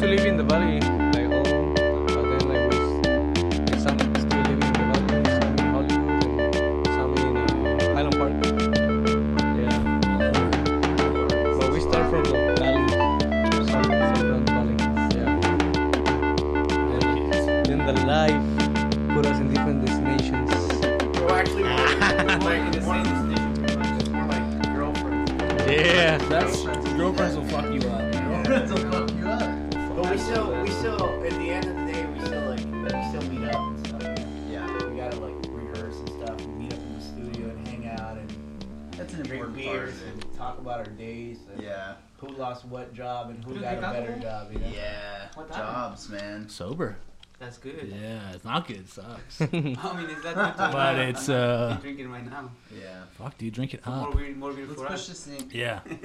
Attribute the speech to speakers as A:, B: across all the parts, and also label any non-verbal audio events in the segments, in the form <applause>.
A: valley, like home, but then like we s- some still living in the valley, some in Hollywood, and some in uh, Highland Park. Yeah, but we start from the valley, some some valley. Yeah. Then, then the life put us in different destinations.
B: Well, actually,
C: <laughs>
B: we're like, we're like, we're like girlfriends.
C: Yeah.
D: That's girlfriends will fuck you up.
B: Girlfriends will fuck you up. But we still, we still, at the end of the day, we still like, we still meet up and stuff.
D: Yeah,
B: We gotta like rehearse and stuff, and meet up in the studio and hang out and
D: that's an
B: drink
D: important
B: beers
D: part.
B: and talk about our days. And
D: Yeah,
B: Who lost what job and who
E: Who
B: got a
E: got
B: better
E: that?
B: job? You know?
D: yeah.
E: What happened?
D: Jobs, man.
C: Sober.
E: That's good.
C: Yeah, it's not good. It
E: <laughs>
C: sucks.
E: I mean, is that good to
C: But
E: know?
C: it's,
E: I'm not
C: uh,
E: really drinking right now.
D: Yeah.
C: Fuck, dude, drink it
E: More
C: up.
E: weird, more weird
D: Let's
E: for
D: push
E: us.
D: this thing.
E: <laughs>
C: Yeah.
D: You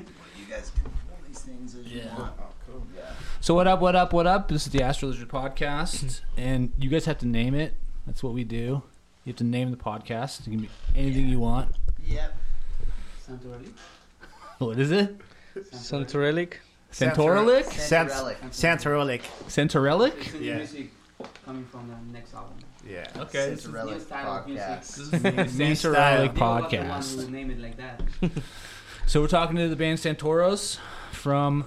D: guys can pull these things as
C: Yeah.
D: you want.
B: Oh,
D: Yeah.
C: So what up? What up? What up? This is the Astro Lizard podcast, and you guys have to name it. That's what we do. You have to name the podcast. It can be anything you want. <laughs>
D: Yep.
E: Santorelli.
C: What is it?
A: Santorelic.
C: Santorelic?
D: Sans-
E: Santorelic.
B: Santorelic.
C: Santorelic?
E: It's a new
C: Yeah.
E: music coming from the next album.
C: Yeah.
D: Okay.
C: Okay.
D: It's a relic
E: new style of music.
D: podcast.
C: Santorelic
E: They were the one who
C: podcast.
E: Name it like that.
C: So we're talking to the band Santoros from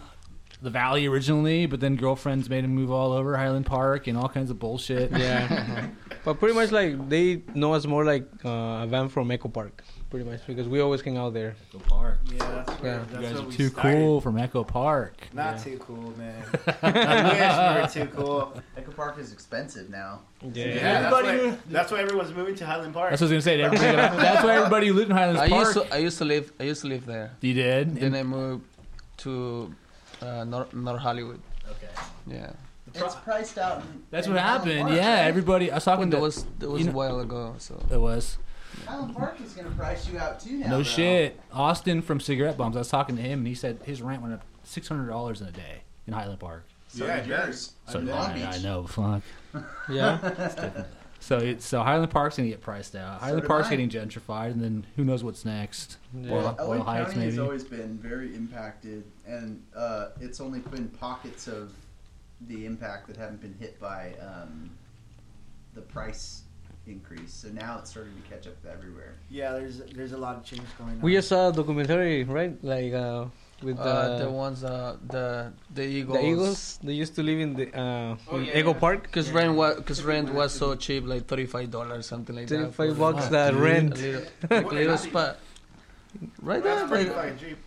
C: the Valley originally, but then girlfriends made them move all over Highland Park and all kinds
E: <laughs>
C: of bullshit.
A: Yeah, <laughs> but pretty much like they know us more like uh, a van from Echo Park, pretty much because we always hang out there.
C: Echo Park.
B: Yeah, that's
A: where- Yeah.
C: You guys are too cool from Echo Park.
B: Not
A: Yeah.
B: too cool,
C: <laughs>
B: man. I wish we were too cool.
D: Echo Park is expensive now.
B: Yeah, that's
C: Everybody
B: why,
C: moved-
B: that's why everyone's moving to Highland Park.
C: That's what I was gonna say. Everybody got- that's why everybody who lived in Highlands
A: I
C: Park.
A: used to I used to live I used to live there.
C: you did.
A: Then I moved to uh, North, North Hollywood.
D: Okay.
A: Yeah,
D: It's priced out. In,
C: That's
D: in
C: what
D: Highland
C: happened.
D: Park,
C: yeah,
D: right?
C: everybody. I was talking
A: that
C: to.
A: was that was
C: you know-
A: a while ago. So
C: it was
D: Highland Park is gonna price you out too now.
C: no
D: though.
C: shit. Austin from Cigarette Bombs. I was talking to him, and he said his rent went up six hundred dollars in a day in Highland Park.
D: So
B: Yeah,
D: yeah,
B: it
D: yours.
C: So
D: In Long
C: I,
D: Beach.
C: I know, fuck.
A: <laughs> yeah,
C: So it's so Highland Park's gonna get priced out. Highland
D: did
C: Park's
D: mine.
C: getting gentrified, and then who knows what's next?
A: yeah.
C: Oil
D: LA
C: Heights,
D: County has
C: maybe.
D: always been very impacted, and uh, it's only been pockets of the impact that haven't been hit by um, the price increase. So now it's starting to catch up with everywhere.
B: Yeah, there's there's a lot of change going on.
A: We just saw a documentary, right? Like uh, with
F: Uh, the
A: the,
F: ones uh, the the
A: the,
F: Eagles.
A: Eagles. They used to live in the uh,
E: Oh,
A: in
E: yeah,
A: Echo
E: yeah.
A: Park.
F: Because
E: Yeah.
F: rent was because
E: Everyone
F: rent was
E: has to
F: so
E: be-
F: cheap, like thirty five dollars, something like that.
A: Thirty five
F: for
A: bucks
C: Fuck,
A: the
C: dude.
F: a
A: rent.
F: little, like little spot. Right there,
B: pretty
F: like,
B: fucking cheap.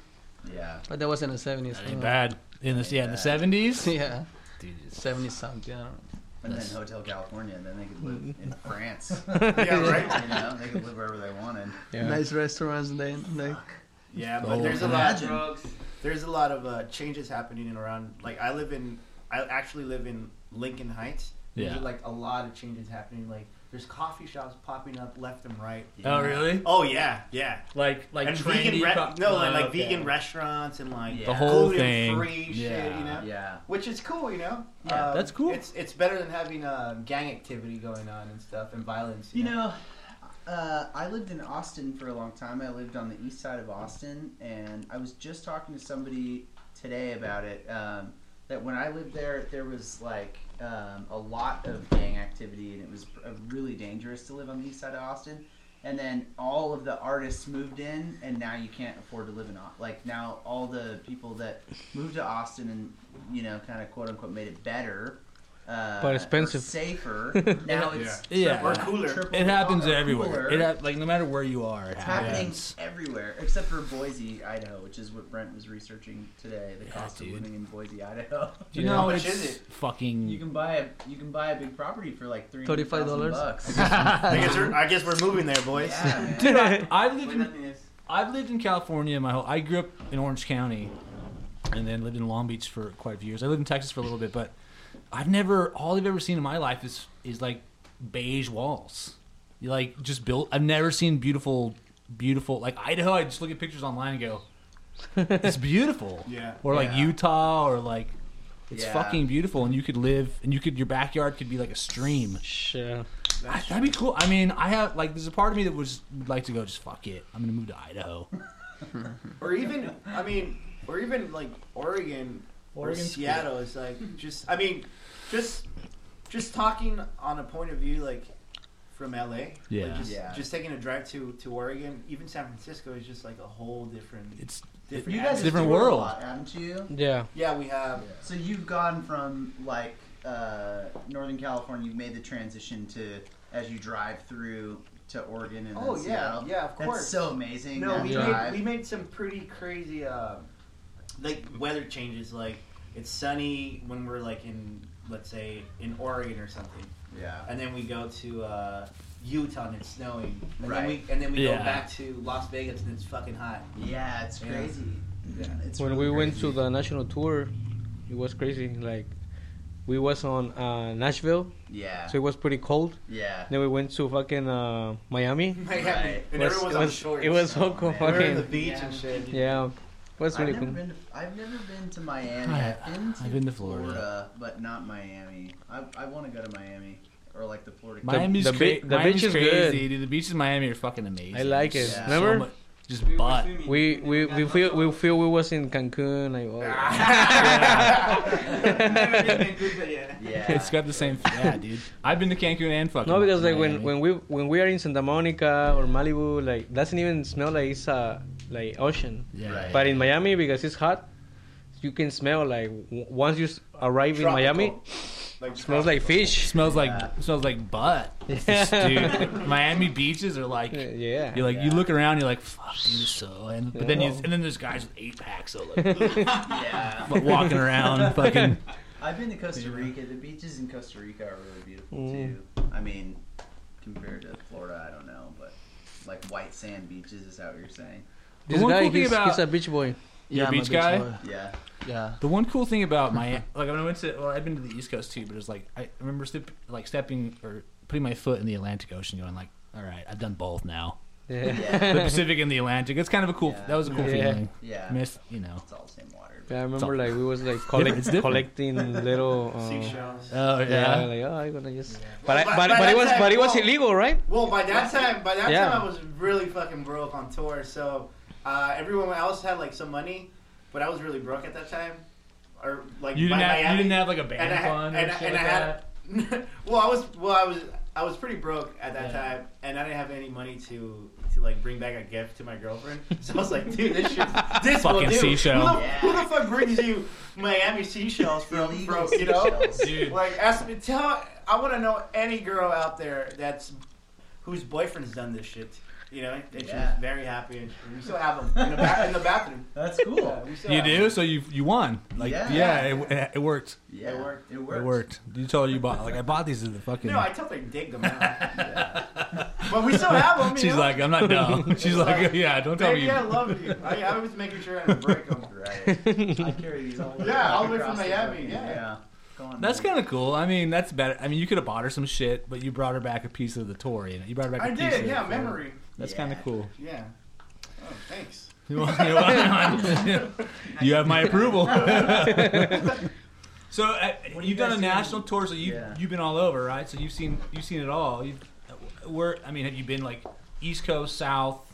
D: Yeah.
F: but that was in the seventies.
C: That ain't bad. In the yeah, in the seventies.
F: <laughs> Yeah, seventies something. I don't know.
D: And
C: That's-
D: then Hotel California, and then they could live
C: <laughs>
D: in France.
B: Yeah, right.
D: You know, they could live wherever they wanted.
A: Yeah.
F: Nice restaurants and then like
B: Yeah,
C: Oh,
B: but there's a lot.
D: imagine.
E: Drugs.
B: There's a lot of uh, changes happening around. Like I live in, I actually live in Lincoln Heights. There's
C: Yeah.
B: like a lot of changes happening. Like there's coffee shops popping up left and right.
C: Oh really?
B: Oh yeah, yeah.
C: Like like
B: and vegan, re-
C: pro-
B: no, like,
C: Oh,
B: like
C: okay.
B: vegan restaurants and like
D: The
C: whole
B: gluten-free
C: thing.
B: shit, you
C: Yeah.
B: know.
D: Yeah.
B: Which is cool, you know. Um,
C: Yeah, that's cool.
B: It's it's better than having um, gang activity going on and stuff and violence.
D: You know, uh, I lived in Austin for a long time. I lived on the east side of Austin, and I was just talking to somebody today about it. Um, that when I lived there, there was like um, a lot of gang activity, and it was uh, really dangerous to live on the east side of Austin. And then all of the artists moved in, and now you can't afford to live in Austin. Like now, all the people that moved to Austin and you know, kind of quote unquote, made it better. Uh,
A: But
D: or
A: expensive. <laughs>
D: safer. Now it's
C: Yeah.
D: triple-
B: Or cooler.
D: triple
C: It happens
D: dollar
C: everywhere.
D: cooler.
C: It hap- like no matter where you are, it
D: It's happening
C: happens.
D: everywhere except for Boise, Idaho, which is what Brent was researching today. The
C: Yeah,
D: cost
C: dude.
D: of living in Boise,
C: <laughs>
D: Idaho.
C: Do you
A: Yeah.
C: know
B: How much
C: it's
B: is it?
D: You
C: fucking
D: can buy a you can buy a big property for like three
F: $35?
D: bucks.
B: I
C: <laughs>
B: guess, we're, I guess we're moving there, boys. <laughs>
D: Yeah, man.
C: Dude, I, I've lived
E: Wait,
C: in
E: nothing is.
C: I've lived in California my whole. I grew up in Orange County, and then lived in Long Beach for quite a few years. I lived in Texas for a little bit, but I've never. All I've ever seen in my life is is like beige walls. You like just built. I've never seen beautiful, beautiful like Idaho. I just look at pictures online and
D: <laughs>
C: go, it's beautiful.
B: Yeah.
C: Or like
D: Yeah.
C: Utah, or like. It's
D: Yeah.
C: fucking beautiful, and you could live, and you could your backyard could be like a stream.
A: Sure.
C: I, that'd be cool. I mean, I have like there's a part of me that was would like to go just fuck it. I'm gonna move to Idaho.
B: Or even, I mean, or even like Oregon. or Seattle is like just I mean, just just talking on a point of view like from LA. like,
C: Yeah.
B: just,
D: Yeah.
B: just taking a drive to to Oregon, even San Francisco is just like a whole different
C: It's
B: different.
D: You guys
B: atmosphere.
C: a different
D: have toured
C: world.
D: a lot, haven't you?
F: Yeah.
B: yeah, we have.
D: So you've gone from like uh, Northern California, you've made the transition to as you drive through to Oregon and
B: Oh
D: then
B: yeah,
D: Seattle.
B: yeah, of
D: That's
B: course.
D: so amazing.
B: No,
D: that
B: we
D: drive.
B: made, we made some pretty crazy uh, like weather changes. Like it's sunny when we're like in let's say in Oregon or something,
D: yeah.
B: and then we go to uh, Utah and it's snowing, and
D: Right.
B: then we and then we
C: Yeah.
B: go back to Las Vegas and it's fucking <laughs> hot.
D: Yeah, it's
B: Yeah.
D: crazy. It's
A: when
D: really
A: we went to
D: crazy.
A: the national tour it was crazy like we was on uh, nashville
D: yeah,
A: so it was pretty cold
D: yeah.
A: then we went to fucking uh, miami
B: Miami,
D: Right.
B: and
A: Was-
B: everyone's
A: it
B: on
A: was-
B: shorts.
A: it was so
D: Oh,
A: cold
D: man.
B: We're in the
A: fucking
B: beach
G: Yeah.
B: and shit.
A: yeah it was
D: I've
A: really
D: never
A: cool
D: been to I've never been to Miami.
C: I-
D: I've been to,
C: I've been to Florida.
D: but not Miami. I, I want to go to Miami or like the Florida.
C: Miami's,
A: the
C: cra-
A: bi- the
C: Miami's
A: beach is
C: crazy,
A: good.
C: dude. The beaches in Miami are fucking amazing.
A: I like it.
C: So
A: Remember?
C: much- just
G: We were
C: <laughs> butt.
G: swimming.
A: we we
G: got
A: we feel we
G: lost.
A: feel we was in cancun like <laughs> oh.
D: <laughs>
G: Never been in Cancun, but yeah.
D: yeah,
C: It's got the same. Yeah, dude. I've been to Cancun and fucking.
A: no because like
C: Miami.
A: when when we when we are in santa monica or malibu like doesn't even smell like it's uh, like ocean
C: yeah.
D: Right.
A: But in Miami, because it's hot, you can smell like w- once you s- arrive in Miami,
B: Like,
A: smells like fish.
C: Smells like
D: Yeah.
C: smells like butt. It's
A: <laughs>
C: just- dude, Miami beaches are like
A: Yeah.
C: you're like you
D: Yeah.
C: look around, you're like fuck, dude, so and but then you
A: Yeah.
C: and then there's guys with eight packs, so like <laughs>
D: yeah.
C: walking around, fucking
D: I've
G: <laughs>
D: been to Costa Rica. The beaches in Costa Rica are really beautiful
A: Mm.
D: too. I mean, compared to Florida, I don't know, but like white sand beaches is that what you're saying?
A: This
C: The one
A: guy,
C: cool thing
A: he's,
C: about-
A: he's a beach boy.
C: You're a
F: I'm a
C: beach guy?
D: Yeah,
F: Yeah.
C: The one cool thing about
B: <laughs>
C: my like when I went to well I've been to the East Coast too, but it's like I remember step, like stepping or putting my foot in the Atlantic Ocean, going like, all right, I've done both now,
B: <laughs>
A: Yeah.
C: the
D: yeah,
C: Pacific and the Atlantic. It's kind of a cool.
D: Yeah.
C: That was a cool
A: Yeah.
C: feeling.
D: yeah.
C: Miss you know.
D: It's all the same water.
A: Yeah, I remember
C: all-
A: like we was like
C: It's
A: collect,
C: different.
A: collecting little. Uh,
B: seashells.
C: Oh
A: yeah.
C: yeah.
A: like oh, I'm gonna just. But, I,
B: But-
A: but,
B: but
A: but it was
B: that's
A: but it was
B: like-
A: illegal, right?
B: Well, by that time, by that
A: Yeah.
B: time, I was really fucking broke on tour. So uh, everyone else had like some money, but I was really broke at that time. Or like
C: You
B: by
C: didn't have
B: Miami.
C: you didn't have like a
B: and I
C: band
B: had-
C: fund or
B: and I-
C: shit
B: and
C: like
B: I had-
C: that.
B: <laughs> well, I was well, I was I was pretty broke at that
C: Yeah.
B: time, and I didn't have any money to to like bring back a gift to my girlfriend. <laughs> So I was like, dude, this shit, this will
C: Fucking
B: do.
C: seashell.
B: Who the, who the fuck brings you Miami seashells from,
D: Illegal
B: from you know?
D: seashells.
C: Dude.
B: Like, ask me, tell. I want to know any girl out there that's whose boyfriend's done this shit. You know, and she was
D: Yeah.
B: very happy, and we still have them in the,
D: <laughs>
B: ba- in the bathroom. Uh,
D: That's cool.
B: We still
C: You
B: have 'em.
C: do so you you won like yeah,
D: Yeah.
C: it, it, it worked
D: Yeah,
B: It worked.
D: It worked.
C: it worked you told her you bought like I bought these at the fucking
B: No, I totally dig them out,
C: <laughs>
D: Yeah.
B: but we still have them. You
C: she's
B: know?
C: like I'm not
B: <laughs>
C: dumb she's like yeah don't tell
B: Baby,
C: me
B: I love
C: <laughs>
B: you. I, I was making sure I didn't break them.
D: Right. I carry these <laughs> all the way.
B: Yeah, all the way
D: across
B: from Miami,
D: country.
B: yeah.
D: Go on,
C: That's
D: man.
C: kind of cool. I mean, that's better. I mean, you could have bought her some shit, but you brought her back a piece of the tour. You know, you brought her back. a
B: I
C: piece
B: did,
C: of
B: yeah,
C: the-
B: memory.
C: That's
D: Yeah.
C: kind of cool. <laughs>
B: Yeah. Oh, thanks.
C: you have my
B: <laughs>
C: approval. so uh,
D: What do you
C: you've done a
D: guys do?
C: national tour, so you've
D: Yeah.
C: you've been all over, right? So you've seen you've seen it all. You've, where I mean, have you been like East Coast, South?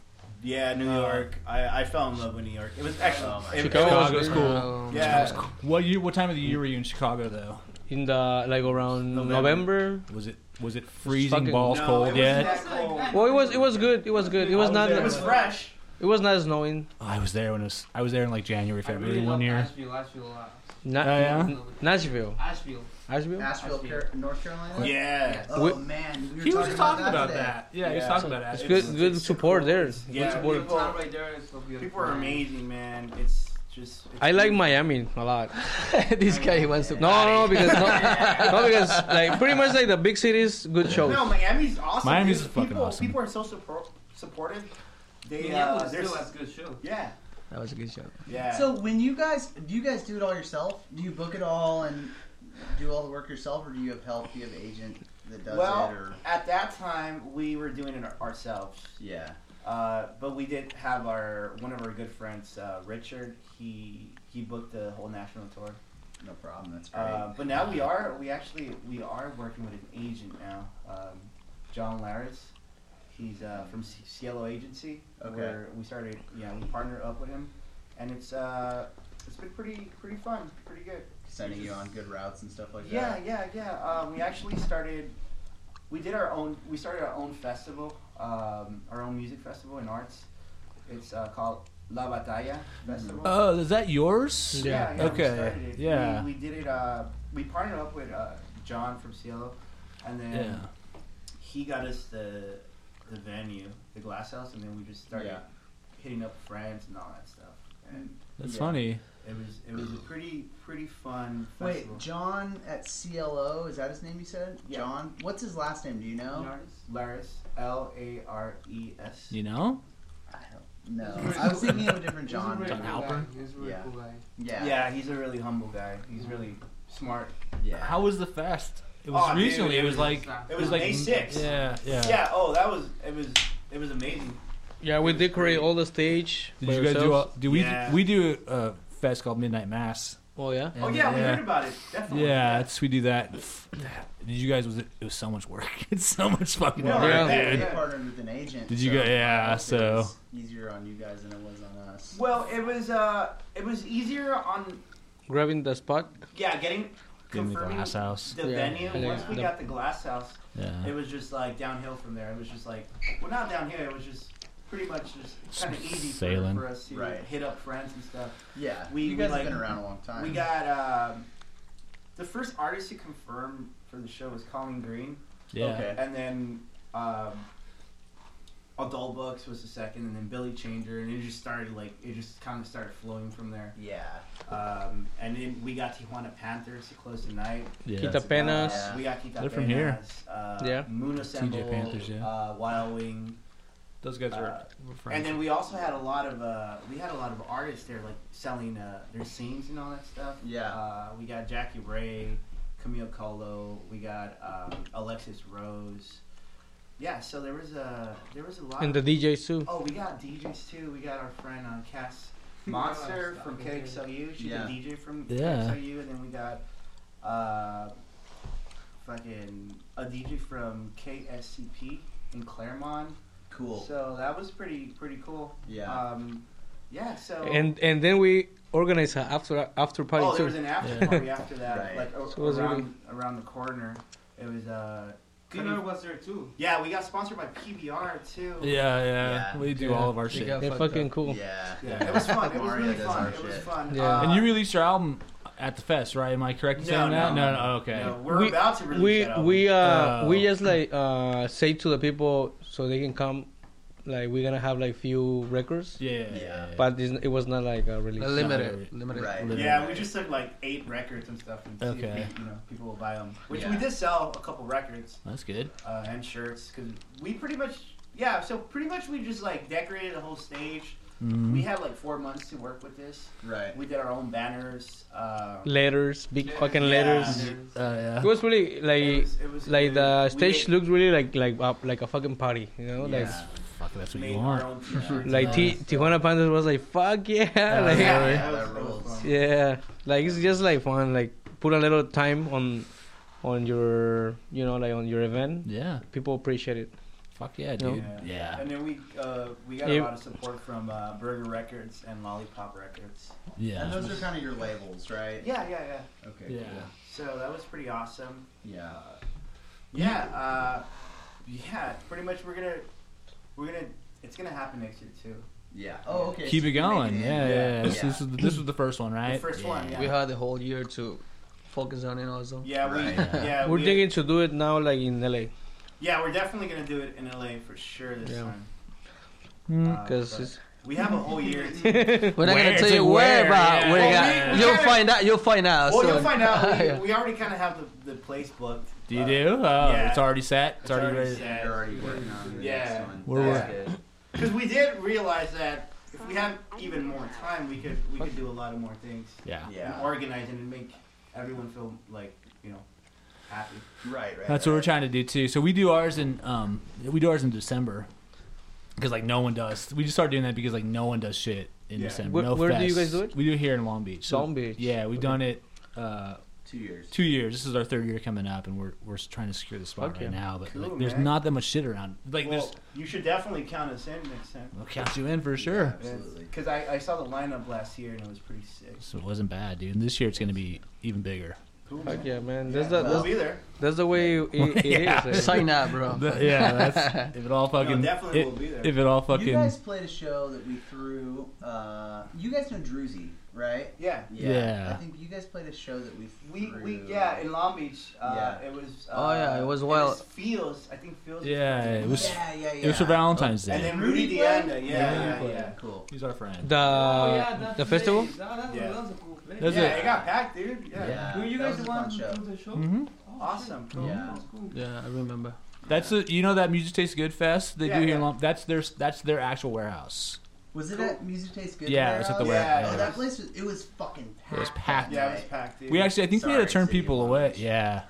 B: Yeah, New
C: Oh.
B: York. I, I fell in love with New York. It was actually
D: Oh, my
B: it-
C: Chicago.
B: it was-
C: Chicago's cool.
A: Uh,
B: Yeah,
C: What year? What time of the year were you in Chicago though?
A: In the like around
B: November.
A: November.
C: Was it was it freezing
A: fucking-
C: balls
B: No, it
C: cold
B: wasn't
C: yet?
B: that cold.
A: Well, it was it was good. It was good. It was not
B: It was fresh.
A: it was not snowing.
C: Oh, I was there when it was. I was there in like January,
G: I
C: February
G: really love
C: one year.
G: Asheville, Asheville a lot.
A: Na-
C: Oh, yeah?
A: Nashville.
G: Asheville.
A: Asheville.
D: Asheville, Car- North Carolina.
B: Yeah.
D: Oh
A: We-
D: man, we were
C: He was
D: talking
C: just talking
D: about
C: about
D: today.
C: that. Yeah, he was
B: Yeah.
C: talking about
A: It's
C: Asheville.
A: good
B: It's-
A: good
B: it's
A: support
B: cool.
A: there.
B: Yeah,
A: good support.
B: people-
G: Town right there is so beautiful.
B: People are amazing, man. It's just. It's
A: I like Miami a lot.
F: <laughs> this guy wants to.
A: No, no, no, because no, no, because like pretty much like the big cities, good shows.
B: No, Miami's awesome.
C: Miami's
B: dude.
C: fucking
B: people,
C: awesome.
B: People are so support- supportive. They uh,
G: Minneapolis
B: they're
G: still
B: s-
G: has good show.
B: yeah,
F: <laughs> That was a good show.
B: yeah.
D: So when you guys do you guys do it all yourself? Do you book it all and do all the work yourself, or do you have help? Do you have an agent that does
B: well,
D: it? Or
B: at that time we were doing it ourselves.
D: yeah,
B: Uh, but we did have our one of our good friends, uh, Richard. He he booked the whole national tour.
D: no problem. That's great.
B: Uh, but now we are we actually we are working with an agent now, um, John Laris. He's uh, from C- Cielo Agency.
D: Okay.
B: Where we started, yeah, we partner up with him, and it's uh,
H: it's been pretty pretty fun, pretty good.
D: Sending you on good routes and stuff like
H: yeah,
D: that.
H: yeah, yeah. Um, we actually started. We did our own. We started our own festival, um, our own music festival in arts. It's uh, called La Batalla Festival.
C: Oh, is that yours?
H: yeah, yeah. We
C: Okay.
H: started it.
C: Yeah.
H: We, we did it. Uh, we partnered up with uh, John from Cielo, and then
C: Yeah.
B: He got us the the venue, the glass house, and then we just started
D: Yeah.
B: hitting up friends and all that stuff. And
C: That's
D: Yeah.
C: funny.
B: it was it was a pretty pretty fun
D: Wait,
B: festival.
D: John at CLO, is that his name you said?
H: Yeah.
D: John? What's his last name? Do you know?
H: Laris,
B: L A R E S.
C: You know?
D: I don't know. I was thinking of a different John.
H: He's a
C: John
H: really cool guy.
C: Halpern?
H: He's a really
D: Yeah.
H: cool guy.
D: Yeah.
B: Yeah, he's a really humble guy. He's really smart.
D: Yeah.
C: How was the fest? It was
B: Oh, dude,
C: recently.
B: it
C: it was
B: was
C: like
H: It
B: It was
C: like
B: May sixth.
C: Yeah, yeah.
B: Yeah. Oh, that was it was it was amazing.
A: Yeah, we decorate all the stage.
C: Did
A: by
C: you guys do? A,
A: ourselves.
C: do we
B: Yeah.
C: we do a fest called Midnight Mass?
A: Oh yeah.
B: Oh yeah, we heard about it.
C: Yeah,
B: Definitely.
C: it's, we do that. Did you guys? Was it, it was so much work. <laughs> It's so much fucking
B: No,
C: work.
A: Yeah.
B: yeah,
D: We
B: yeah.
D: partnered with an agent.
C: Did you
D: so
C: go- yeah,
D: I hope it
C: so-
D: was easier on you guys than it was on us.
H: Well, it was uh, it was easier on
A: Grabbing the spot.
B: Yeah, getting
C: In the
B: confirming
C: glass house.
B: the
A: Yeah,
B: venue.
A: and
B: Once
A: then
B: we
A: the-
B: got the glass house,
C: Yeah.
B: it was just like downhill from there. It was just like, well, not downhill. It was just pretty much just kind of easy for,
C: Sailing.
B: for us to
D: Right.
B: hit up friends and stuff.
D: Yeah.
B: we-
D: you guys
B: we,
D: have been
B: like-
D: around a long time.
B: We got um, the first artist to confirm for the show was Colin Green,
C: Yeah.
D: Okay.
B: and then um, Adult Books was the second, and then Billy Changer, and it just started like it just kind of started flowing from there.
D: Yeah.
B: Um, and then we got Tijuana Panthers to close the night. Uh,
C: Yeah.
A: Kita penas.
D: Yeah.
B: We got Kita
C: They're from here.
B: Penas, Uh,
A: Yeah.
B: Moon Assemble,
C: Panthers, yeah.
B: uh, Wild Wing,
C: Those guys
B: are-
C: are.
B: and then we also had a lot of uh, we had a lot of artists there, like selling uh, their scenes and all that stuff.
D: Yeah.
B: Uh, we got Jackie Ray, Camille Colo, we got um, Alexis Rose. Yeah, so there was a there was a lot.
A: And the DJs too.
B: oh, we got DJs too. We got our friend uh,
D: <laughs>
B: Cass Monster
H: Yeah,
B: from
H: stop it.
B: KXLU. She's
D: Yeah.
B: a DJ from
C: Yeah.
B: KXLU, and then we got uh, fucking a DJ from KSCP in Claremont.
D: Cool.
B: So that was pretty pretty cool.
D: yeah.
B: Um, yeah. So
A: And and then we organize an after after party
B: oh,
A: too.
B: there was an after
C: Yeah.
B: party after that,
D: Right.
B: like a-
A: So it was
B: around
A: really-
B: around the corner. It was uh,
H: Gunnar was there too.
B: yeah, we got sponsored by PBR too.
C: Yeah, yeah,
D: Yeah.
C: We do all of our shit.
A: They're fucking cool.
D: yeah.
B: Yeah, it was fun. It was
D: Mario
B: really
D: does
B: fun.
D: our
B: It was
D: shit.
B: fun. Uh,
A: Yeah.
C: and you released your album at the fest, right? Am I correct in
B: No,
C: saying that?
B: no.
C: No, no. Okay.
B: no, we're
A: We-
B: about to release
A: we
B: that album.
A: we uh
C: Oh.
A: we just like uh say to the people so they can come like we're gonna have like few records
C: Yeah.
D: Yeah.
A: but this, it was not like a release
F: Uh, Limited. Limited.
D: Right.
B: yeah, we just took like eight records and stuff, and see if
C: Okay.
B: we- you know people will buy them. Which
D: Yeah.
B: we did sell a couple records
C: That's good.
B: uh, and shirts because we pretty much yeah. So pretty much we just like decorated the whole stage.
C: Mm-hmm.
B: We
A: Mm-hmm.
B: had like four months to work with this.
D: Right.
B: We did our own banners. Uh,
A: letters big
H: Yeah.
A: fucking
B: Yeah.
A: letters
C: Uh, yeah.
A: it was really
B: it
A: like
B: was- it was
A: like
B: good.
A: the
B: We
A: stage
B: made-
A: looked really like like up like a fucking party you know like
D: Yeah.
C: Fuck, that's what
B: made
C: you
B: our own
C: want.
B: t-shirts.
A: like T- Tijuana Panthers was like fuck yeah <laughs> like
B: yeah,
C: really?
B: that was,
D: That
B: that was
D: rules.
B: fun.
A: yeah like it's just like fun like put a little time on on your you know like on your event
C: Yeah.
A: people appreciate it
C: Fuck yeah, dude.
B: Yeah.
C: Yeah.
B: And then we uh, we got
A: Yeah.
B: a lot of support from uh, Burger Records and Lollipop Records.
D: And
C: Yeah.
D: those are kind of your labels, right?
B: Yeah, yeah, yeah.
D: Okay.
C: Yeah.
D: cool.
B: So that was pretty awesome.
D: Yeah.
B: Uh, yeah, uh, yeah. Pretty much, we're gonna we're gonna it's gonna happen next year too.
D: Yeah. Oh, okay.
C: Keep
D: so
C: it
D: you make
C: going.
D: in.
C: Yeah, yeah. yeah. This,
D: Yeah.
C: this was, this was the first one, right?
B: The first one,
F: We
B: yeah.
F: had the whole year to focus on it also.
B: Yeah, we,
D: Right.
B: yeah,
A: we're
B: we,
A: thinking to do it now like in <laughs> LA
B: yeah, we're definitely gonna do it in LA for sure this
A: Yeah.
B: time.
C: Hmm.
B: Uh,
A: because
B: but
A: it's
B: we have a whole
A: <laughs>
B: year. to-
F: We're not
C: Where?
F: gonna tell
C: It's
F: you
C: like
F: where,
C: where,
F: but
C: yeah.
F: we're
B: Well,
F: gonna,
B: we- we
F: you'll
B: kinda-
F: find out. You'll find out.
B: Well, you'll
F: soon.
B: find
F: <laughs>
B: out.
F: Uh, Yeah.
B: We, we already kind of have the, the place booked.
C: Do you
B: Uh,
C: do? Oh,
B: yeah.
C: it's already set. It's,
B: It's
C: already,
B: already
C: ready.
B: set.
D: You're already working on the
B: Yeah.
D: next one.
C: We're
D: That's good.
B: Because we did realize that if we had even more time, we could we could do a lot of more things.
C: Yeah.
B: And
D: Yeah.
B: organize it and make everyone feel like you know happy.
D: Right. Right.
C: That's what we're trying to do too. So we do ours in um we do ours in December because like no one does. We just started doing that because like no one does shit in
B: Yeah.
C: December.
A: Where-
C: no
A: where do you
C: fests.
A: guys do it?
C: We do it here in Long Beach.
A: Long Beach.
C: Yeah, we've done it. Uh,
D: Two years.
C: two years. This is our third year coming up, and we're we're trying to secure the spot
A: Fuck
C: right
A: yeah.
C: now. But
B: Cool,
C: like, there's
B: man.
C: not that much shit around. Like
B: well,
C: there's,
B: you should definitely count us in next time.
C: we'll count you in for sure.
D: Absolutely.
B: Because I, I saw the lineup last year and it was pretty sick.
C: So it wasn't bad, dude. And this year it's gonna be even bigger.
B: Cool.
A: Fuck
B: man.
A: yeah, man. That's
B: Yeah,
A: the
B: we'll
A: that's,
B: be there.
A: that's the way it, it is.
C: Yeah.
A: eh.
F: Sign up, <laughs> bro.
C: yeah,
B: <laughs>
C: that's, if it all fucking
B: Oh. definitely
C: it-
B: we'll be there.
C: if it all fucking
D: You guys played a show that we threw. Uh, you guys know Druzy, right?
B: Yeah.
C: Yeah.
D: I think you guys played a show that we
B: We,
D: threw.
B: we yeah in Long Beach. Uh,
D: Yeah.
B: It was. Uh,
F: Oh, yeah, it was
B: well.
F: wild.
B: It was Fields. I think Fields. was
C: yeah,
B: playing.
C: it was
D: Yeah, yeah, yeah.
C: it was for Valentine's
B: And
C: Day.
B: then Rudy
D: Rudy
B: Deanda.
D: played?
B: Yeah,
C: Rudy
B: yeah,
C: played.
B: yeah.
D: Cool.
C: He's our friend.
A: The
F: Uh,
I: oh, yeah, that's
A: the festival.
I: place. That, that's,
B: Yeah.
I: that was a cool place.
C: That's
B: yeah,
C: it.
B: it got packed, dude. Yeah.
I: Were you
D: that
I: guys
D: was
I: the
D: a fun
I: ones who
D: show.
I: do the show?
C: hmm
I: Oh,
B: Awesome.
I: shit.
B: Cool.
D: Yeah.
I: That's cool.
F: Yeah, I remember.
C: That's the you know that music tastes good fest they
B: Yeah,
C: do here.
B: yeah.
C: In Long, that's their that's their actual warehouse.
D: Was it
B: Cool.
D: at Music Tastes Good?
C: Yeah, it
D: Warehouse?
C: was at the
B: Yeah,
C: warehouse.
D: Oh,
B: yeah.
D: that place was, it was fucking packed.
C: was packed.
B: Yeah, it was
D: that night.
B: packed, dude.
C: We actually I think we had to
D: Sorry,
C: turn
D: City of
C: people
D: Long
C: away.
D: Beach.
C: Yeah.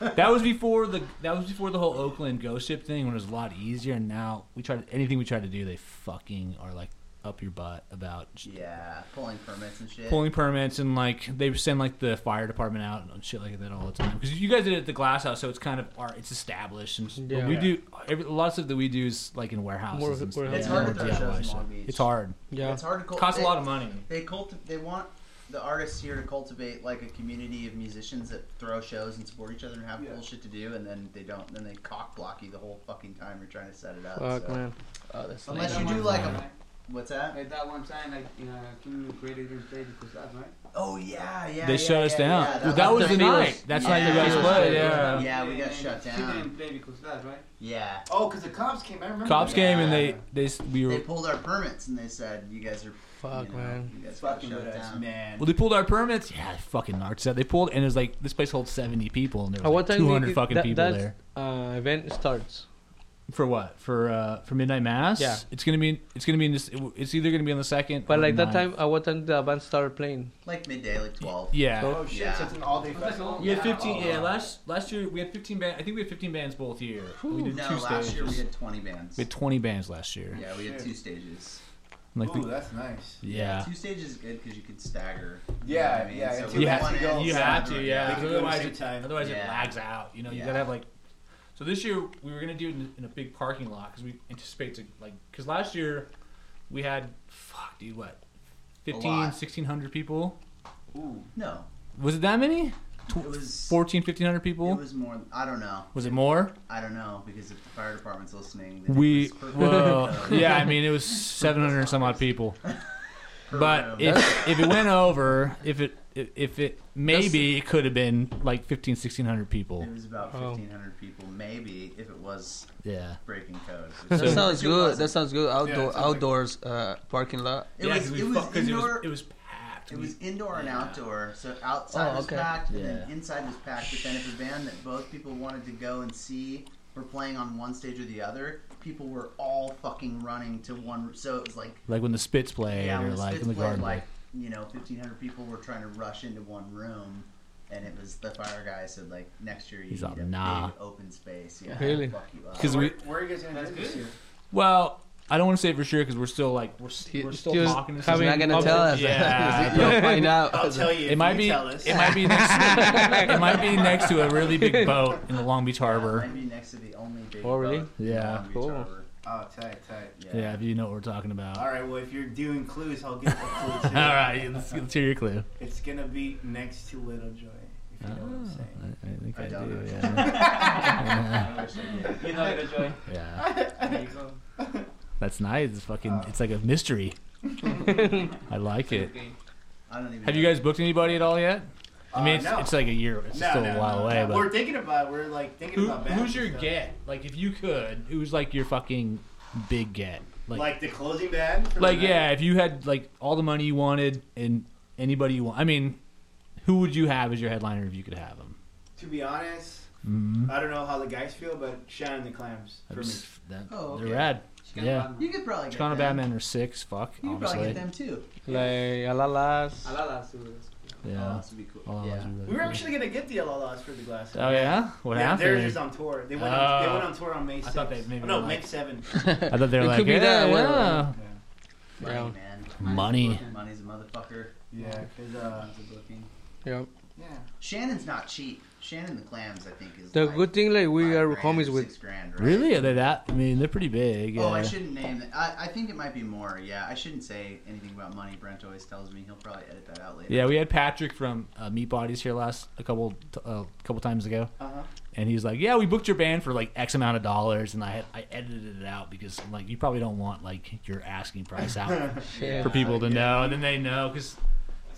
C: that was before the that was before the whole Oakland ghost ship thing when it was a lot easier and now we try to anything we try to do they fucking are like up your butt about sh-
D: Yeah, pulling permits and shit.
C: pulling permits and like they send like the fire department out and shit like that all the time because you guys did it at the glass house so it's kind of art it's established and but
A: Yeah.
C: we do every, a lot of stuff that we do is like in warehouses
A: More- warehouse.
C: and stuff.
D: It's
C: Yeah.
D: hard to throw
C: More
D: shows in
C: DIY
D: Long
C: shit.
D: Beach.
C: it's hard
A: Yeah.
D: It's hard to cult-
C: costs a
D: they-
C: lot of money
D: They culti- They want the artists here to cultivate like a community of musicians that throw shows and support each other and have
B: Yeah.
D: cool shit to do, and then they don't. Then they cock block you the whole fucking time you're trying to set it up.
A: Fuck
D: so.
A: man.
F: Oh,
D: Unless
F: that's
I: Like
D: you
I: that
D: do
I: one
D: like
I: time,
D: a what's that?
I: Like that one time, like you know, King Great Against Day because that, right?
D: Oh yeah, yeah.
C: they
D: yeah,
C: shut
D: yeah,
C: us down
D: yeah,
C: Dude, that, was the
F: Feels.
C: night that's how you
D: Yeah.
C: guys
F: Feels.
C: played
F: Yeah.
C: yeah.
D: Yeah, we
I: And-
D: got
I: and
D: shut
I: she
D: down.
I: didn't play because that, right?
D: Yeah.
B: Oh, because the cops came. I remember.
C: cops
B: that.
C: came and they they s- we
D: They
C: were
D: pulled our permits and they said, "You guys are
A: Fuck
D: you know,
A: man.
D: You guys gotta
B: Fucking
D: shut
B: good
D: it
B: ass
D: down."
B: man.
C: well they pulled our permits yeah fucking narcs that they pulled and it was like this place holds 70 people and there
A: At
C: was
A: what time
C: like
A: do you
C: 200
A: get-
C: fucking
A: that-
C: people
A: that's-
C: there
A: Uh, event starts.
C: For what? For uh for midnight mass?
A: Yeah.
C: It's gonna be it's gonna be in this. It's either gonna be on the second.
A: But
C: or
A: like that
C: ninth.
A: time, at what time the band started playing?
D: Like midday, like twelve.
C: Yeah.
A: So-
B: Oh shit!
D: Yeah.
B: So it's an all-day
I: It was like
B: festival.
I: all-
C: we had fifteen.
I: oh,
C: Yeah, last last year we had fifteen bands. I think we had fifteen bands both year. we did
D: no,
C: two
D: last
C: stages.
D: year we had twenty bands.
C: We had twenty bands last year.
D: yeah, we had
B: Shit.
D: two stages.
C: And, Like
B: Ooh,
C: the,
B: that's nice.
C: yeah.
D: Two stages is good because you could stagger.
B: Yeah,
D: You know what I mean?
B: yeah,
D: So
B: if
D: we
B: you
D: had
B: have
D: one
B: to go-
D: end,
C: You
D: so
C: had
D: we
C: to,
D: were-
C: yeah.
B: They could do it at
C: Otherwise,
B: the same
C: it,
B: time.
C: otherwise it
D: Yeah.
C: lags out. You know, you
D: Yeah.
C: gotta have like. So this year we were gonna do it in, in a big parking lot because we anticipate to like because last year we had fuck dude what 15
D: lot.
C: 1600 people
B: Ooh.
D: No,
C: was it that many
D: it was.
C: 14 1500 people
D: It was more. I don't know.
C: Was it more?
D: I don't know because if the fire department's listening, then it
C: We
D: was per-
C: well,
D: per-
C: yeah. I mean, it <laughs> was seven hundred and some odd people.
D: per
C: But
D: room.
C: if if it went over, if it if it maybe it could have been like 1,500, 1,600 people.
D: it was about
A: Oh.
D: fifteen hundred people, maybe if it was
C: Yeah.
D: breaking code.
C: So-
D: which-
F: That sounds
D: It
F: good.
D: wasn't.
F: That sounds good.
B: it sounds
F: Outdoor,
B: like-
F: outdoors, uh, parking lot.
D: It
C: yeah,
D: was
C: 'cause we
D: it was
C: fuck- 'cause
D: indoor.
C: It was, it was packed.
D: It
C: We-
D: was indoor and
C: Yeah.
D: outdoor. So outside
F: Oh,
D: was
F: okay.
D: packed, and then
C: Yeah.
D: inside was packed. But then if a band that both people wanted to go and see were playing on one stage or the other, people were all fucking running to one. So it was like
C: like when the Spits played,
D: yeah,
C: or
D: when the
C: like
D: Spits
C: in the
D: played,
C: garden.
D: like you know, fifteen hundred people were trying to rush into one room. And it was the fire guy said like next year you
C: He's
D: need
C: like,
D: a
C: nah.
D: big open space. Yeah,
A: Really?
D: Fuck you up.
C: 'Cause
B: Where,
C: we-
B: where are you guys gonna do this year?
C: well, I don't want to say for sure because we're still like we're, s-
F: You-
C: we're still
A: just
C: talking. to
F: He's
A: having-
C: some-
F: not gonna
A: up-
F: tell
A: <laughs>
F: us.
C: Yeah.
F: You'll
B: <laughs>
F: find
B: I'll
F: out. <laughs>
B: tell you.
C: It
B: if
C: might
B: you
C: be.
B: Tell us.
C: It might be. Next, it might be next to a really big boat in the Long Beach Harbor.
D: <laughs> Might be next to the only big.
A: Oh, really?
D: boat in
C: Yeah.
D: Long Beach
A: Cool.
D: Harbor.
B: Oh, tight, tight.
C: Yeah, if you know what we're talking about.
B: All right. Well, if you're doing clues, I'll give the clue too.
C: <laughs> All right, let's, let's hear your clue.
B: It's gonna be next to Little Joy. If you know
C: Ah,
B: what I'm saying.
C: I, I think I,
D: I don't
C: do.
B: <laughs>
D: know.
C: Yeah.
D: I wish I did.
I: You know, the joy.
C: yeah,
I: There you go.
C: that's nice. It's fucking,
B: Uh.
C: it's like a
B: <laughs>
C: mystery. I like it.
I: Okay.
D: I don't even.
C: Have
D: know.
C: you guys booked anybody at all yet? I mean,
B: Uh,
C: it's,
B: no.
C: it's like a year. It's
B: No,
C: still
B: no,
C: a while
B: no,
C: away.
B: no. we're thinking about. We're like
C: But
B: thinking
C: who,
B: about. bands
C: who's
B: and
C: your
B: stuff.
C: get? Like, if you could, who's like your fucking big get?
B: Like,
C: Like, like,
B: the closing band. for the night?
C: yeah, if you had like all the money you wanted and anybody you want. I mean, who would you have as your headliner if you could have them?
B: To be honest,
C: Mm-hmm.
B: I don't know how the guys feel, but Shannon the Clams for me.
D: Oh,
C: They're
D: okay.
C: rad.
I: She got
C: Yeah.
I: Batman.
D: You could probably get
C: Chicano
D: them.
C: Batman or six. Fuck,
D: You could probably
C: honestly.
D: get them too.
A: Like Alalas.
I: Alala, so it's-
D: Oh,
C: Yeah.
D: this would be cool.
C: Oh,
D: yeah.
C: that's really
B: We were
C: cool.
B: actually gonna get the LLS for the glass.
C: Oh yeah, what
B: yeah,
C: happened?
B: they're just on tour. They went, on, they
C: Oh.
B: went on tour on May 6th.
C: I thought they maybe
B: no,
C: were
B: May
C: like- Oh.
B: 7th.
C: <laughs> I thought they were
A: It
C: like, uh,
A: could be
C: yeah,
A: that, yeah.
C: yeah.
D: Money, man.
C: Money.
D: Money's a motherfucker.
B: Yeah, because uh,
D: Money's a booking.
A: Yeah.
B: Yeah.
C: <laughs>
D: Shannon's not cheap. Shannon the Clams, I think, is
A: The
D: like
A: good thing like we
D: five
A: are
D: grand,
A: homies with
D: six grand, right?
C: Really? Are they that? I mean, they're pretty big.
D: Oh,
C: yeah.
D: I shouldn't name it. I, I think it might be more. Yeah, I shouldn't say anything about money. Brent always tells me he'll probably edit that out later.
C: Yeah, we had Patrick from uh, Meat Bodies here last a couple t- uh, couple times ago,
B: Uh-huh. <laughs>
C: and he was like, "Yeah, we booked your band for like X amount of dollars," and I had, I edited it out because I'm like, you probably don't want like your asking price out <laughs>
A: Yeah.
C: for people to know, and then they know because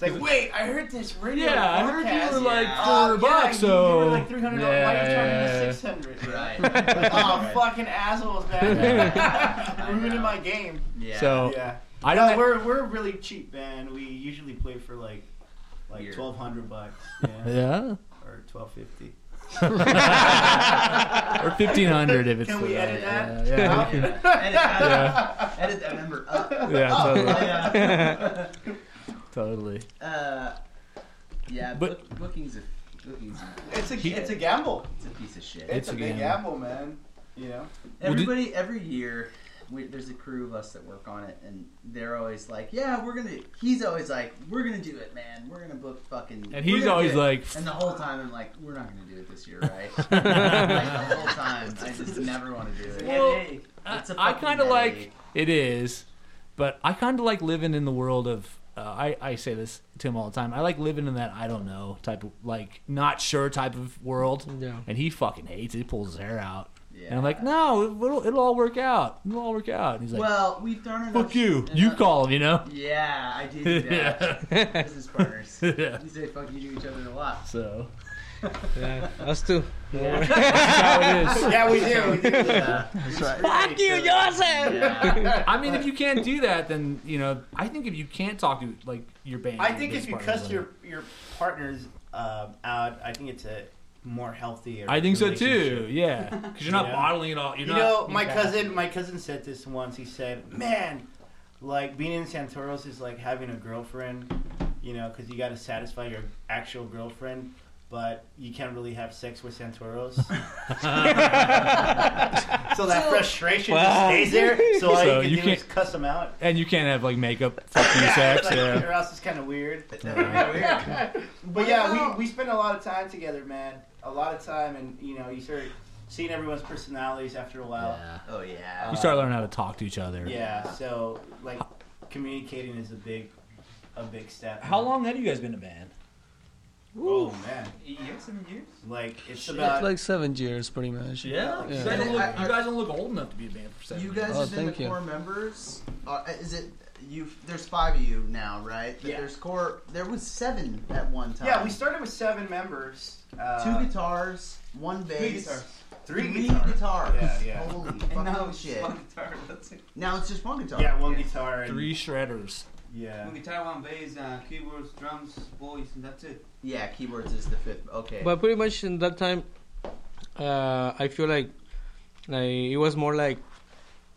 B: It's like, wait, I heard this radio.
C: yeah, I heard
B: broadcast.
C: you were like
D: yeah.
C: four
B: uh, Oh, yeah,
C: bucks,
B: you-
C: so
B: you were like three hundred. dollars. Why are you charging
C: Yeah.
B: me six hundred?
D: <laughs> Right.
B: oh, <laughs>
D: Right.
B: fucking assholes,
D: I
B: man. <laughs> Ruining
D: know.
B: my game.
D: Yeah.
C: So
B: Yeah.
C: I
B: No,
C: don't.
B: we're we're a really cheap band. We usually play for like like
D: Weird.
B: twelve hundred bucks. Yeah.
C: yeah,
B: Or twelve fifty.
C: <laughs> or fifteen hundred if it's.
B: Can we edit that?
C: Yeah, yeah.
D: Yeah. Edit, <laughs> that- edit that number
C: <laughs>
D: up.
C: Yeah, totally.
D: Oh, Yeah.
C: totally. <laughs>
D: Uh, yeah,
C: But-
D: book, bookings, a, bookings, a-
B: It's a it's a gamble.
D: it's a piece of shit.
B: It's,
C: It's
B: a,
C: a
B: big gamble, man. You know.
C: Well, did-
D: Everybody, every year, we, there's a crew of us that work on it, and they're always like, "Yeah, we're gonna." He's always like, "We're gonna do it, man. We're gonna book fucking."
C: And
D: we're
C: he's
D: gonna do
C: always
D: it."
C: like,
D: and the whole time I'm like, "We're not gonna do it this year, right?" like the whole time, I just never want to do it.
C: Well,
D: Hey, it's a
C: I
D: fucking
C: kind of
D: headache.
C: like it is, but I kind of like living in the world of. Uh, I I say this to him all the time. I like living in that I don't know type of like not sure type of world.
A: Yeah.
C: And he fucking hates it. He pulls his hair out.
D: Yeah.
C: And I'm like, no, it'll, it'll all work out. It'll all work out. And he's like,
D: well, we've done enough.
C: fuck you.
D: enough-
C: You call him, you know.
D: <laughs> Yeah, I do. do that. Business partners.
C: <laughs> Yeah.
D: We say fuck you to each other a lot.
C: So
A: yeah, us too.
C: that's how
D: <laughs>
C: it is.
B: Yeah, we do. We do.
D: Yeah.
J: That's right.
A: Fuck you, Joseph.
D: yeah. <laughs>
C: I mean, if you can't do that, then you know. I think if you can't talk to like your band,
B: I think
C: your
B: if you
C: partners,
B: cuss
C: like-
B: your your partners um, out, I think it's a more healthy.
C: I think so
B: relationship.
C: too. Yeah,
B: <laughs>
C: because you're not
B: Yeah.
C: bottling it all. You're
B: you
C: not,
B: know, my
C: Yeah.
B: cousin, my cousin said this once. He said, "Man, like being in Santoros is like having a girlfriend, you know, because you got to satisfy your actual girlfriend, but you can't really have sex with
C: <laughs>
B: Santoros." so that frustration just stays there. So, all
C: So
B: you can
C: you
B: do
C: can't-
B: is cuss them out.
C: And you can't have like makeup
B: <laughs>
C: fucking sex.
B: like,
C: Yeah.
B: Or else it's kind of weird.
D: That would be weird.
B: But yeah, we, we spend a lot of time together, man. A lot of time, and you know, you start seeing everyone's personalities after a while.
C: Yeah.
D: Oh yeah.
C: You start learning how to talk to each other.
B: uh, Yeah. so like communicating is a big, a big step.
C: How long have you guys been a band?
B: Oh man,
F: Eight years, seven years?
B: like it's
J: It's
B: about
J: like seven years, pretty much.
C: Yeah. You,
J: Yeah.
C: guys don't
D: I-
C: look,
D: I-
C: you guys don't look old enough to be a band for seven.
D: You
C: years.
D: guys
J: Oh,
D: have been the
J: thank you.
D: core members. Uh, is it you? There's five of you now, right? But
B: Yeah.
D: There's core. There was seven at one time.
B: yeah. We started with seven members. Uh,
D: two guitars, one bass,
F: Three guitars.
B: three
D: three
B: guitars.
D: guitars.
B: Yeah, yeah.
D: Holy
F: And now
D: fucking
F: it's
D: shit!
F: one guitar. That's it.
D: Now it's just one guitar.
B: Yeah, one guitar. And,
C: three shredders.
B: Yeah.
F: One guitar, one bass, uh, keyboards, drums, voice, and that's it.
D: Yeah, keyboards is the fifth. Okay.
A: But pretty much in that time, uh, I feel like like it was more like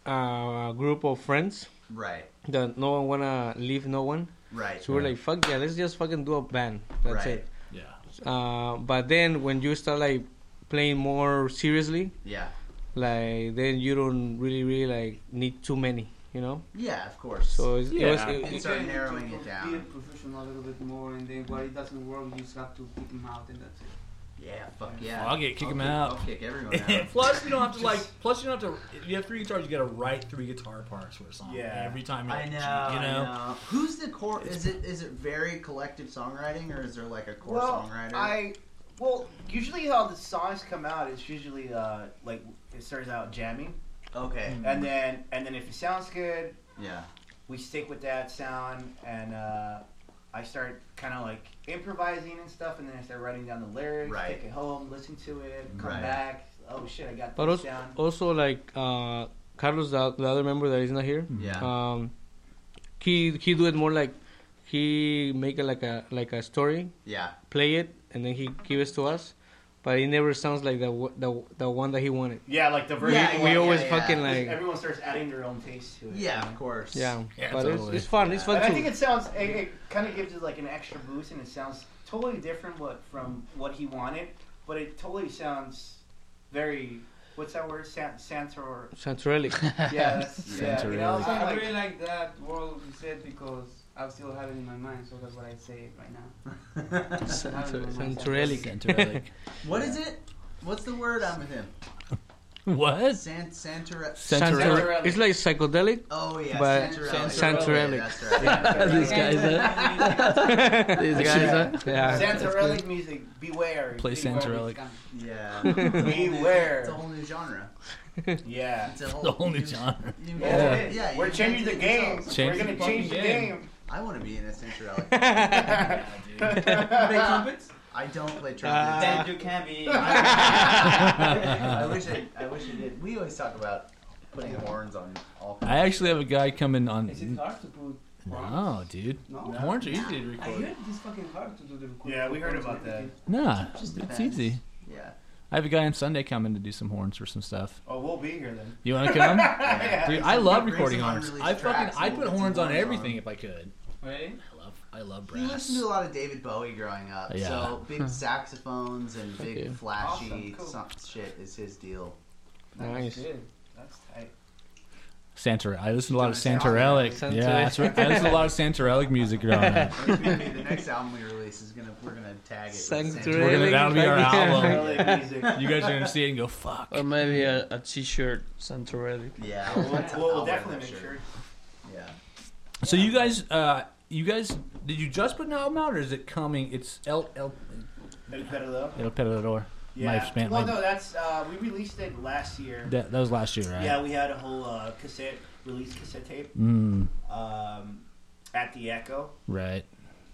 A: a group of friends
D: right.
A: that no one wanna leave no one.
D: Right.
A: So we're like, fuck yeah, let's just fucking do a band. That's
D: Right.
A: it.
C: Yeah.
A: Uh, but then when you start like playing more seriously,
D: Yeah.
A: like then you don't really really like need too many, you know.
D: Yeah. Of course.
A: So it's, it was.
C: Yeah.
A: it-
D: And
F: You
D: start
F: can
D: narrowing
F: to
D: it down.
F: Be a professional a little bit more, and then when it doesn't work, you just have to kick them out, and that's it.
D: yeah. Fuck yeah.
C: I'll get kick
D: I'll
C: them
D: kick-
C: out.
D: I'll kick everyone out.
C: <laughs> plus, you don't have to like. Plus, you don't have to. If you have three guitars, you got to write three guitar parts for a song.
B: Yeah.
C: Every time you.
D: I know,
C: You know.
D: I know. Who's the core? Is it is it very collective songwriting, or is there like a core
B: well,
D: songwriter?
B: I well usually how the songs come out is usually uh like it starts out jamming
D: okay,
B: and then and then if it sounds good
D: yeah,
B: we stick with that sound and uh, I start kind of like improvising and stuff and then I start writing down the lyrics
D: Right.
B: take it home listen to it come
D: Right.
B: back oh shit I got
A: But
B: this
A: also,
B: down
A: also like uh, Carlos, the, the other member that is not here.
D: yeah,
A: um he he do it more like he make it like a like a story
D: yeah,
A: play it and then he gives to us but it never sounds like the w- the, the one that he wanted
B: yeah like the version
D: Yeah,
A: we
D: yeah,
A: always
D: yeah.
A: fucking like
B: everyone starts adding their own taste to it
D: yeah. Of course,
A: yeah,
C: Yeah,
A: but
C: totally.
A: it's, it's fun it's
D: Yeah.
A: fun
B: And I
A: too
B: think it sounds it, it kind of gives it like an extra boost, and it sounds totally different what from what he wanted, but it totally sounds very what's that word? Sant Santor.
A: <laughs> Santorelli.
B: Yeah, that's, yeah. You know,
C: Santorelli.
B: so I'm
I: I
B: like,
I: really like that word you said because I still have it in my mind, so that's why I say it right
F: <laughs>
I: now. I have it in my
D: <laughs>
I: mind.
A: Santorelli.
C: Santorelli.
D: What is it? What's the word? I'm with
A: <laughs>
D: him.
C: what?
D: Sant Santora.
A: Santorelli. It's like
C: <laughs>
A: psychedelic.
D: Oh yeah,
A: But-
D: Santorelli.
A: Santorelli.
D: That's right.
F: These guys, huh? These guys, huh?
A: Yeah.
B: Santorellic music, beware.
C: Play
B: beware.
C: Santorellic.
D: Yeah. It's a whole
C: <laughs>
D: new-
B: Beware.
D: It's a whole new genre.
B: Yeah.
D: It's a whole,
C: The whole new genre.
D: new-
B: Yeah, it is.
D: yeah,
B: We're
D: you
B: changing the
D: can't do it
B: game.
D: yourself.
C: Change
B: We're
C: the
B: gonna
C: fucking
B: change the
C: game.
B: game.
D: I want to be in a Santorelli.
B: <laughs>
I: You play trumpets?
D: I don't play
B: Uh,
D: trumpet.
K: Then you can be.
D: <laughs> I wish I, I wish I did. We always talk about putting horns on all.
C: I actually have a guy coming
I: Is it
C: on.
I: hard to put?
C: No, dude.
I: No.
C: Horns are easy to
I: I
C: record.
I: heard it's fucking hard to do the recording.
B: <laughs> Yeah, we heard about that.
C: Nah,
D: Just
C: it's
D: depends.
C: easy.
D: Yeah.
C: I have a guy on Sunday coming to do some horns for some stuff.
B: Oh, we'll be here then.
C: You want to
D: <laughs>
C: come? <laughs>
D: Yeah.
C: Dude, I love
D: Bring some
C: recording horns.
D: unreleased
C: I fucking
D: tracks
C: I
D: and
C: put
D: we'll get
C: horns
D: some
C: on
D: horns
C: everything
D: on.
C: if I could.
I: Right?
C: I love I love
D: You listened
C: brass.
D: to a lot of David Bowie growing up,
C: Yeah. <laughs>
D: so big saxophones and big
A: Okay.
D: flashy
I: Awesome, cool.
D: some shit is his deal.
A: Nice.
I: Shit, that's tight.
C: Santa. I listened to a lot of
D: Doing a
C: Santorelic.
A: Santorellic.
C: Yeah, that's right. I listened to a lot of Santorelic music growing up.
D: Maybe the next album we release is gonna we're gonna tag it. with
A: Sanctuary.
C: We're
A: <laughs>
C: gonna- that'll be our
A: Yeah.
C: album.
B: Santorelli music.
C: You guys are gonna see it and go fuck.
B: Um,
F: Or maybe a, a t-shirt, Santorelli.
B: <laughs>
D: Yeah,
B: We'll,
D: I'll-
B: we'll
D: I'll wear
B: definitely
D: that
B: make
D: shirt.
B: sure.
I: <laughs>
D: Yeah,
C: So you guys, uh, you guys, did you just put an album out, or is it coming? It's El El
B: It's better though.
C: El Perdedor.
B: Yeah.
C: Life span,
B: well,
C: like-
B: no, that's uh, we released it last year.
C: That, that was last year, right?
B: Yeah, we had a whole uh, cassette release cassette tape
C: Mm,
B: um, at the Echo
C: right.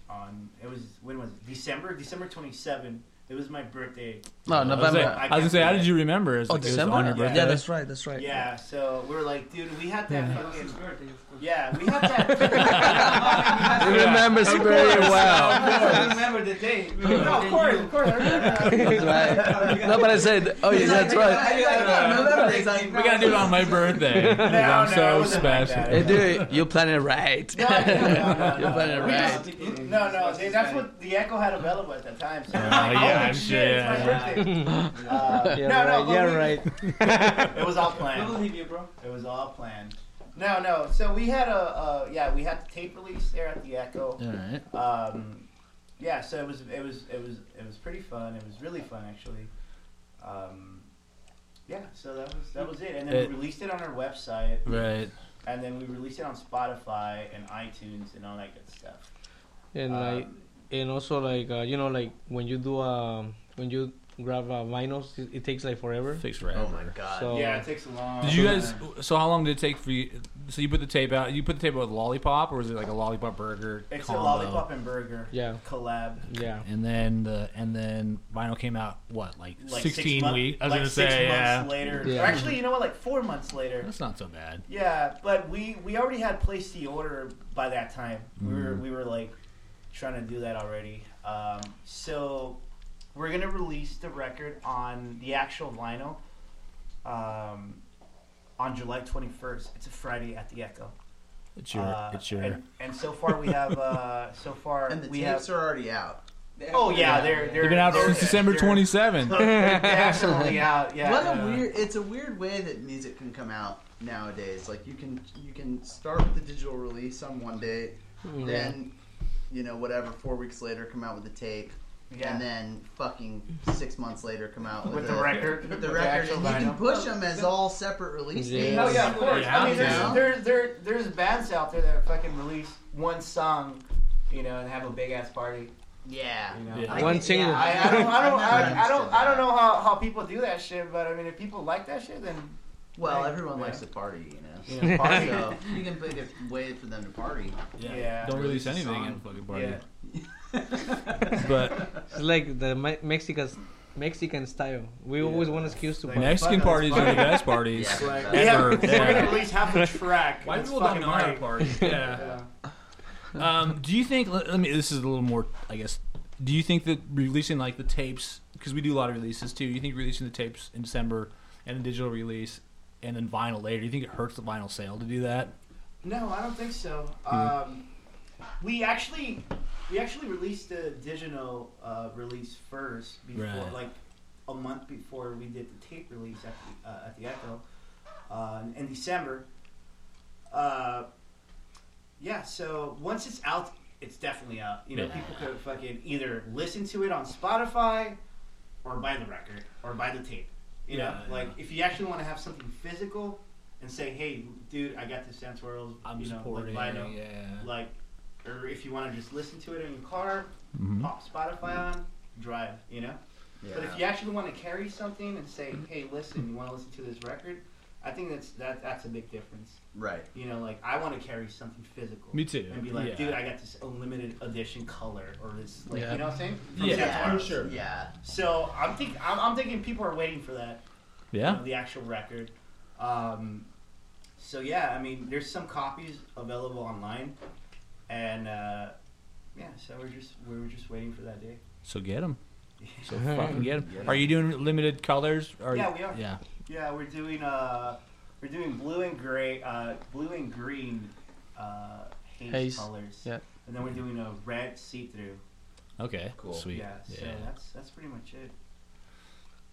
B: on it was when was it? December December twenty seventh. It was my birthday.
F: No,
C: I was,
B: November.
C: like,
F: Oh, November.
C: I was gonna say, how did you remember? It was,
F: Oh,
C: like, it was
F: December.
C: on your
B: Yeah.
C: birthday.
F: Yeah, that's right. That's right. <laughs>
B: Yeah, so we were like, dude, we had that
I: That was his
B: fucking.
I: birthday, of course.
B: Yeah, we had that. <laughs>
F: He remembers very well.
I: <laughs> I remember the day.
B: <laughs> no, of course, of course. I <laughs> remember that.
F: That's
D: <laughs>
F: right. No, but I said, oh yeah, that's right.
B: <laughs>
F: <laughs>
C: We gotta do it on my birthday. 'cause
B: No,
C: I'm
B: no,
C: so
B: it wasn't like
C: special.
B: that.
F: Hey, dude, you plan it right.
B: No, no, no,
F: You plan it
B: no, no.
F: right.
B: No, no, they, that's what the Echo had available at that time. So
C: Oh,
B: I'm like,
C: yeah,
B: holy
C: I'm
B: shit,
C: sure,
B: it's
C: yeah,
B: my birthday. Uh,
A: Yeah,
B: no, no,
A: right.
B: but
A: yeah,
B: we-
A: right.
B: <laughs> It was all
I: I
B: planned.
I: believe you, bro.
B: It was all planned. No, no. So we had a, uh, yeah, we had the tape release there at the Echo.
C: All right.
B: Um, yeah, so it was, it was, it was, it was pretty fun. It was really fun actually. Um, yeah, so that was that was it, and then
C: It-
B: we released it on our website,
C: Right.
B: and then we released it on Spotify and iTunes and all that good stuff. Um,
A: And
C: Uh,
A: like, and also like, uh, you know, like when you do um, when you grab uh, vinyls, it, it takes like forever.
C: Fix
D: <laughs>
C: right.
D: Oh my god.
A: So
B: yeah, it takes a long.
C: Did you guys? So how long did it take for you? So you put the tape out. You put the tape out with lollipop, or was it like a lollipop burger
B: It's
C: combo?
B: a lollipop and burger
A: yeah,
B: collab.
A: yeah.
C: And then the and then vinyl came out. What like,
B: Like six
C: sixteen
B: month-
C: weeks? I was
B: like
C: gonna
B: six
C: say yeah.
B: months later.
A: Yeah.
B: Or actually, you know what? Like four months later.
C: That's not so bad.
B: Yeah, but we we already had placed the order by that time. We were
C: Mm-hmm.
B: we were like trying to do that already. Um, so we're gonna release the record on the actual vinyl um, on July twenty first. It's a Friday at the Echo.
C: It's your
B: Uh,
C: it's your
B: and, and so far we have
C: <laughs>
B: uh, so far
D: And the
B: we
D: tapes
B: have.
D: are already out.
B: Oh yeah, they're they're
C: They've been out
B: they're-
C: since December
B: they're-
C: 27th.
B: <laughs> They're definitely out. Yeah.
D: what
B: yeah.
D: a weird! It's a weird way that music can come out nowadays. Like you can you can start with the digital release on one day,
B: Hmm.
D: then you know whatever four weeks later come out with the tape,
B: Yeah.
D: and then fucking six months later come out with,
B: <laughs> with the record,
D: with the record, and you can push them as all separate release
A: Yeah.
D: dates.
B: Oh yeah, of course.
C: Yeah.
B: I mean,
D: Yeah.
B: there's, there's there there's bands out there that fucking release one song, you know, and have a big ass party.
D: Yeah.
B: You know,
C: Yeah.
D: I
A: One
D: get-
A: single.
B: I, <laughs> I don't I don't
D: I've never
B: I, I don't
D: understood
B: I don't
D: that.
B: know how, how people do that shit, but I mean, if people like that shit, then
D: Well, everyone
B: Yeah.
D: likes to party, you know.
B: you know, party.
D: So you can pick a way for them to party.
B: yeah.
C: Don't
D: Release
C: release
D: a
C: anything
D: song.
C: in fucking party.
B: Yeah.
C: But
A: It's like the me- Mexican Mexican style. We always want excuse to
B: <laughs> Like-
A: buy.
C: Mexican
B: fuck,
C: parties are the
B: that's
C: best parties.
D: Yeah.
B: Like,
D: Yeah.
B: we have,
C: Ever.
B: We're gonna release half a track.
C: Why
B: It's
C: people don't
B: fucking
C: know how to
B: party. <laughs>
C: party? Yeah. um, <laughs> do you think? Let, let me. This is a little more. I guess. Do you think that releasing like the tapes? Because we do a lot of releases too. You think releasing the tapes in December and a digital release and then vinyl later? Do you think it hurts the vinyl sale to do that?
B: No, I don't think so.
C: Hmm.
B: Um, we actually we actually released the digital uh, release first before,
C: Right.
B: like a month before we did the tape release at the, uh, at the Echo uh, in December. Uh, yeah, so once it's out, it's definitely out. You know,
C: Yeah.
B: people could fucking either listen to it on Spotify or buy the record or buy the tape. You know,
C: Yeah,
B: like if you actually want to have something physical and say, "Hey, dude, I got this Santorals,"
C: I'm
B: you know,
C: supporting.
B: like vinyl,
C: yeah.
B: like, or if you want to just listen to it in your car,
C: Mhm.
B: pop Spotify on, drive. You know. But if you actually want to carry something and say, "Hey, listen, you want to listen to this record," I think that's that that's a big difference.
D: right.
B: You know, like I want to carry something physical.
C: Me too.
B: And be like,
C: Yeah.
B: dude, I got this limited edition color or this, like,
A: Yeah.
B: you know what I'm saying?
C: Yeah.
B: Santorals.
D: Yeah.
B: So I'm think I'm, I'm thinking people are waiting for that.
C: Yeah.
B: you know, the actual record. Um, so yeah, I mean, there's some copies available online, and uh, yeah, so we're just we were just waiting for that day.
C: So get them. So <laughs> fucking get them. Are you doing limited colors? Or
B: Yeah, we are.
C: Yeah.
B: Yeah, we're doing uh, we're doing blue and gray, uh, blue and green, uh, haze,
A: Haze,
B: colors.
A: yeah.
B: And then we're doing a red see through.
C: Okay.
D: Cool.
C: Sweet.
B: Yeah, so
C: Yeah.
B: that's that's pretty much
C: <laughs>
B: it.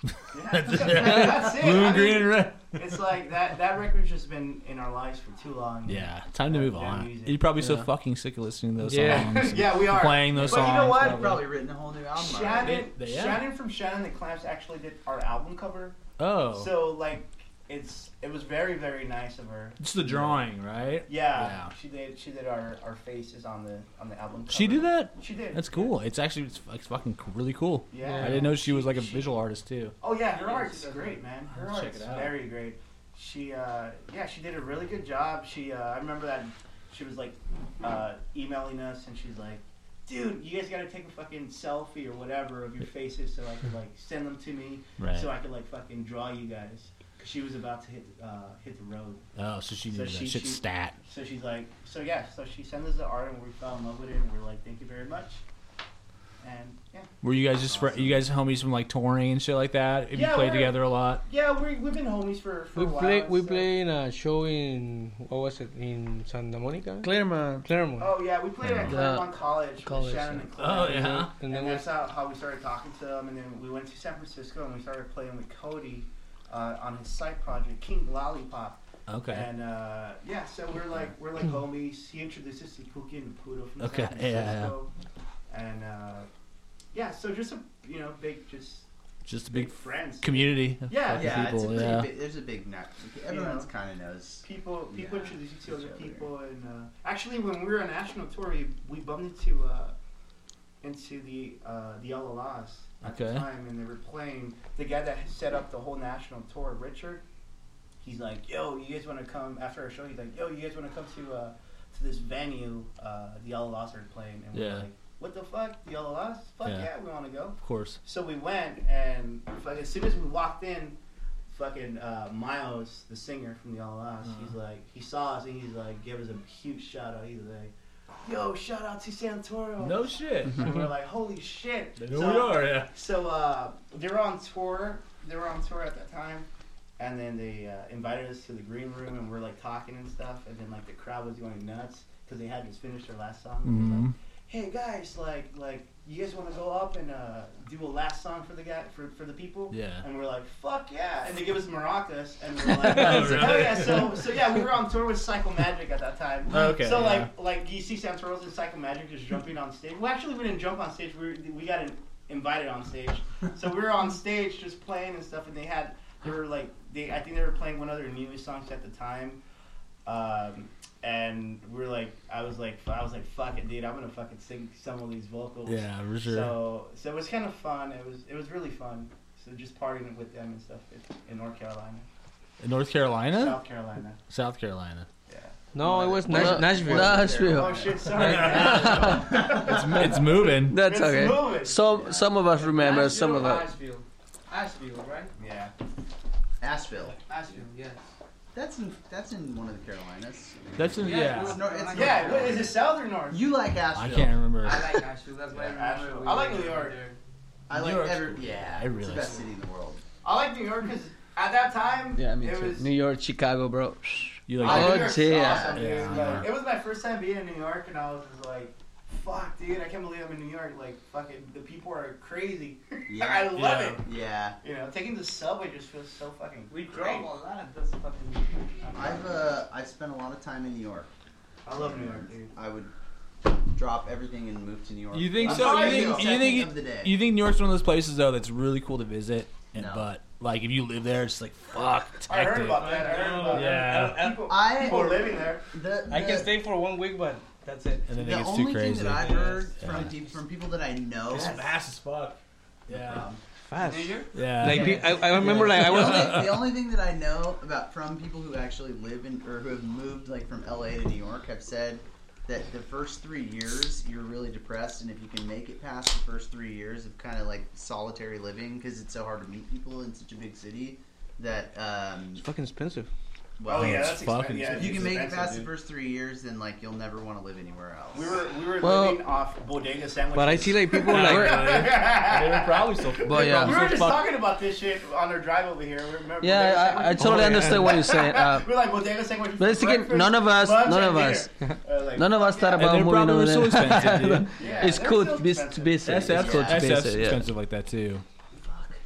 B: Yeah, <laughs> that's it.
C: Blue
B: I
C: and
B: mean,
C: green and red.
B: It's like that that record's just been in our lives for too long.
C: Yeah. Time to move
B: Yeah,
C: on.
B: music.
C: You're probably so
A: Yeah.
C: fucking sick of listening to those
A: Yeah.
C: songs.
B: <laughs>
C: and
B: Yeah, we are.
C: Playing those
B: But
C: songs.
B: you know what?
D: I've probably written a whole new album. already.
B: Shannon,
C: They- they- yeah.
B: Shannon from Shannon the Clamps actually did our album cover.
C: Oh.
B: So like, it's it was very very nice of her.
C: it's the drawing, right?
B: Yeah,
C: Yeah.
B: she did. She did our, our faces on the on the album. Cover.
C: She did that?
B: She did.
C: That's cool. It's actually it's, it's fucking c- really cool.
B: Yeah.
C: I didn't know she was like a visual artist too.
B: Oh yeah, her
I: Yeah, she
B: art's
I: does.
B: great, man. Her
C: I'll check
B: art's
C: it out.
B: very great. She uh, yeah, she did a really good job. She uh, I remember that she was like uh, emailing us and she's like, dude, you guys gotta take a fucking selfie or whatever of your faces so I could like send them to me
C: Right.
B: so I could like fucking draw you guys. 'Cause She was about to hit uh, hit the road,
C: Oh, so she knew
B: So
C: that
B: she-
C: shit
B: she-
C: stat.
B: so she's like, so yeah, so she sent us the art and we fell in love with it and we're like, thank you very much, and yeah.
C: Were you guys just fr- you guys homies from like touring and shit like that? If
B: Yeah,
C: you played
B: we're-
C: together a lot.
B: Yeah, we we've been homies for, for
A: We
B: a while.
A: play we
B: so-
A: play in a show in what was it in Santa Monica,
F: Claremont.
A: Claremont.
B: Oh yeah, we played at
A: Yeah.
B: Claremont College,
A: College,
B: with Shannon
A: yeah.
C: Oh,
B: and Claremont.
A: And
B: And,
A: then we
B: that's how, how we started talking to them. And then we went to San Francisco and we started playing with Cody uh, on his side project, King Lollipop.
C: Okay. Hmm.
B: And uh, yeah, so we're like we're like homies. He introduced us to Puki and Pudo from
C: Okay,
B: San
C: yeah, yeah.
B: Francisco. And uh, yeah, so just a you know big just
C: Just a
B: big,
C: big
B: friends.
C: community. of
B: Yeah,
C: fucking
D: Yeah,
C: people,
D: it's a pretty
C: yeah.
D: big, there's a big net. Everyone's kind of knows.
B: people people
D: Yeah,
B: introduce you to
D: each
B: other
D: other.
B: people and uh, actually when we were on national tour we, we bumped into uh, into the uh, the LLAs at
C: Okay.
B: the time and they were playing the guy that set up the whole national tour Richard he's like yo you guys want to come after our show he's like yo you guys want to come to uh, to this venue uh, the LLAs are playing and
C: Yeah.
B: we're like what the fuck the LLAs fuck
C: Yeah.
B: yeah, we want to go
C: Of course.
B: so we went, and fucking, as soon as we walked in, fucking uh, Miles, the singer from the All Us, he's
C: Mm-hmm.
B: like, he saw us and he's like, gave us a huge shout out. He's like, "Yo, shout out to Santoro."
C: No shit.
B: and Oh. <laughs>
C: <laughs>
B: we're like, "Holy shit!"
C: There
B: so,
C: we are. Yeah.
B: So uh, they were on tour. They were on tour at that time. And then they uh, invited us to the green room, and we're like talking and stuff. And then like the crowd was going nuts because they hadn't finished their last song. And we're like,
C: Mhm.
B: hey guys, like like you guys want to go up and uh, do a last song for the guy for, for the people?
C: Yeah.
B: And we're like, fuck yeah! And they give us maracas, and
C: <laughs>
B: we're like,
C: Oh,
B: hell
C: really? Oh,
B: yeah! So so yeah, we were on tour with Psycho Magic at that time.
C: Okay,
B: So
C: yeah.
B: like like you see Santoros and Psycho Magic just jumping on stage. Well, actually, we didn't jump on stage. We were, we got in- invited on stage, so we were on stage just playing and stuff, and they had. They were like they. I think they were playing one of their newest songs at the time, um, and we were like, I was like, I was like, fuck it, dude, I'm gonna fucking sing some of these vocals.
C: Yeah, for sure.
B: So, so it was kind of fun. It was, it was really fun. So just partying with them and stuff in- in North Carolina,
C: In North Carolina?
B: South Carolina.
C: South
B: <laughs>
C: Carolina.
B: Yeah.
A: no, it was Nash-
F: Well,
A: Nashville.
B: Oh
F: Nashville.
B: shit!
F: <laughs>
B: Sorry. man.
C: It's, it's moving.
F: That's
B: It's
F: okay.
B: moving.
F: Some some of us remember, some of us.
I: Asheville, Asheville, right?
B: Yeah.
D: Asheville.
I: Asheville, yes.
D: That's in that's in one of the Carolinas.
C: That's in, yeah.
D: It's nor- it's
B: Yeah. What, is it South or North?
D: You like Asheville.
C: I can't remember.
I: I like Asheville. That's why
B: Yeah,
I: I remember.
B: Asheville.
I: we
B: I like
I: went
B: New York.
I: there.
D: I like
C: New York's
D: every
C: cool.
D: yeah.
C: It
D: it's
C: really
D: the
C: is.
D: best city in the world.
B: I like New York because at that time
F: Yeah, me
B: it
F: too.
B: was.
F: New York, Chicago, bro.
C: You
B: Oh,
C: like
F: Oh,
B: New York's
F: dear.
B: awesome, dude.
C: Yeah.
B: Like, it was my first time being in New York, and I was just like, fuck, dude, I can't believe I'm in New York. Like, fucking, the people are crazy. <laughs>
D: Yeah.
B: I love
L: Yeah.
B: it.
D: Yeah.
B: You know, taking the subway just feels so fucking.
M: We drove
B: great.
M: a lot. That's fucking.
D: I've uh, I've spent a lot of time in New York.
B: I love New York, dude.
D: I would drop everything and move to New York.
C: You think
D: I'm
C: so?
D: sorry,
C: You think,
D: though.
C: you think
D: Second of the day.
C: you think New York's one of those places though that's really cool to visit, and
D: No.
C: but like if you live there, it's like fuck.
B: I heard
C: hectic.
B: about that. I heard about
C: Yeah.
B: that. People,
D: I-
B: people living there.
D: the,
A: I can
D: the-
A: stay for one week, but that's it.
C: And then it
D: The
C: gets
D: only
C: too crazy.
D: thing that I've heard from
C: Yeah.
D: deep, from people that I know. um,
C: fast as fuck. Yeah.
A: Fast.
C: Yeah.
A: Like pe- I, I remember, like I
D: The
A: was.
D: only, the only thing that I know about from people who actually live in or who have moved like from LA to New York have said that the first three years you're really depressed, and if you can make it past the first three years of kind of like solitary living because it's so hard to meet people in such a big city that um,
A: It's fucking expensive.
B: Oh, yeah,
C: it's
B: that's expensive.
C: fucking
B: Yeah,
D: if you
B: it's
D: can make it
B: expensive,
D: past the
B: dude.
D: first three years, then like you'll never want to live anywhere else.
B: We were we were
F: Well-
B: living off bodega
A: <laughs>
B: sandwiches.
A: But I see
B: <laughs>
A: like people
C: Yeah,
A: like
C: really. they were probably so.
F: But
C: they
F: yeah.
B: we were
C: probably so
B: just
C: fucked.
B: talking about this shit on our drive over here. We remember bodega
F: Yeah, I, I
B: sandwiches.
F: totally
A: Oh, yeah.
F: understand what you're saying. Uh,
B: we're like bodega sandwiches. for
F: Basically,
B: breakfast,
F: none of us-
B: lunch,
F: none
B: and
F: of us-
B: dinner. Uh, like,
F: none of us thought
B: yeah.
F: about
C: they're
F: moving
C: probably
F: over
C: so
F: there.
C: expensive, dude.
B: <laughs> Yeah,
F: it's
B: they're
F: cool
B: still
F: to be to
B: expensive.
F: be safe.
C: SF's,
F: It's cool to be
C: SF's
F: safe, yeah.
C: expensive like that too.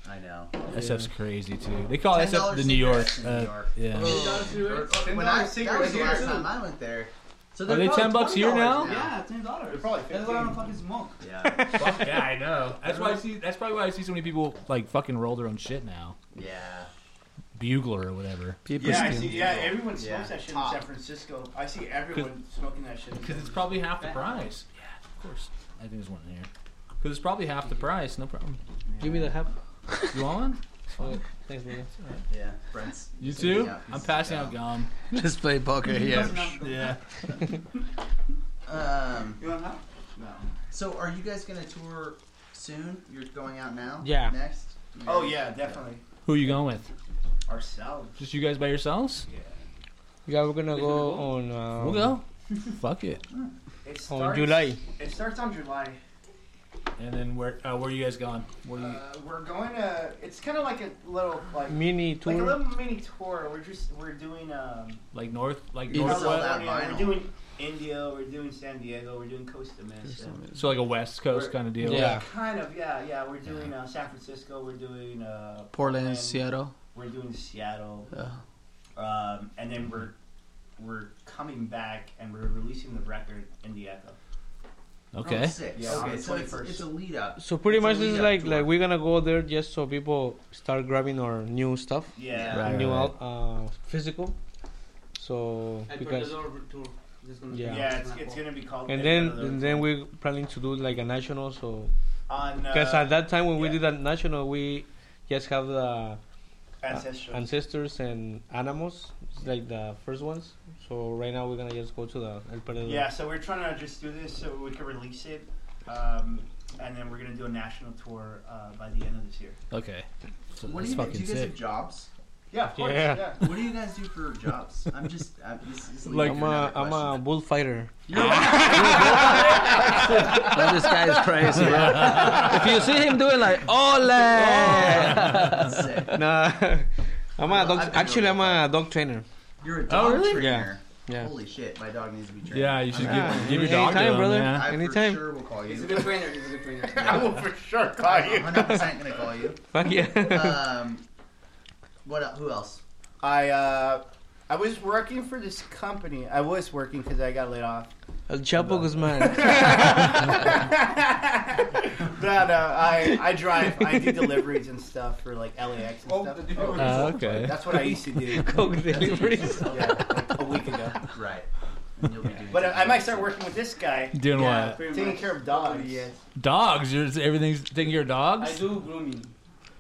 D: I know.
C: SF's crazy too. They call SF Oh, the
D: $10
C: New York.
D: cigarettes in New
C: Uh,
D: York.
C: yeah.
M: $10
D: When I, that
M: cigarette
D: was the
M: here,
D: last
M: too.
D: time I went there. So
C: Are they ten bucks here now?
M: Yeah, ten dollars.
B: They're probably
M: That's what I don't
B: 15.
M: fucking smoke.
D: Yeah,
C: Fuck <laughs> yeah, I know. That's why I see. That's probably why I see so many people like fucking roll their own shit now.
D: yeah.
C: Bugler or whatever.
F: People
B: Yeah, I
F: still-
B: see. Yeah, everyone smokes
D: Yeah.
B: that shit
D: Top.
B: in San Francisco. I see everyone smoking that shit. in
C: Because
B: San
C: it's probably half the price. Yeah, of course. I think there's one in here. Because it's probably half the price. No problem.
A: give me the half.
C: You want one?
A: Oh, thanks, man.
D: Yeah, Brent's.
C: You
D: sending
C: too?
D: out
C: I'm
D: pieces
C: passing
D: of
C: out gum.
F: Let's play poker here.
C: Yeah.
D: gum. Um,
M: You want help?
D: so are you guys gonna tour soon? You're going out now?
A: Yeah.
D: Next?
B: Francisco. Oh yeah, definitely.
C: Who are you going with?
B: Ourselves.
C: Just you guys by yourselves?
A: Yeah, we're gonna go on. Um,
C: We'll go. <laughs> Fuck it.
B: It starts,
A: On Oh, July.
B: It starts on July.
C: And then where uh, where are you guys going? Where
B: Uh,
C: you,
B: we're going to. It's kind of like a little like
A: Mini
B: like a
A: Mm. tour.
B: little mini tour. We're just we're doing um.
C: like north? Like
F: East.
C: northwest?
D: Sold out
B: California,
D: vinyl.
B: We're doing India. We're doing San Diego. We're doing Costa Mesa.
C: So like a west coast
B: We're-
C: kind of deal?
A: Yeah.
B: Kind of, yeah, yeah. We're doing uh, San Francisco. We're doing uh,
F: Portland, Seattle.
B: We're doing Seattle,
F: Yeah.
B: um, and then we're we're coming back and we're releasing the record in the Echo.
D: Oh,
C: Okay.
D: sick.
B: Yeah, on
D: okay,
B: the
D: so it's,
B: 21st.
D: it's a lead up.
A: So pretty
D: It's a
A: much this is
D: lead-up
A: like
D: tour.
A: like we're gonna go there just so people start grabbing our new stuff,
B: Yeah,
C: Right,
A: new
C: right.
A: al- uh, physical. So
M: I put the
A: because
M: door tour. This is gonna be
A: Yeah.
B: yeah.
M: my
B: it's,
M: fault.
B: it's gonna be called.
A: and
B: Dead
A: then
B: Brother.
A: and then we're planning to do like a national. So
B: on uh,
A: because at that time when we
B: yeah.
A: did a national, we just have the
B: ancestral.
A: ancestors and animals, it's like the first ones. So right now we're gonna just go to the El Paredor.
B: yeah, so we're trying to just do this so we can release it, um, and then we're gonna do a national tour uh, by the end of this year.
C: Okay. So
D: What do
C: that's
D: you, do
C: fucking
D: you guys
C: sick.
D: have jobs?
B: Yeah, of course.
A: Yeah.
B: yeah.
D: What do you guys do for jobs? I'm just I'm, this, this is
C: Like-
D: leading
A: I'm
D: to
A: a
D: another
A: I'm a
D: question.
A: bullfighter.
F: But Oh, this guy is crazy, bro. <laughs> if you see him doing like, ole!
D: <laughs>
A: <laughs>
D: Sick.
A: Nah, I'm a
D: I've
A: dog.
D: been
A: Actually,
D: doing
A: I'm a dog trainer.
D: You're a dog
C: Oh, really?
D: trainer.
A: Yeah.
D: Holy shit, my dog needs to be trained.
C: Yeah, you should
A: Yeah.
C: give, give your dog Uh, to
A: Anytime,
C: him,
A: brother.
C: yeah.
D: I
A: anytime.
D: for sure will call you.
M: He's a good trainer. He's a good
D: <laughs>
M: trainer.
B: <laughs> I will for sure call you.
D: I'm 100% gonna
B: <laughs>
D: call you.
A: Fuck <laughs> yeah.
D: Um, what? el- Who else?
B: I uh, I was working for this company. I was working because I got laid <laughs> off.
A: El Chapo Guzman.
B: No, no, I I drive. I do deliveries and stuff for like LAX and
M: Oh,
B: stuff.
M: the dude.
C: Uh, okay.
B: That's what I used to
A: <laughs>
B: do.
A: Coke deliveries.
B: Yeah, like a week ago.
D: Right. And you'll be doing
B: But I, I might start working with this guy.
C: Doing
B: yeah,
C: what?
M: Pretty
B: Taking
M: much.
B: care of dogs.
M: Yes.
C: Dogs. You're, everything's taking care of dogs?
M: I do grooming.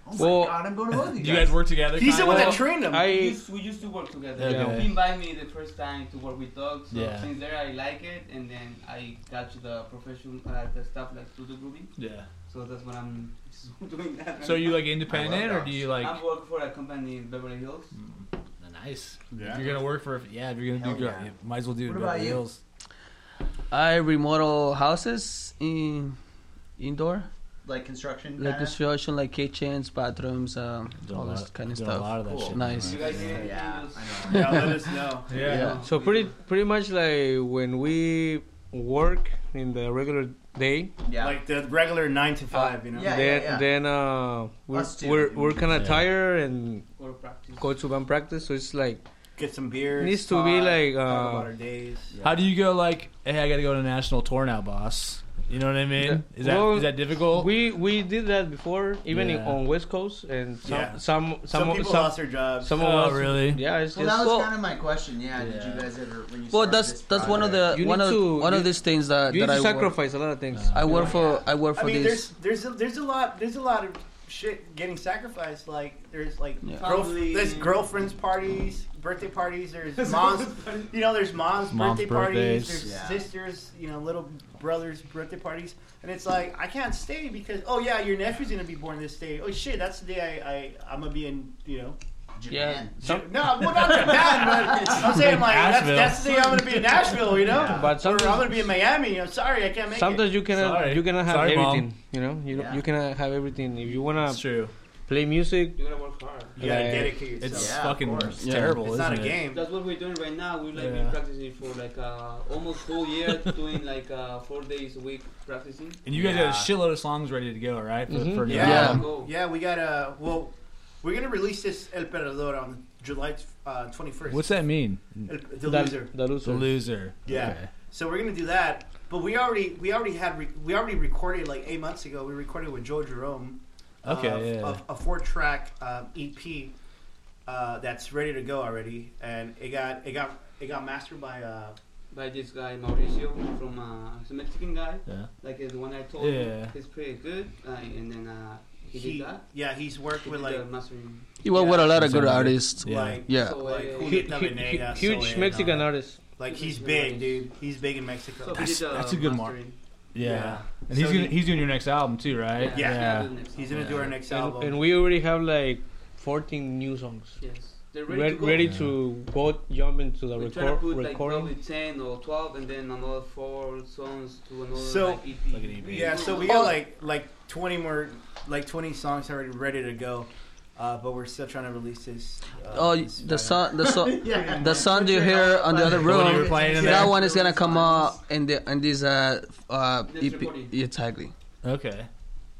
D: Oh my
A: Well-
D: god, I'm going to both of you
C: Do you guys work together?
B: He's the
C: kinda?
B: one that trained him.
M: We
A: I
M: used, we used to work together.
C: Okay.
M: He invited me the first time to work with dogs. So
C: Yeah.
M: since there I like it, and then I got to the profession, uh, the stuff like to do grooming.
C: Yeah.
M: So that's what I'm <laughs> doing that. right
C: So are you like
D: I
C: independent
D: love
C: or do you like?
M: I'm working for a company in Beverly Hills.
C: Nice.
B: Yeah.
C: If you're gonna work for, yeah, if you're gonna do,
D: Hell yeah.
C: you might as well do.
D: What
C: Beverly
D: about you?
C: Hills.
F: I remodel houses in indoor,
D: like construction.
F: like
D: kinda?
F: construction, like kitchens, bathrooms, um,
C: Doing a
F: all this
C: lot-
F: kind of
C: doing A
F: stuff.
C: lot of that
D: Cool.
C: shit.
F: Nice.
M: You guys see anything
D: yeah,
M: else?
D: I know.
B: Yeah, let us know.
C: Yeah.
A: so pretty pretty much like when we work in the regular day.
D: Yeah.
B: Like the regular nine
A: Uh,
B: to five, you know.
D: yeah.
A: then then uh, we're
D: Us too.
A: we're, we're kind of tired and
I: Or practice.
A: go to band practice. So it's like
B: Get some beer.
A: it needs to be like
B: talk about
A: uh,
B: our days.
C: How do you go like, hey, I got to go to national tour now, boss? You know what I mean? Is that
A: Well,
C: is that difficult?
A: we we did that before, even in,
C: Oh. Yeah.
A: on West Coast and some
B: Yeah.
A: some
B: Some,
A: some
B: people
A: some,
B: lost their jobs.
A: some
C: Oh,
A: of us
C: really?
A: yeah. It's just
D: Well, that was
F: Well-
D: kind of my question. Yeah, did you guys ever? When you
F: Well,
D: started
F: that's
D: this
F: that's one of the
D: project?
A: You
F: one
A: need
F: of
A: to-
F: one
A: you-
F: of these things that
A: you
F: that
A: need
F: I
A: to
F: work.
A: sacrifice a lot of things.
F: I work for I work
B: I
F: for
B: mean,
F: this.
B: there's there's a, there's a lot there's a lot of shit getting sacrificed. Like there's like
F: Yeah.
B: girl,
I: Probably-
B: there's girlfriends parties, birthday parties. There's
F: <laughs>
B: moms, you know, there's moms,
C: Mom's
B: birthday
C: birthdays.
B: parties. There's
D: Yeah.
B: sisters, you know, little brothers' birthday parties. And it's like I can't stay because oh yeah, your nephew's gonna be born this day. Oh shit, that's the day I, I I'm gonna be in you know
A: Yeah.
D: Japan.
A: Some,
B: no well not Japan,
C: <laughs>
B: but I'm saying like that's,
C: Nashville.
B: that's the day I'm gonna be in Nashville, you know.
D: Yeah.
A: But
B: or I'm
A: sometimes-
B: gonna be in Miami. I'm sorry, I can't make it.
A: sometimes you cannot
C: Sorry.
A: you cannot have
C: Sorry, Mom.
A: everything. You know you
D: Yeah.
A: you cannot have everything. If you wanna
C: It's true.
A: play music,
I: You gotta work hard.
B: You gotta
A: Like,
B: dedicate yourself.
C: It's
D: Yeah, of
C: fucking
D: course.
F: Yeah.
C: terrible.
B: It's not a
C: isn't it?
B: game.
I: That's what we're doing right now. We've like
C: Yeah.
I: been practicing for like uh, almost whole year,
F: <laughs>
I: doing like uh, four days a week practicing.
C: And you guys
B: Yeah.
C: have a shitload of songs ready to go, right? For,
A: Mhm.
C: for
B: Yeah.
F: Yeah.
I: Go.
B: Yeah, we got to well, we're gonna release this El Perdedor on July twenty first.
C: What's that mean?
B: El, the
A: that-
B: loser?
A: the
C: The
A: loser.
C: loser.
B: Yeah.
C: Okay.
B: So we're gonna do that, but we already we already had re- we already recorded like eight months ago. We recorded with Joe Jerome. uh,
C: Okay, yeah.
B: of- A, four track uh, EP uh, that's ready to go already, and it got it got it got mastered by uh,
I: By this guy Mauricio from uh, he's a Mexican guy,
C: Yeah.
I: like uh, the one I told you.
C: Yeah.
I: He's pretty good, uh, and then uh, he,
B: he
I: did that.
B: yeah he's worked
I: He
B: with
I: did
B: like
I: the mastering.
F: You work with a lot of
C: Sounds
F: good
C: like-
F: artists.
C: Yeah.
B: like
F: Yeah.
I: So,
B: like
I: uh,
B: Julio
A: Hu- hu-
B: Tabanega, Soler,
A: huge
B: and
A: Mexican
B: all that.
A: artist.
B: Like he's big, dude. He's big in
I: so
B: Mexico.
I: he
C: That's-
I: did, uh,
C: that's a good mark.
I: mastering.
C: Yeah.
B: Yeah.
C: And he's
B: So
C: gonna,
B: you-
C: he's doing your next album too, right?
B: Yeah.
I: I'll do the next
B: He's
I: one.
B: gonna do our next
A: And,
B: album.
A: and we already have like 14 new songs.
I: Yes. They're
A: Re-
I: ready
A: Ready,
I: to
A: to
I: go.
A: go jump into the
I: we try to
A: record,
I: put like
A: recording.
I: probably ten or twelve, and then another four songs to another
B: So-
I: like, E EP.
C: Like an E EP.
B: yeah, so we
C: Oh.
B: got like like twenty more, like twenty songs already ready to go, uh, but we're still trying to release this. Uh,
F: Oh,
B: this Friday.
F: the song the
I: <laughs>
F: song
D: Yeah.
F: the song you hear on the other
C: The one you
F: room.
C: were playing in
F: That
C: there?
F: one is gonna come out in the in this uh uh
I: This
F: EP.
I: recording.
F: Exactly.
C: Okay.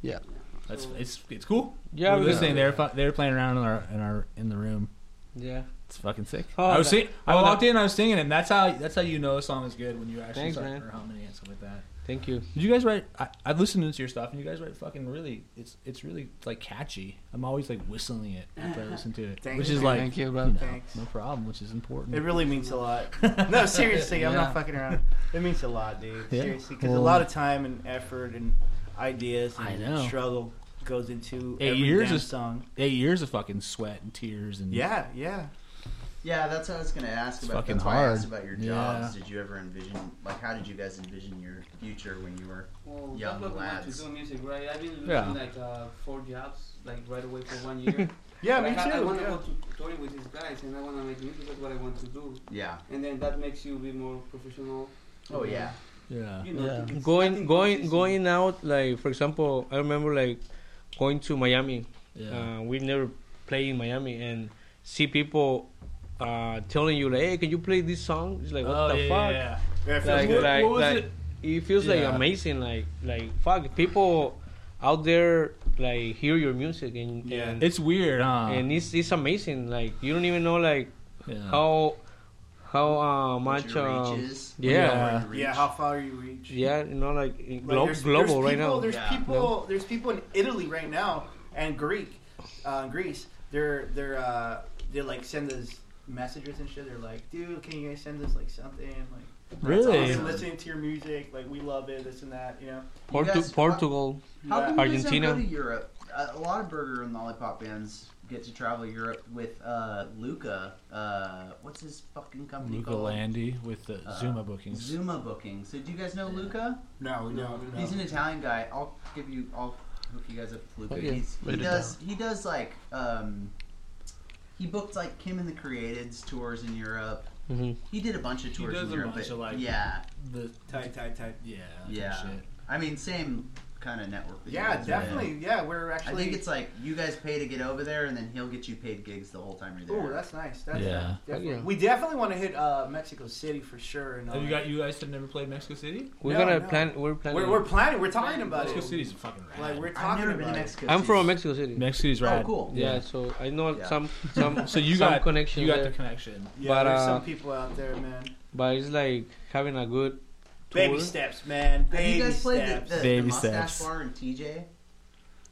F: Yeah.
C: That's it's it's cool.
A: yeah,
C: we
A: we
C: were listening. They're fu- they're playing around in our in our in the room.
A: yeah.
C: It's fucking sick.
A: Oh,
C: I was
A: that-
C: sing- I
A: oh,
C: walked
A: that-
C: in. I was singing, and that's how that's how you know a song is good when you actually
A: Thanks,
C: start
A: man.
C: or humming it and stuff like that.
A: Thank you.
C: Did you guys write? I, I've listened to your stuff, and you guys write fucking really. It's it's really like catchy. I'm always like whistling it after I listen to
A: <laughs>
C: it,
B: Thank
C: which
B: you.
C: is like
F: Thank you,
C: you
F: bro.
C: know,
B: Thanks.
C: no problem, which is important. <laughs>
B: It really means a lot. <laughs> No, seriously, I'm not fucking around. It means a lot, dude.
C: Yeah.
B: Seriously, because
C: Well-
B: a lot of time and effort and ideas
C: I
B: and
C: know.
B: struggle goes into
C: Eight
B: every
C: years
B: damn
C: is-
B: song.
C: Eight years of fucking sweat and tears and
B: Yeah, yeah.
D: Yeah, that's what I was gonna ask about.
C: fucking
D: That's why I
C: hard.
D: asked about your jobs. Did you ever envision, like, how did you guys envision your future when you were?
I: Well,
D: Young
I: that's what we want to
D: lads.
I: do music, right? I've been losing
C: Yeah.
I: like uh, four jobs, like right away for one year.
B: Yeah,
I: But
B: me
I: I, ha- I want
B: too. yeah.
I: to go to touring with these guys, and I want to make music. That's what I want to do,
D: Yeah.
I: and then that makes you be more professional.
D: Oh yeah.
C: yeah.
I: You know,
F: Yeah.
I: it's
A: Going
I: nothing
A: going
I: consistent.
A: going out like for example, I remember like going to Miami.
C: yeah.
A: Uh, we never play in Miami and see people uh, telling you like, "Hey, can you play this song?" It's like, "What
C: oh
A: the
C: yeah,
A: fuck?"
C: yeah,
B: Yeah, it feels
A: like,
B: good.
A: like,
C: what was
A: like
C: it?
A: it? feels
C: Yeah.
A: like amazing like like fuck people out there like hear your music and
B: Yeah.
A: and,
C: It's weird, huh?
A: and it's, it's amazing like you don't even know like
C: yeah.
A: how how uh,
D: What
A: much
D: your
A: um,
D: reaches,
A: yeah
D: your
B: yeah,
D: reach.
B: how far you reach.
A: yeah you know like, in
B: Like,
A: glo-
B: there's-
A: global
B: there's
A: right
B: people-
A: now
B: There's
D: Yeah.
B: people.
A: No.
B: There's people in Italy right now and Greek, uh, Greece. They're they're uh, they like send us messages and shit. They're like, dude, can you guys send us like something like
C: really?
B: awesome, listening to your music? Like we love it, this and that. You know.
A: Portu-
B: uh,
D: guys-
A: Portugal
D: How come
B: Yeah.
D: you
A: Argentina.
D: Argentina. Guys don't go to Europe. A, a lot of burger and lollipop bands get to travel Europe with uh, Luca. Uh, what's his fucking company
C: Luca
D: called?
C: Landy with the
D: Uh,
C: Zuma bookings.
D: Zuma Booking. So do you guys know Luca?
B: No, we don't.
D: He's an Italian guy. I'll give you. I'll hook you guys up with
B: Oh,
D: Luca.
A: Okay.
D: He's, he
F: Write it
D: does. He does like. Um, he booked like Kim and the Creatives tours in Europe.
A: hmm
D: He did a bunch of tours
C: does
D: in
C: a
D: Europe.
C: bunch
D: but
C: of, like-
D: yeah,
C: the
B: tight, tight, tight.
C: yeah, that
D: yeah.
C: Shit.
D: I mean, same kind of network. that you
B: Yeah,
D: guys are in.
B: definitely. Yeah, we're
D: I
B: actually.
D: think it's like you guys pay to get over there, and then he'll get you paid gigs the whole time you're
B: Oh,
D: there.
B: that's nice. That's
C: Yeah.
B: definitely-
A: Yeah.
B: We definitely want to hit uh, Mexico City for sure. And all
C: Have you
B: that.
C: got you guys have never played Mexico City?
A: We're
B: No,
A: gonna
B: no.
A: plan. We're planning.
B: We're, we're planning. We're talking about
C: Mexico
B: it.
C: City's fucking rad.
B: Oh. Like we're
D: I've
B: talking
D: never
B: about
D: been to
B: it.
D: Mexico.
A: I'm
D: City.
A: from Mexico City.
C: Mexico City's
D: Oh,
C: rad.
D: cool.
A: Yeah, so I know
D: Yeah.
B: <laughs>
A: some some
C: So you
A: some
C: got
A: connection
C: You got
A: there,
C: the connection.
B: Yeah,
A: But,
B: there's
A: uh,
B: some people out there, man.
A: but it's like having a good
B: Baby
A: tour.
B: steps, man.
D: Have
B: Baby
D: you guys played the,
B: steps.
D: the, the
C: Baby
D: mustache
C: steps.
D: bar in TJ?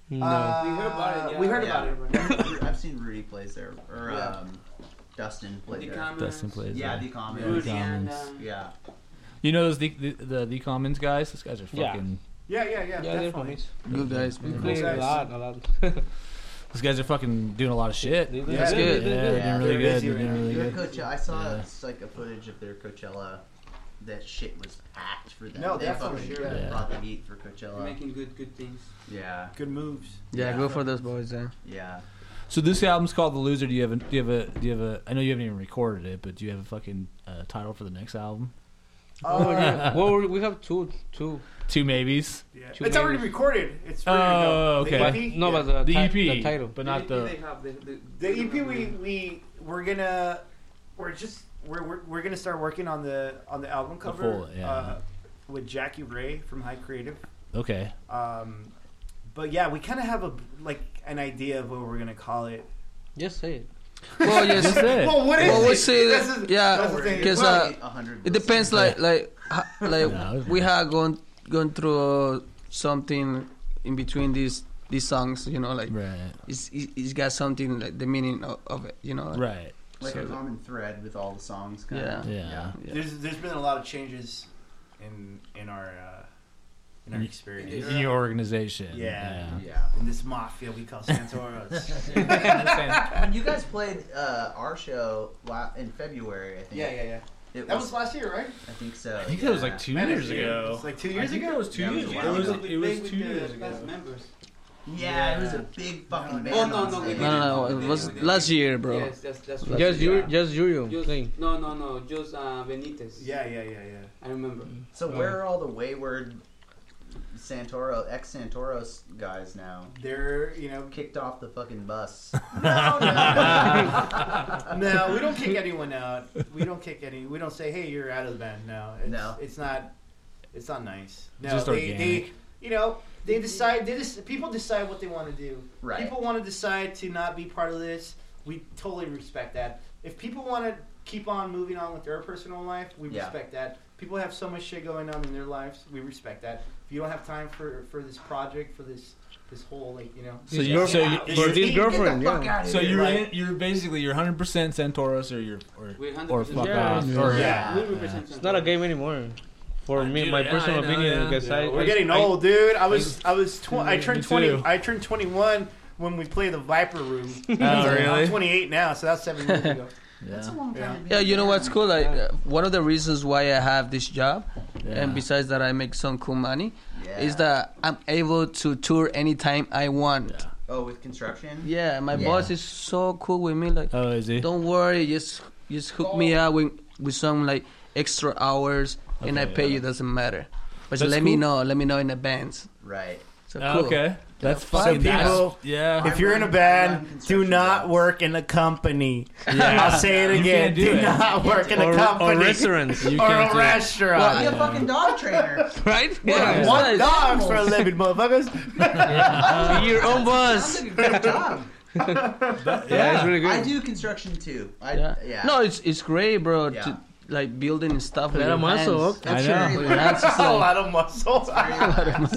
A: No.
B: Uh,
I: We heard about it, yeah.
B: We heard
D: Yeah.
B: about it.
D: Ru- I've seen Rudy plays there, or
B: Yeah.
D: um, Dustin
I: The
D: played there.
I: comments,
C: Dustin plays.
D: Yeah,
C: there.
D: the common.
I: Rudy and, uh,
D: Yeah,
C: You know those the the the, the Commons guys? Those guys are
A: Yeah.
C: fucking.
B: Yeah, yeah, yeah.
A: yeah, they're
B: definitely.
A: homies.
F: Good guys.
A: We
F: man.
A: play a
B: guys.
A: lot, a lot.
C: Those guys are fucking doing a lot of shit.
A: They-
C: Yeah,
A: they-
B: Yeah,
A: they-
B: good.
A: they-
C: they're
A: they-
C: doing
D: Yeah,
C: really
B: they're
C: good.
B: busy
C: They're
B: right now.
C: doing really
D: their
C: good.
D: Coachella. I saw
C: Yeah.
D: it's like a footage of their Coachella. That shit was packed for them.
B: No,
D: they
B: definitely,
D: fucking
B: yeah.
C: Yeah.
D: brought the heat for
I: We're
D: Coachella.
I: making good, good things.
D: Yeah,
B: Good moves.
F: Yeah, go for those boys. eh.
A: <laughs>
F: Yeah.
D: yeah.
C: So this album's called The Loser. Do you have a do you have a do you have a I know you haven't even recorded it, but do you have a fucking uh, title for the next album?
A: Oh,
B: Uh,
A: yeah. well, we- we have two, two.
C: Two maybes.
B: Yeah.
A: Two
B: Uh, It's already
A: babies.
B: recorded. It's ready
C: Oh,
B: to go.
C: okay.
B: The EP,
A: No,
B: yeah.
A: but the,
C: The
A: ti-
C: EP,
A: the title.
C: but not the.
I: They have the, the,
B: the EP we we we're gonna we're just we're, we're we're gonna start working on the on the album cover
C: full, yeah.
B: uh, with Jackie Ray from High Creative.
C: Okay.
B: Um, but yeah, we kind of have a like an idea of what we're gonna call it.
A: Just say it.
F: Well, yes.
C: That's it.
B: Well, what is
F: Well, we
B: it?
F: see
B: That's
F: that-
B: the-
F: yeah,
B: that's the thing.
F: because,
B: Well,
F: uh,
D: A hundred.
F: It
D: listens.
F: depends. Like like ha- like
C: No, it's
F: we
C: not.
F: have gone gone through uh, something in between these these songs. You know, like
C: Right.
F: it's it- it's got something like the meaning of, of it. You know. like-
C: Right.
D: like a
F: So-
D: common thread with all the songs. Kind
F: Yeah.
D: of.
C: Yeah.
F: Yeah.
B: there's there's been a lot of changes in in our uh, in our
C: Y-
B: experience.
C: In your organization.
B: Yeah.
D: yeah.
B: In this mafia we call
C: <laughs>
B: Santoros.
D: When you guys played uh, our show la- in February, I think.
B: yeah, yeah, yeah.
D: It
B: That was last year, right?
D: I think so.
C: I think that was like two
B: It's
C: years ago.
B: like two years
C: I think
B: ago.
C: that was two
D: Yeah, it was
C: years
D: a
C: ago.
D: while
C: It was,
D: ago.
C: it was two years ago.
I: Past members.
D: Yeah, it was a big fucking
I: no,
D: band
I: no,
D: on
I: no,
D: stage.
I: we
F: No, no, no. It was last year, bro.
I: Yes, that's that's
F: Just
I: right.
A: Just you,
D: yeah.
A: just you
I: Just-
A: playing.
I: no, no, no. Just uh, Benitez.
B: Yeah, yeah, yeah, yeah.
I: I remember.
D: So where are all the wayward Santoro ex Santoros guys now?
B: They're you
C: <laughs>
B: know
D: Kicked off the fucking
F: <laughs>
D: bus.
B: No, no. no, we don't kick anyone out. We don't kick any. We don't say, "Hey, you're out of the band." No, it's,
D: No.
B: it's not. It's not nice. No,
C: Just
B: they, they,
C: organic.
B: you know, they decide. They just people decide what they want to do.
D: Right.
B: People want to decide to not be part of this. We totally respect that. If people want to keep on moving on with their personal life, we
D: Yeah.
B: respect that. People have so much shit going on in their lives. We respect that. If you don't have time for for this project, for this this whole like you know.
C: So you so
B: E
C: you,
A: For
C: you're,
A: this girlfriend,
D: Get the fuck
A: yeah.
D: out of
C: so
D: here.
C: you're
D: like,
C: in, you're basically you're 100 percent Santoros or you're or
I: We're 100%
C: or fuck
A: Yeah.
C: off or
B: Yeah.
I: We represent
A: It's not a game anymore. For me,
C: dude,
A: my
C: yeah,
A: personal
C: I know,
A: opinion,
C: yeah.
A: because I,
B: We're
A: I-
B: getting
A: I-
B: old, dude. I was I was tw- I
C: Me
B: turned
C: too.
B: twenty. I turned twenty one when we played the Viper <laughs> Room.
C: Oh,
B: I'm
C: really?
B: twenty eight now, so that's seven years ago.
D: That's a
C: Yeah.
D: long time. to be
F: Yeah, you know
D: around.
F: what's cool? Like uh, one of the reasons why I have this job, and
C: Yeah.
F: besides that I make some cool money,
D: Yeah.
F: is that I'm able to tour anytime I want.
C: Yeah.
D: Oh, with construction.
F: Yeah, my
D: Yeah.
F: boss is so cool with me. Like,
C: Oh, is he?
F: <laughs> don't worry, just just hook me up with with some like extra hours, and I
C: Okay,
F: pay
C: yeah.
F: you. Doesn't matter. But
C: That's
F: let me
C: cool.
F: know. Let me know in advance.
D: Right.
F: So
C: Oh,
F: cool.
C: Okay, that's
F: Some
C: fucking
B: people-
C: that's- Yeah.
B: <laughs> If you're in a
D: run- I run
B: band, do
D: construction
B: not
D: jobs.
B: work in a company. <laughs> I'll say it
C: You
B: again.
C: can't do
B: Do
C: it.
B: not work in a
A: or,
B: company
A: or restaurants.
C: You
B: or a
C: can't do it.
F: Uh,
D: Be
B: restaurant.
D: a fucking dog
F: <laughs>
D: trainer.
F: <laughs> Right?
B: One
F: Yeah.
B: Want
F: Like,
B: dogs for a living, motherfuckers.
F: <laughs> be your own boss.
D: Sounds like a great job.
F: <laughs>
A: Yeah, it's really good.
D: I do construction too. I,
F: Yeah.
D: yeah.
F: No, it's it's great, bro.
D: Yeah.
F: To, like building and stuff.
A: Lot of muscle,
F: okay.
C: I know.
B: <laughs> a lot of muscle.
C: <laughs>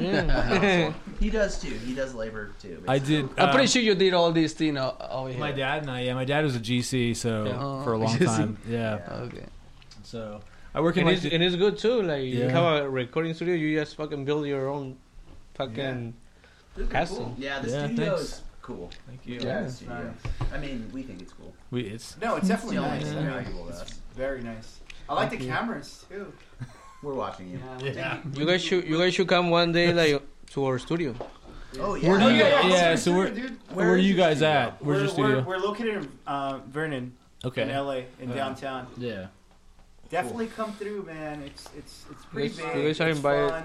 A: Yeah.
D: He does too. He does labor too.
C: I did.
F: I'm
C: uh,
F: pretty sure you did all these things o- over here.
C: My dad and I. Yeah, my dad was a GC, so
F: Yeah.
C: for a long
F: GC.
C: time. Yeah.
F: Okay.
C: So I work in
A: and,
C: like
A: it's,
C: the-
A: and it's good too. Like you
C: Yeah.
A: have a recording studio, you just fucking build your own fucking castle.
D: Yeah, the
C: Yeah,
D: studio
C: thanks.
D: is cool.
C: Thank you.
D: Yeah, the studio. I mean, we think it's cool.
C: We it's
B: <laughs> No, it's definitely nice.
D: It's nice.
B: I mean,
D: Valuable to us.
B: very nice. I like the cameras too.
D: We're watching you.
I: Yeah.
A: You guys should you guys should come one day like to our studio.
D: Oh yeah.
C: We're
B: Oh,
C: doing
B: yeah, yeah,
C: yeah,
B: yeah,
C: so
B: studio,
C: we're-
B: dude.
C: where,
D: Where
C: are
D: is
C: you
D: your
C: guys
D: studio?
C: at? Where's
B: we're,
C: your studio?
B: We're, we're located in uh, Vernon, in
C: okay.
B: LA, in
C: Yeah.
B: downtown.
C: Yeah.
B: Definitely come through, man. It's it's it's pretty
A: Yes,
B: big.
A: you guys are
B: it's
A: invited.
B: fun.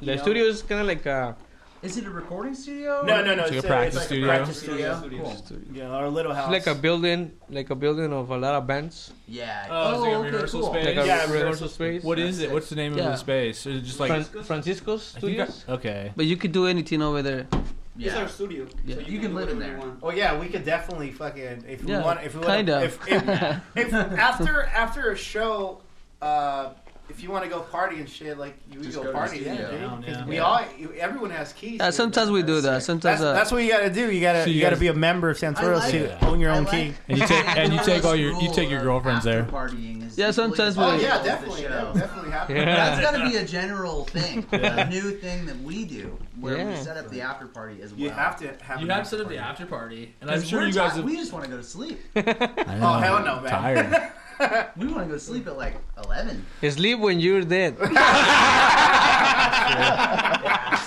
A: The
B: you know?
A: studio is kind of like a
D: Is it a recording studio?
B: No, no, no.
C: It's like a
B: uh,
C: practice
B: like
C: studio.
B: A practice
D: Studio?
B: studio.
D: Cool.
B: Yeah, or a little
A: it's
B: house.
A: like a building, like a building of a lot of bands,
D: Yeah.
C: Oh, is it a
D: okay,
C: rehearsal
D: cool.
C: space?
A: like a
B: Yeah,
A: rehearsal space.
C: What is it? What's the name of
F: Yeah.
C: the space? Is it just like
A: Fran- Francisco's
C: I think I-
A: Studios?
C: okay?
F: But you could do anything over there.
I: It's our
D: Yeah.
I: studio.
F: Yeah.
I: So
D: You can
I: do
D: live in
I: whatever you
D: there.
I: want.
B: Well, Oh, yeah, we could definitely fucking if we
F: Yeah,
B: want if we
F: kind
B: want
F: of.
B: if,
F: <laughs>
B: if, if after after a show, uh, if you want to go party and shit, like you
K: Just
B: go,
K: go to the
B: party. Yeah,
K: studio.
B: dude.
C: Yeah,
B: 'Cause
C: yeah.
B: We all everyone has keys. dude.
F: Yeah, Uh, sometimes we do that.
B: That's sick.
F: Sometimes
B: that's,
F: uh,
B: that's what you gotta do. You gotta
C: So
B: you,
C: you
B: gotta
C: guys-
B: be a member of Santoros
D: I like
B: to
D: it.
B: own your
D: I
B: own
D: like
B: key.
C: And you take- and you take all your- you
D: Rule
C: take your
D: of
C: girlfriends there.
D: after Partying is
F: Yeah,
D: equally
F: sometimes
D: as
F: we-
B: Oh
F: Well,
D: valuable
B: yeah,
D: as the
B: definitely,
D: show.
B: that definitely happens.
A: Yeah.
D: That's got to be a general thing,
C: Yeah.
D: a new thing that we do, where we
A: Yeah.
D: set up the after party as well.
B: You have to have.
C: You
B: an
C: have set up the
B: party.
C: after party, and
D: 'Cause
C: I'm sure
D: we're
C: you guys
D: ti-
C: have.
D: We just want to go to sleep.
C: I
B: Oh hell no, man!
C: Tired. <laughs>
D: We want to go to sleep at like eleven.
A: Sleep when you're dead.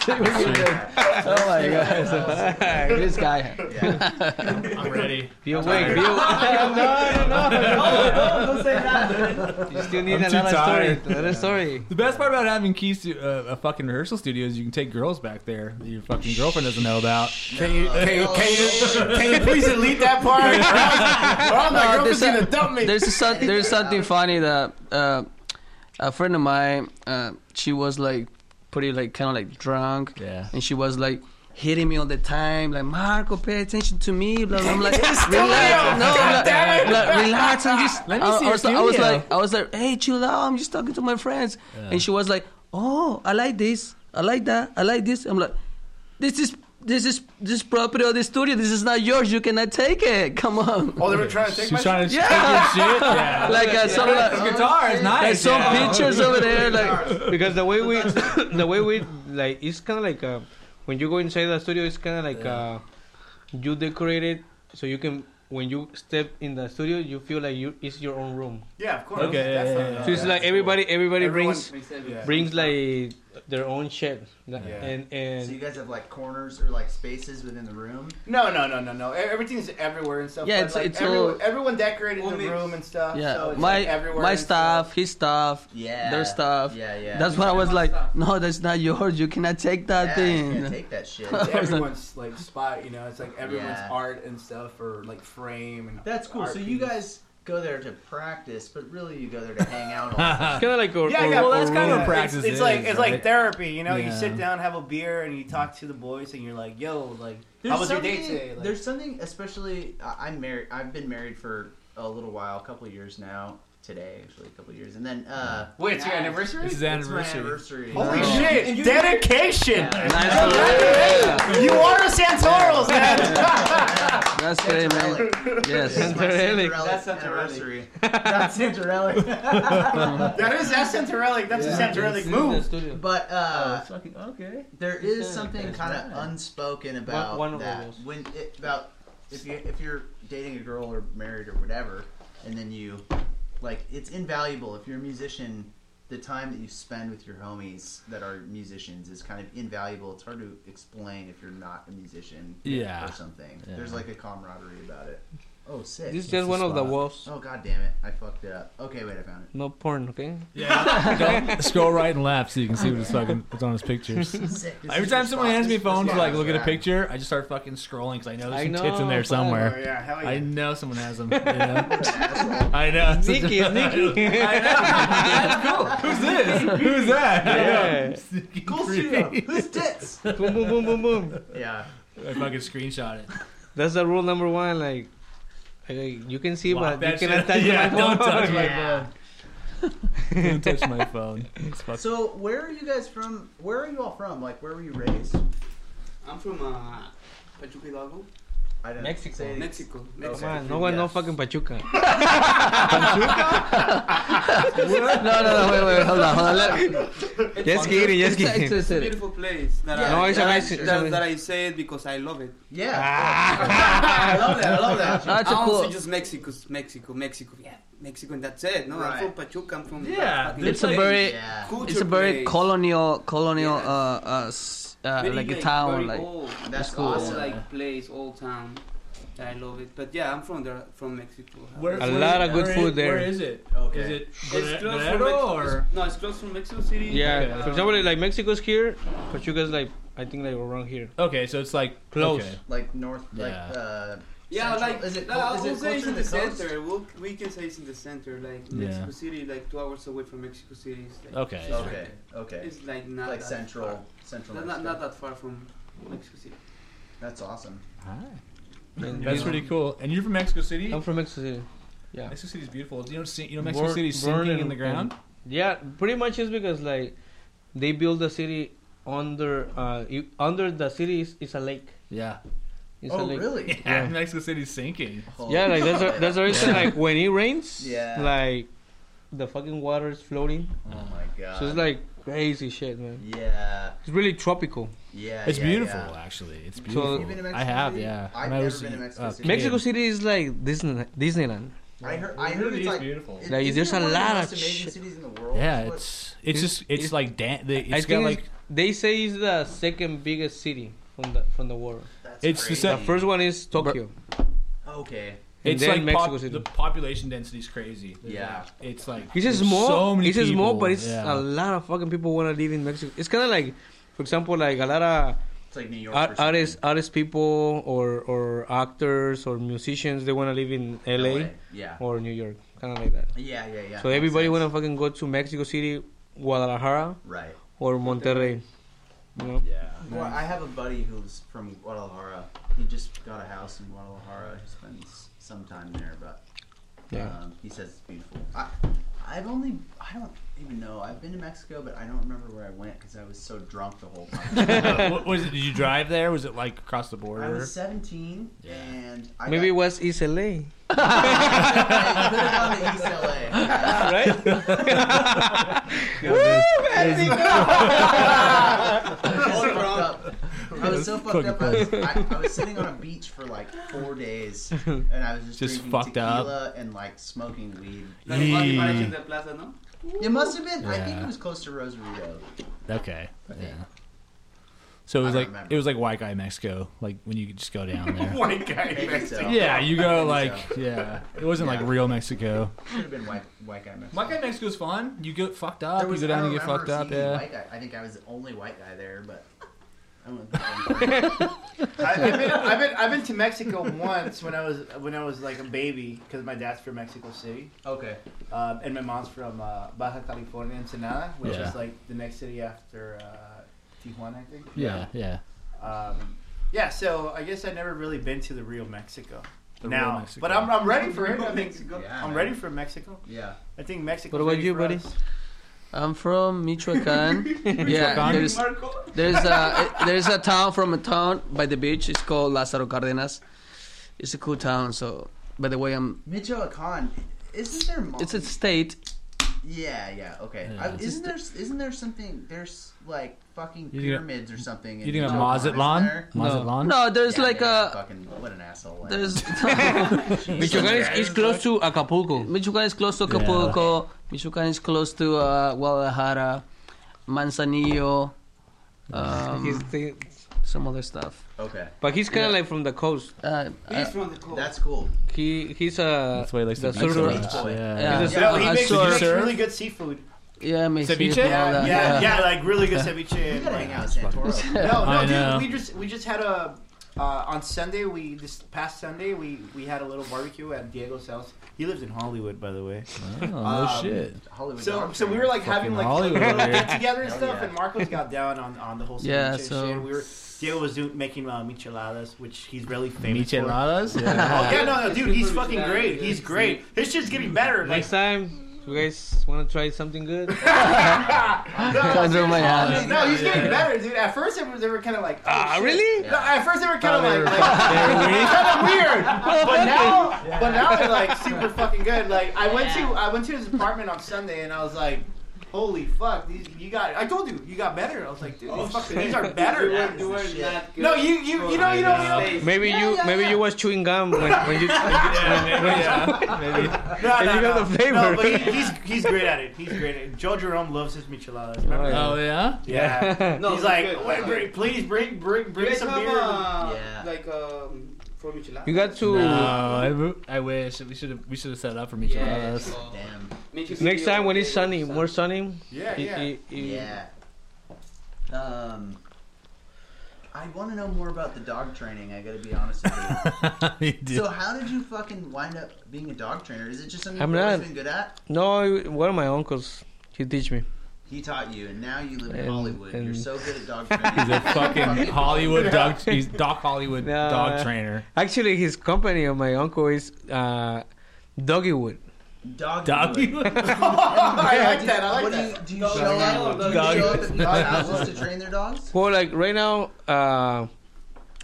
C: <laughs>
F: oh <laughs> my god, this guy.
D: Yeah.
C: I'm ready.
A: Be awake. Be awake. no, no,
D: no, don't say <laughs> that.
A: no. You
C: <laughs>
A: still need
C: I'm too
A: another story.
C: tired.
A: Another story.
C: The best part about having keys to uh, a fucking rehearsal studio is you can take girls back there that your fucking girlfriend doesn't know about.
B: Can you can you can you, can you please delete that
C: <laughs>
B: part? <laughs> Or else- or else my
F: No,
B: girlfriend's
F: there's a-
B: gonna dump me.
F: There's a, some- there's something funny that uh, a friend of mine, uh, she was like pretty like kind of like drunk,
C: Yeah.
F: and she was like hitting me all the time, like Marco, pay attention to me. Blah, blah. I'm like, relax, no, I'm like, like, relax. I'm just.
C: Let me
F: I,
C: see
F: I
C: your
F: was, I was
C: studio.
F: like, I was like, hey, chill out. I'm just talking to my friends, and she was like, oh, I like this, I like that, I like this. I'm like, this is. This is this property of the studio. This is not yours. You cannot take it. Come on.
B: Oh, they were trying to take
C: She's
B: my.
C: trying to
F: Yeah.
C: take your shit. Yeah.
F: <laughs> Like uh, some like,
C: This guitar is nice.
F: There's some
C: yeah.
F: pictures
C: <laughs>
F: over there, <laughs> like
A: Because the way
B: <laughs>
A: we, <coughs> the way we like, it's kind of like uh, when you go inside the studio, it's kind of like uh, you decorate it so you can. When you step in the studio, you feel like you it's your own room.
B: Yeah, of course.
C: Okay, yeah,
B: That's
C: yeah,
B: not-
C: yeah.
A: So it's
B: that's
A: like
B: cool.
A: everybody, everybody
B: Everyone-
A: brings
I: Makes sense.
B: Yeah.
A: brings like their own shit, Like,
B: Yeah.
A: and
D: So you
A: and
D: guys have like corners or like spaces within the room.
B: No, no, no, no, no. E- Everything's everywhere and stuff.
F: Yeah,
B: but,
F: it's-
B: like,
F: it's
B: everyone,
F: all-
B: everyone decorated
I: All
B: the
I: mixed.
B: room and stuff.
F: yeah,
B: so it's
F: my
B: like everywhere
F: my
B: and
F: stuff, his stuff,
D: Yeah.
F: their stuff.
D: Yeah, yeah.
F: That's why I was
I: Everyone's
F: like,
I: stuff.
F: no, that's not yours. You cannot take that
D: yeah, you
F: thing.
D: can't take that
C: <laughs>
D: shit.
B: <laughs>
F: <laughs>
B: It's everyone's like spot, you know. It's like everyone's
D: Yeah.
B: art and stuff, or like frame and.
D: That's cool.
B: art
D: So you
B: piece.
D: guys go there to practice, but really you go there to hang out.
C: <laughs>
D: All
A: it's kind of like our,
B: Yeah,
A: our-
B: yeah.
A: our
C: Well, that's kind
A: room.
C: of what practice.
B: It's, it's
C: is,
B: like it's like
C: right?
B: therapy, you know. You
C: Yeah.
B: sit down, have a beer, and you talk to the boys, and you're like, "Yo, like,
D: There's
B: how was your day
D: something-
B: today?" Like,
D: there's something, especially I- I'm married. I've been married for a little while, a couple of years now. Today, actually, a couple of years, and then uh,
B: wait, it's your anniversary.
C: This is
D: it's my
C: anniversary.
D: anniversary. Uh,
B: Holy
D: So-
B: shit!
I: And you-
B: Dedication.
D: Yeah.
F: Nice one.
B: You are a Santorals, man. <laughs>
F: That's great, man. <laughs> Yes.
D: It's my
A: Santorelli.
D: Santorelli
I: That's Santorelli.
D: anniversary. <laughs> That's Santorelli.
B: that is that's Santorelli. That's a Santorellic
A: The
B: move.
A: studio.
D: but uh,
F: okay.
D: there is something
F: That's
D: kind of
F: right.
D: unspoken about
A: one of
D: that
A: those.
D: when it, about if you if you're dating a girl or married or whatever, and then you like it's invaluable if you're a musician. The time that you spend with your homies that are musicians is kind of invaluable. It's hard to explain if you're not a musician
C: Yeah.
D: or something.
C: Yeah.
D: There's like a camaraderie about it. Oh, sick.
A: This is just
C: the
A: one of the
C: spot.
A: walls.
D: Oh god damn it! I fucked it up. Okay, wait, I found
A: No porn, okay?
C: Go- scroll right and left so you can see what it's fucking what's on his pictures.
D: it. Sick. This
C: Every
D: is
C: time
D: your
C: someone
D: spot.
C: hands me a
D: This- this
C: phone to
D: spot
C: like
D: is
C: look at a
D: rad.
C: picture, I just start fucking scrolling because I know there's
A: I Oh,
C: some
A: know,
C: tits in there
A: fuck.
C: somewhere.
B: Oh, Yeah, hell yeah.
C: I know someone
A: <laughs>
C: has them. You know? I know. <laughs>
A: Sneaky, sneaky. <laughs>
C: Who's this? Who's that?
A: Yeah.
D: Cool studio. Who's tits?
A: boom, boom, boom, boom, boom.
D: <laughs> Yeah.
C: I fucking screenshot it.
A: That's the rule number one. Like, like, you can see, but
C: Lock that
A: you
C: shit.
A: cannot touch
C: <laughs> Yeah,
A: my
C: don't
A: phone.
C: touch
A: <laughs>
C: my
D: Yeah.
C: Don't touch my phone. It's fuck-
D: So where are you guys from? Where are you all from? Like where were you raised?
I: I'm from uh, Pachuca Hidalgo,
D: I don't
A: Mexico.
D: say-
I: Mexico.
A: Come
I: Mexico.
A: on, no one, no
D: Yes.
A: fucking Pachuca.
F: <laughs> No, no, no. Wait, wait. Hold on, hold on. Let,
I: It's
A: Just
I: a-
A: kidding, just
F: it's, a-
A: kidding.
F: it's,
I: It's a
F: a-
I: beautiful place. That
D: Yeah.
I: I,
A: No, it's
I: that, I-
A: amazing, it's
I: that-
A: amazing.
I: that I say it because I love it.
D: <laughs> Yeah.
A: Ah.
D: <laughs>
I: I love that. I love that.
F: That's a
I: I also
F: cool-
I: just Mexico, Mexico, Mexico. Yeah, Mexico, and that's it. No,
D: Right.
I: I'm from Pachuca. I'm from that
C: Yeah,
I: fucking
F: it's a
I: place.
F: very
D: Yeah.
I: culture
F: it's a very
I: place.
F: colonial colonial
I: Yes.
F: uh uh, s- uh
I: Very,
F: like a
I: very
F: town like
I: old.
D: That's
I: Awesome,
D: awesome.
I: like place, old town. I love it. But yeah, I'm from there, from Mexico.
C: Where,
A: A
C: where-
A: lot of good
C: where-
A: food there.
C: Where is it?
D: Okay.
C: Is it
I: It's close from
C: Guerrero
I: Mexico.
C: or?
I: it's- No, it's close from Mexico City.
A: Yeah,
I: Um,
A: for example, like Mexico's here, Pachuca's like I think like around here.
C: Okay, so it's like
A: Close.
C: okay.
D: like north,
C: Yeah.
D: like uh,
I: Yeah,
D: Central-
I: like
D: is it
I: no,
D: clo-
I: I
D: is
I: would
D: it
I: say it's
D: closer
I: in
D: to
I: the
D: the coast?
I: center. We'll, we can say it's in the center, like
C: Yeah.
I: Mexico City, like two hours away from Mexico City. It's like,
C: Okay.
D: okay, okay,
I: It's like not
D: like
I: that
D: central,
I: far.
D: central.
I: Not,
D: Mexico.
I: not, not that far from Mexico City.
D: That's awesome.
A: And
C: That's
A: you-
C: pretty cool. And you're from Mexico City?
A: I'm from Mexico City. Yeah.
C: Mexico City's beautiful. Do you know, see- you know Mexico
A: Bur-
C: City's
A: burn
C: sinking in
A: and-
C: the ground?
A: Yeah, pretty much is because like they build the city under uh you, under the city is, is a lake.
C: <laughs> Yeah.
A: It's a
D: oh
A: lake.
D: really?
C: yeah. Mexico City's sinking.
A: <laughs>
D: Holy
A: Yeah, like that's a,
D: shit. <laughs>
A: that's the reason like when it rains,
D: Yeah.
A: like the fucking water is floating.
D: Oh my god.
A: So it's like crazy shit, man.
D: yeah,
A: It's really tropical.
D: yeah.
C: It's
D: yeah,
C: beautiful,
D: yeah.
C: actually. It's
A: So-
C: beautiful.
D: You've been to
C: I
D: Mexico
C: have,
D: City?
C: yeah.
D: I've
C: When I
D: never
C: was
D: been to
C: a
D: Mexico City.
C: kid.
A: Mexico City is like Disney Disneyland.
D: I heard. I
C: It
D: heard
C: really
D: it's
C: is
D: like
C: beautiful.
D: it-
A: Like,
D: isn't
A: there's a
D: it one of the
A: lot
D: most
A: of
D: amazing
A: shit.
D: cities in the world.
C: Yeah,
D: What-
C: it's it's
A: It's-
C: just it's
A: it's-
C: like dan- the,
A: I
C: it's got
A: think
C: like
A: it's- they say it's the second biggest city from the from the world.
D: that's
C: it's the
D: crazy.
C: same-
A: The first one is Tokyo.
D: Okay.
A: and
C: it's
A: then
C: like
A: Mexico
C: pop-
A: City.
C: the population density is crazy. There's
D: Yeah.
C: like- it's like
A: It's just
C: there's
A: small.
C: So many
A: it's just small,
C: people.
A: but it's
C: yeah.
A: a lot of fucking people want to live in Mexico. It's kind of like, for example, like a lot of
D: It's like New York.
A: art,
D: for sure.
A: artists, artist people, or or actors, or musicians. They want to live in LA,
D: LA. Yeah.
A: or New York, kind of like that.
D: Yeah, yeah, yeah.
A: so
D: Makes
A: everybody
D: sense.
A: want to fucking go to Mexico City, Guadalajara,
D: Right.
A: or Monterrey. You know?
D: Yeah. Well, I have a buddy who's from Guadalajara. He just got a house in Guadalajara. He spends some time there, but
A: Yeah.
D: um, he says it's beautiful. I, I've only, I don't even know. I've been to Mexico, but I don't remember where I went because I was so drunk the whole time.
A: <laughs>
D: <laughs>
C: what was it? Did you drive there? Was it like across the border?
D: I was 17, and I
A: Maybe it
D: got,
A: was East LA,
D: I could have gone to East LA.
C: <laughs>
A: <laughs> right?
D: I was so fucked up. I was so fucked up. I was, I, I was sitting on a beach for like four days, and I was just,
C: Just
D: drinking
C: fucked up.
D: tequila and like smoking weed.
I: Like, what,
C: Yee.
I: Mariachi de Plaza, no?
D: It must have been. I think
C: Yeah.
D: it was close to Rosarito.
C: Okay. Yeah. So it was
D: I
C: like
D: don't remember.
C: it was like white guy Mexico, like when you could just go down <laughs> there.
D: <laughs>
K: White guy.
D: Maybe so.
C: yeah, you go
D: I
C: like
D: think
C: yeah. It wasn't
D: Yeah.
C: like real Mexico.
D: Should have been white, white guy. Mexico.
C: White guy Mexico's fun. You get fucked up.
D: There was-
C: you go
D: I
C: down and
D: don't
C: get fucked
D: remember
C: up.
D: seeing any
C: Yeah.
D: White guy. I think I was the only white guy there, but. I went <laughs> with
B: I, I've, been, I've been I've been to Mexico once when I was when I was like a baby because my dad's from Mexico City
D: okay.
B: um, and my mom's from uh, Baja California Ensenada, which
C: Yeah.
B: is like the next city after uh, Tijuana, I think.
C: Yeah, yeah.
B: Um, yeah, so I guess I never really been to the real Mexico.
C: The
B: now,
C: real Mexico.
B: but I'm, I'm ready for it. I think
D: Yeah,
B: I'm
D: man.
B: ready for Mexico.
D: Yeah.
B: I think Mexico.
A: What about you, buddy?
F: I'm from Michoacan. yeah,
C: Michoacan?
F: there's there's a
B: <laughs>
F: there's a town from a town by the beach. It's called Lázaro Cárdenas. It's a cool town. So, by the way, I'm.
D: Michoacan. Isn't there? Mom-
F: It's a state.
D: Yeah, yeah, okay.
C: Yeah.
D: I, isn't there isn't there something there's like fucking
C: You think-
D: pyramids or something? in
C: You think of
D: Michoacan, isn't
C: Mazatlan?
D: there?
C: Mazatlan?
F: No, there's
D: Yeah,
F: like
D: yeah, yeah,
F: a
D: fucking what an asshole. I am.
F: there's <laughs>
A: <laughs> Michoacan is, is close to Acapulco.
F: Michoacan is close to Acapulco. Michoacan is close to uh, Guadalajara, Manzanillo, um,
A: He's the-
F: some other stuff.
D: okay,
A: but he's kind of
F: Yeah.
A: like from the coast.
F: Uh,
I: He's
F: uh,
I: from the coast.
D: that's cool.
A: He he's uh, a
C: That's why he likes
A: the
C: to beach
A: surfer.
C: so much.
D: Beach boy.
C: Yeah.
F: yeah,
A: He's a-
B: No, he
F: I
B: makes, he
F: saw-
B: makes really good seafood.
F: yeah, me
C: Ceviche?
F: too, all
B: Yeah,
F: that,
B: yeah, yeah, like really good ceviche.
D: You gotta hang
B: Like,
D: out with Santoro.
B: no,
C: I
B: no,
C: know.
B: dude, we just we just had a uh, on Sunday. We this past Sunday we we had a little barbecue at Diego's house. He lives in Hollywood, by the way.
C: Oh, <laughs> no
B: Um,
C: shit.
D: Hollywood
B: So,
D: dog
B: so we
D: trainer.
B: were like having
C: Fucking
B: like
C: Hollywood
B: little
C: over here.
B: get together and
D: Hell
B: stuff,
D: yeah.
B: and Marcos got down on, on the whole
F: Yeah,
B: ceviche
F: so-
B: shit. We were Diego was doing making uh, micheladas, which he's really famous for. Oh,
C: Micheladas? Yeah.
A: Uh,
B: yeah, no, no, dude, he's
I: Super
B: fucking
I: micheladas,
B: great.
I: yeah.
B: He's great. His shit's getting better. Like,
A: Next time, you guys want to try something good?
F: Under my
B: no,
F: hat.
B: no, he's getting better, dude. At first, it was, they were kind of like, oh,
A: Ah,
B: shit.
A: really?
B: No, at first they were kind of like, like
C: They're
B: kind of weird, but now, but now they're like super fucking good. Like I went to I went to his apartment on Sunday and I was like, holy fuck, these you got. I told you you got better. I was like, dude,
A: Oh,
B: these, fucking, these are better.
I: You were not good.
B: No, you you you know you know. You know
C: <laughs>
I: States.
A: Maybe you maybe you was chewing gum when, when you. <laughs>
C: <laughs> Oh,
B: No,
A: And
B: no,
A: you got
B: no.
A: the flavor.
B: No, but he, he's he's great at it. He's great at it. Joe Jerome loves his micheladas. Remember?
A: yeah.
C: Oh, yeah?
B: Yeah.
I: No,
B: he's
I: it's
B: like,
I: good.
B: "Wait, bring, please bring bring
I: You
B: bring
I: guys
B: some
I: have
B: beer.
I: uh,
D: Yeah.
I: like um,
N: for Micheladas.
A: You got to.
C: No, I, I wish we should have we should have set it up for me.
I: Yeah, so-
D: Damn.
I: Make you
A: Next
I: feel
A: time when it's
I: okay,
A: sunny, more sunny.
N: Yeah, yeah.
A: it- it- it-
D: Yeah. Um. I want to know more about the dog training. I gotta be honest
C: <laughs>
D: with you. So how did you fucking wind up being a dog trainer? Is it just something
A: I'm
D: you've always
A: not.
D: been good at?
A: No, it- one of my uncles. He teach me.
D: He taught you, and now you live in
A: And-
D: Hollywood. You're
A: and-
D: so good at
A: <laughs>
D: dog training.
C: He's a
D: <laughs>
C: fucking Hollywood dog. He's Doc Hollywood
A: No.
C: dog trainer.
A: Actually, his company of my uncle is uh, Doggywood.
D: Dog.
C: Dog.
D: Hollywood.
N: I like that. I like
D: what
N: that.
D: do you do? You show up. Do you
C: Dog.
D: show up at people's houses to train their dogs?
A: Well, like right now, uh,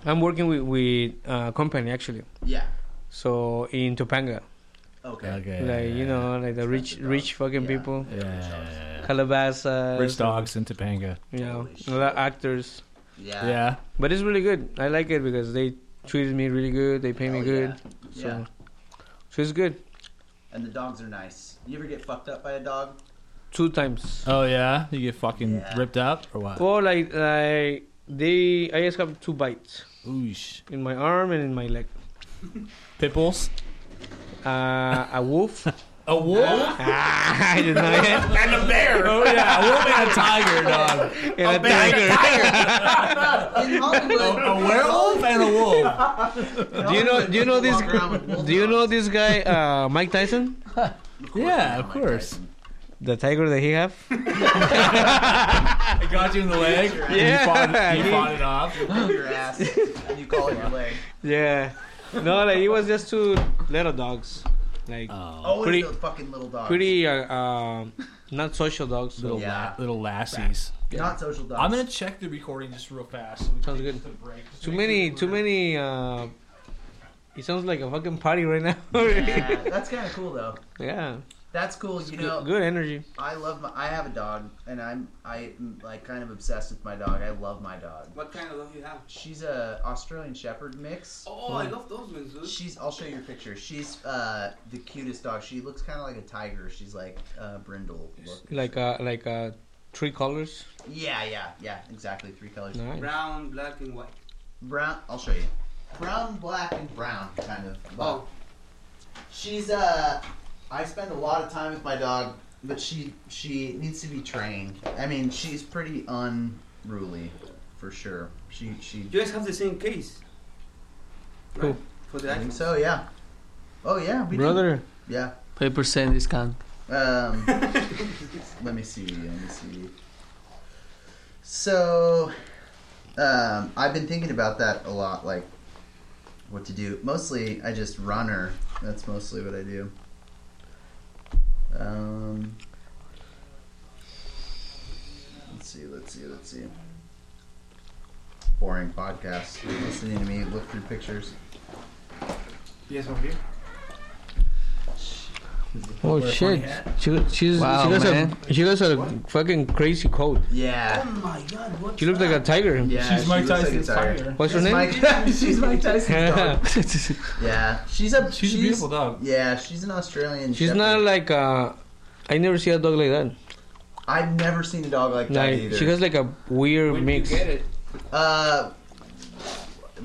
A: I'm working with with uh, company actually.
D: Yeah.
A: So in Topanga,
D: Okay.
C: <laughs> Okay.
A: like you know, like the rich, rich fucking
D: Yeah.
A: people,
C: Yeah.
A: Calabasas,
C: Rich dogs in Topanga.
A: you know,
D: Holy
A: a lot of actors.
D: Yeah.
C: Yeah.
A: But it's really good. I like it because they treated me really good. They pay me
D: Hell
A: good.
D: Oh, Yeah.
A: So,
D: Yeah.
A: so it's good.
D: And the dogs are nice. You ever get fucked up by a dog?
A: Two times.
C: Oh yeah. You get fucking
D: Yeah.
C: ripped up or what?
A: Well, like like they, I just have two bites
C: Oosh.
A: in my arm and in my leg.
C: Pit bulls.
A: Uh, a wolf. <laughs>
C: A <laughs> wolf.
A: ah, <laughs> I didn't know
C: <laughs>
A: it.
N: And a bear.
C: Oh yeah. A wolf and a tiger,
A: <laughs>
C: dog.
A: And a tiger.
D: In Hollywood.
C: A werewolf and a wolf.
A: Do you know? Do you know this?
D: oh. Walk around with bulldogs.
A: <laughs> Do you know this guy, uh, Mike Tyson?
C: Yeah, of course.
A: The tiger that he have.
C: I got you in the leg. and
A: Yeah.
C: You fought, you fought it off.
D: Grab your ass. And you call it
A: <laughs>
D: your leg.
A: Yeah. No, like he was just two little dogs, like
C: Oh,
D: Always
A: Pretty-
D: those fucking little dogs.
A: pretty, uh, um, not social dogs. So.
C: Little
D: Yeah.
C: la- little lassies.
D: Not social dogs.
C: I'm gonna check the recording just real fast. So we
A: Sounds
C: can
A: good.
C: take a break. Just
A: Too
C: make
A: many.
C: sure
A: Too
C: we're-
A: many. Uh, he sounds like a fucking party right now. <laughs>
D: Yeah, that's kind of cool though.
A: yeah.
D: That's cool. You know,
A: Good energy.
D: I love my. I have a dog, and I'm I am, like kind of obsessed with my dog. I love my dog.
I: What kind of love you have?
D: She's a Australian Shepherd mix.
I: Oh, I love those ones, dude.
D: She's. I'll show you a picture. She's uh, the cutest dog. She looks kind of like a tiger. She's like uh, brindle. Look.
A: Like uh, like uh, three colors.
D: Yeah, yeah, yeah. Exactly. Three colors.
A: Nice.
I: Brown, black, and white.
D: Brown. I'll show you. Brown, black, and brown, kind of.
I: Oh,
D: She's uh I spend a lot of time with my dog, but she she needs to be trained. I mean, she's pretty unruly for sure. She she
I: you guys have the same case.
A: Who?
I: Right? For the
D: I think
I: iPhone.
D: so, yeah. Oh yeah, we do.
A: Brother.
D: Yeah.
F: Five percent discount.
D: <laughs> Um let me see. Let me see. So um I've been thinking about that a lot like what to do. Mostly I just run her. That's mostly what I do. Um Let's see, let's see, let's see. Boring podcast. Listening to me look through pictures.
K: Yes, over here.
A: Oh shit! She, she's,
F: Wow,
A: she got
F: man.
A: a she got a fucking crazy coat.
D: Yeah.
A: She looks like a tiger. <laughs>
D: Yeah.
C: She's
D: she
C: Mike
D: looks like a
C: Tyson's
D: tiger.
C: tiger.
A: What's her
D: She's
A: name?
D: Mike, <laughs> she's
A: <laughs>
D: Mike Tyson's dog.
F: She's
D: Yeah. She's a
C: She's, a beautiful dog.
D: Yeah, she's an Australian.
A: She's
D: Shepherd.
A: not like a. I never see a dog like that.
D: I've never seen a dog like that
A: Like
D: either.
A: she has like a weird
I: When
A: mix.
I: you get it,
D: uh,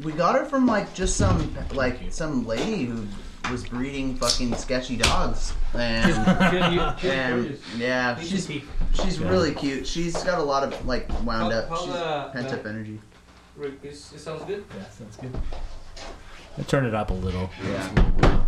D: we got her from like just some like some lady who was breeding fucking sketchy dogs, and, and yeah, she's she's really cute. She's got a lot of like wound
N: How-
D: up,
N: how
D: she's
N: the-
D: pent
N: the-
D: up energy.
N: Rick, is- It sounds good.
C: Yeah, sounds good. I turned it up a little.
D: Yeah.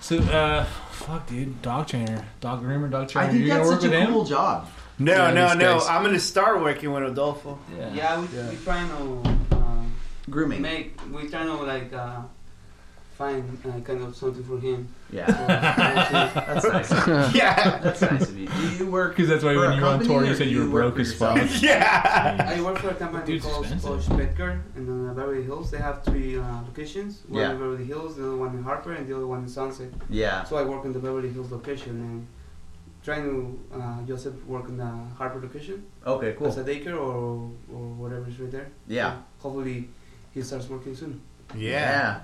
C: So, uh, fuck, dude, dog trainer, dog groomer, dog trainer.
D: I think
C: You're
D: that's
C: gonna work
D: such
C: with
D: a
C: him?
D: cool job.
K: No,
C: Yeah,
K: no,
C: these
K: no.
C: guys.
K: I'm gonna start working with
B: <laughs>
K: Adolfo.
I: yeah, we, we trying to um,
D: Grooming.
I: make, we trying to like uh, find uh, kind of something for
D: <laughs>
I: him.
D: Yeah, that's
B: <laughs>
D: nice.
K: Yeah,
D: That's nice of you. Do you
C: <laughs>
D: work?
C: Because that's why
D: for
C: when
D: a
C: you were on
D: company,
C: tour, you
D: or
C: said
D: do
C: you were
D: work
C: broke
D: for
C: as
D: yourself?
C: fuck.
I: I work for a company
C: Dude's
I: called
C: expensive.
I: Coach Petker in uh, Beverly Hills. They have three uh, locations one
D: Yeah.
I: in Beverly Hills, the other one in Harper, and the other one in Sunset.
D: Yeah.
I: So I work in the Beverly Hills location and trying to uh, Joseph work in the Harper location
D: Okay.
I: as a
D: Cool.
I: daycare or, or whatever is right there.
D: Yeah.
I: So hopefully he starts working soon.
K: yeah.
D: Yeah.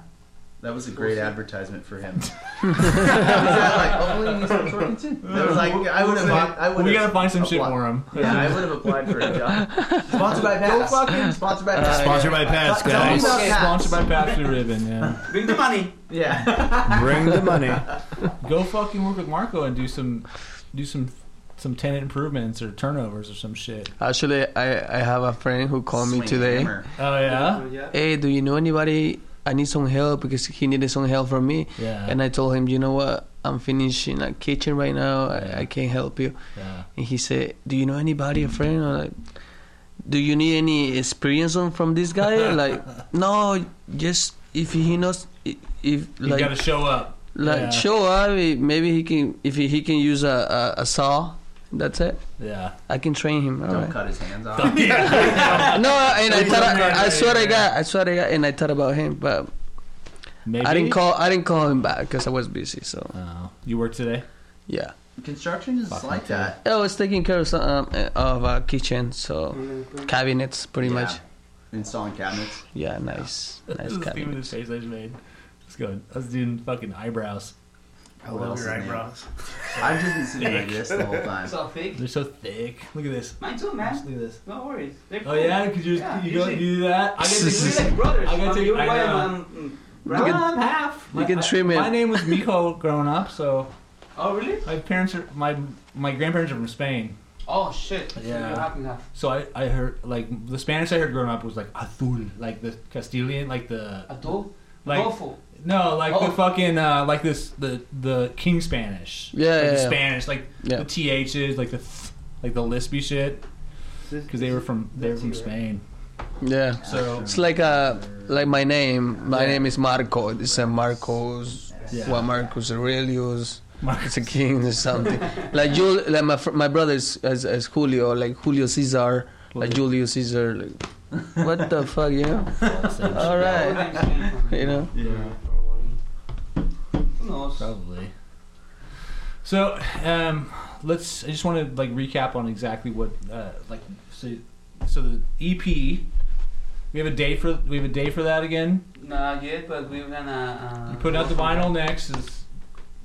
D: That was a great advertisement for him. <laughs> Is that like, hopefully he starts working soon. That was like, <laughs> I would have. I would
C: we
D: have
C: gotta find some shit
D: applied-
C: for him.
D: <laughs> Yeah, I would have applied for a job. Sponsored by Pats. Sponsored by Pats.
B: Sponsored by Pats,
D: Tell me
B: guys.
D: about
C: Okay,
D: Pats.
C: Sponsored by Pabst Blue Ribbon. Yeah.
I: Bring
D: <laughs>
I: the money.
D: Yeah.
B: Bring the <laughs> money.
C: Go fucking work with Marco and do some, do some, some tenant improvements or turnovers or some shit.
F: Actually, I, I have a friend who called me
D: Swing
F: today.
D: hammer.
C: Oh yeah.
O: yeah.
F: Hey, do you know anybody? I need some help because he needed some help from me.
C: Yeah.
F: And I told him, you know what? I'm finishing a kitchen right now. I, I can't help you.
C: yeah.
F: And he said, do you know anybody, a friend? I'm like, do you need any experience on from
C: <laughs>
F: this guy? like, no, just if he knows, if, if
C: You
F: like
C: gotta show up.
F: like
C: yeah.
F: show up, eh, maybe he can if he, he can use a, a, a saw. That's it.
C: Yeah.
F: I can train him. All
D: Don't
F: right.
D: cut his hands off.
F: No, and I thought I, I
C: Yeah.
F: swear I got I swear I got and I thought about him, but
C: Maybe.
F: I didn't call. I didn't call him back because I was busy. So
C: Oh, you work today?
F: yeah,
D: Construction is like that.
F: I was taking care of some, um, uh, of a kitchen, so cabinets pretty
D: Yeah.
F: much.
D: Installing cabinets.
F: Yeah, nice, nice
C: This thing with
F: cabinet.
C: this face I just made. Let's go. I was doing fucking eyebrows.
B: I
D: What
B: love
D: else
B: your
D: is new?
B: eyebrows.
D: I've just been sitting like this the whole time.
I: It's all fake.
C: They're so thick. Look at this.
I: Mine too, man.
C: Look at this.
I: No worries. They're
C: Oh
I: cool.
C: yeah, could you
I: Yeah,
C: you, go,
I: easy.
C: you do that? I get
I: We're
C: this.
I: like brothers.
C: I gotta
I: I'm
C: take-
I: your
C: I
I: wife,
C: know.
I: I'm- mm,
F: You
I: brown.
F: can-
C: half.
F: you can
C: I-
F: trim it.
C: My name was Mijo growing up, so
I: Oh really?
C: my parents are my my grandparents are from Spain.
I: Oh shit. So
C: Yeah.
I: you're half and half.
C: So I, I heard like the Spanish I heard growing up was like azul, like the Castilian, like the
I: Adol.
C: like
I: Adolfo.
C: no, like the
I: Oh.
C: fucking uh, like this the the King Spanish.
F: Yeah,
C: like
F: yeah,
C: the
F: yeah.
C: Spanish, like
F: Yeah.
C: the ths, like the th- like the lispy shit, because they were from they were from Spain.
F: Yeah,
C: So
F: it's like a like my name. My name is Marco. It's a Marcos.
C: Yeah.
F: What Marcus Aurelius?
C: Marcus,
F: It's a king or something. like you, like my fr- my brother is, is, is Julio, like Julio Caesar, like Julius Caesar. Like, what
B: <laughs>
F: the fuck, you know? All
I: Where
F: right,
I: did I came from?
F: you know.
C: yeah,
I: Who knows?
C: probably. So um, let's. I just want to like recap on exactly what uh, like so so the EP. We have a date for we have a date for that again.
I: Not yet, but we're gonna. Uh,
C: You put out the vinyl next. Is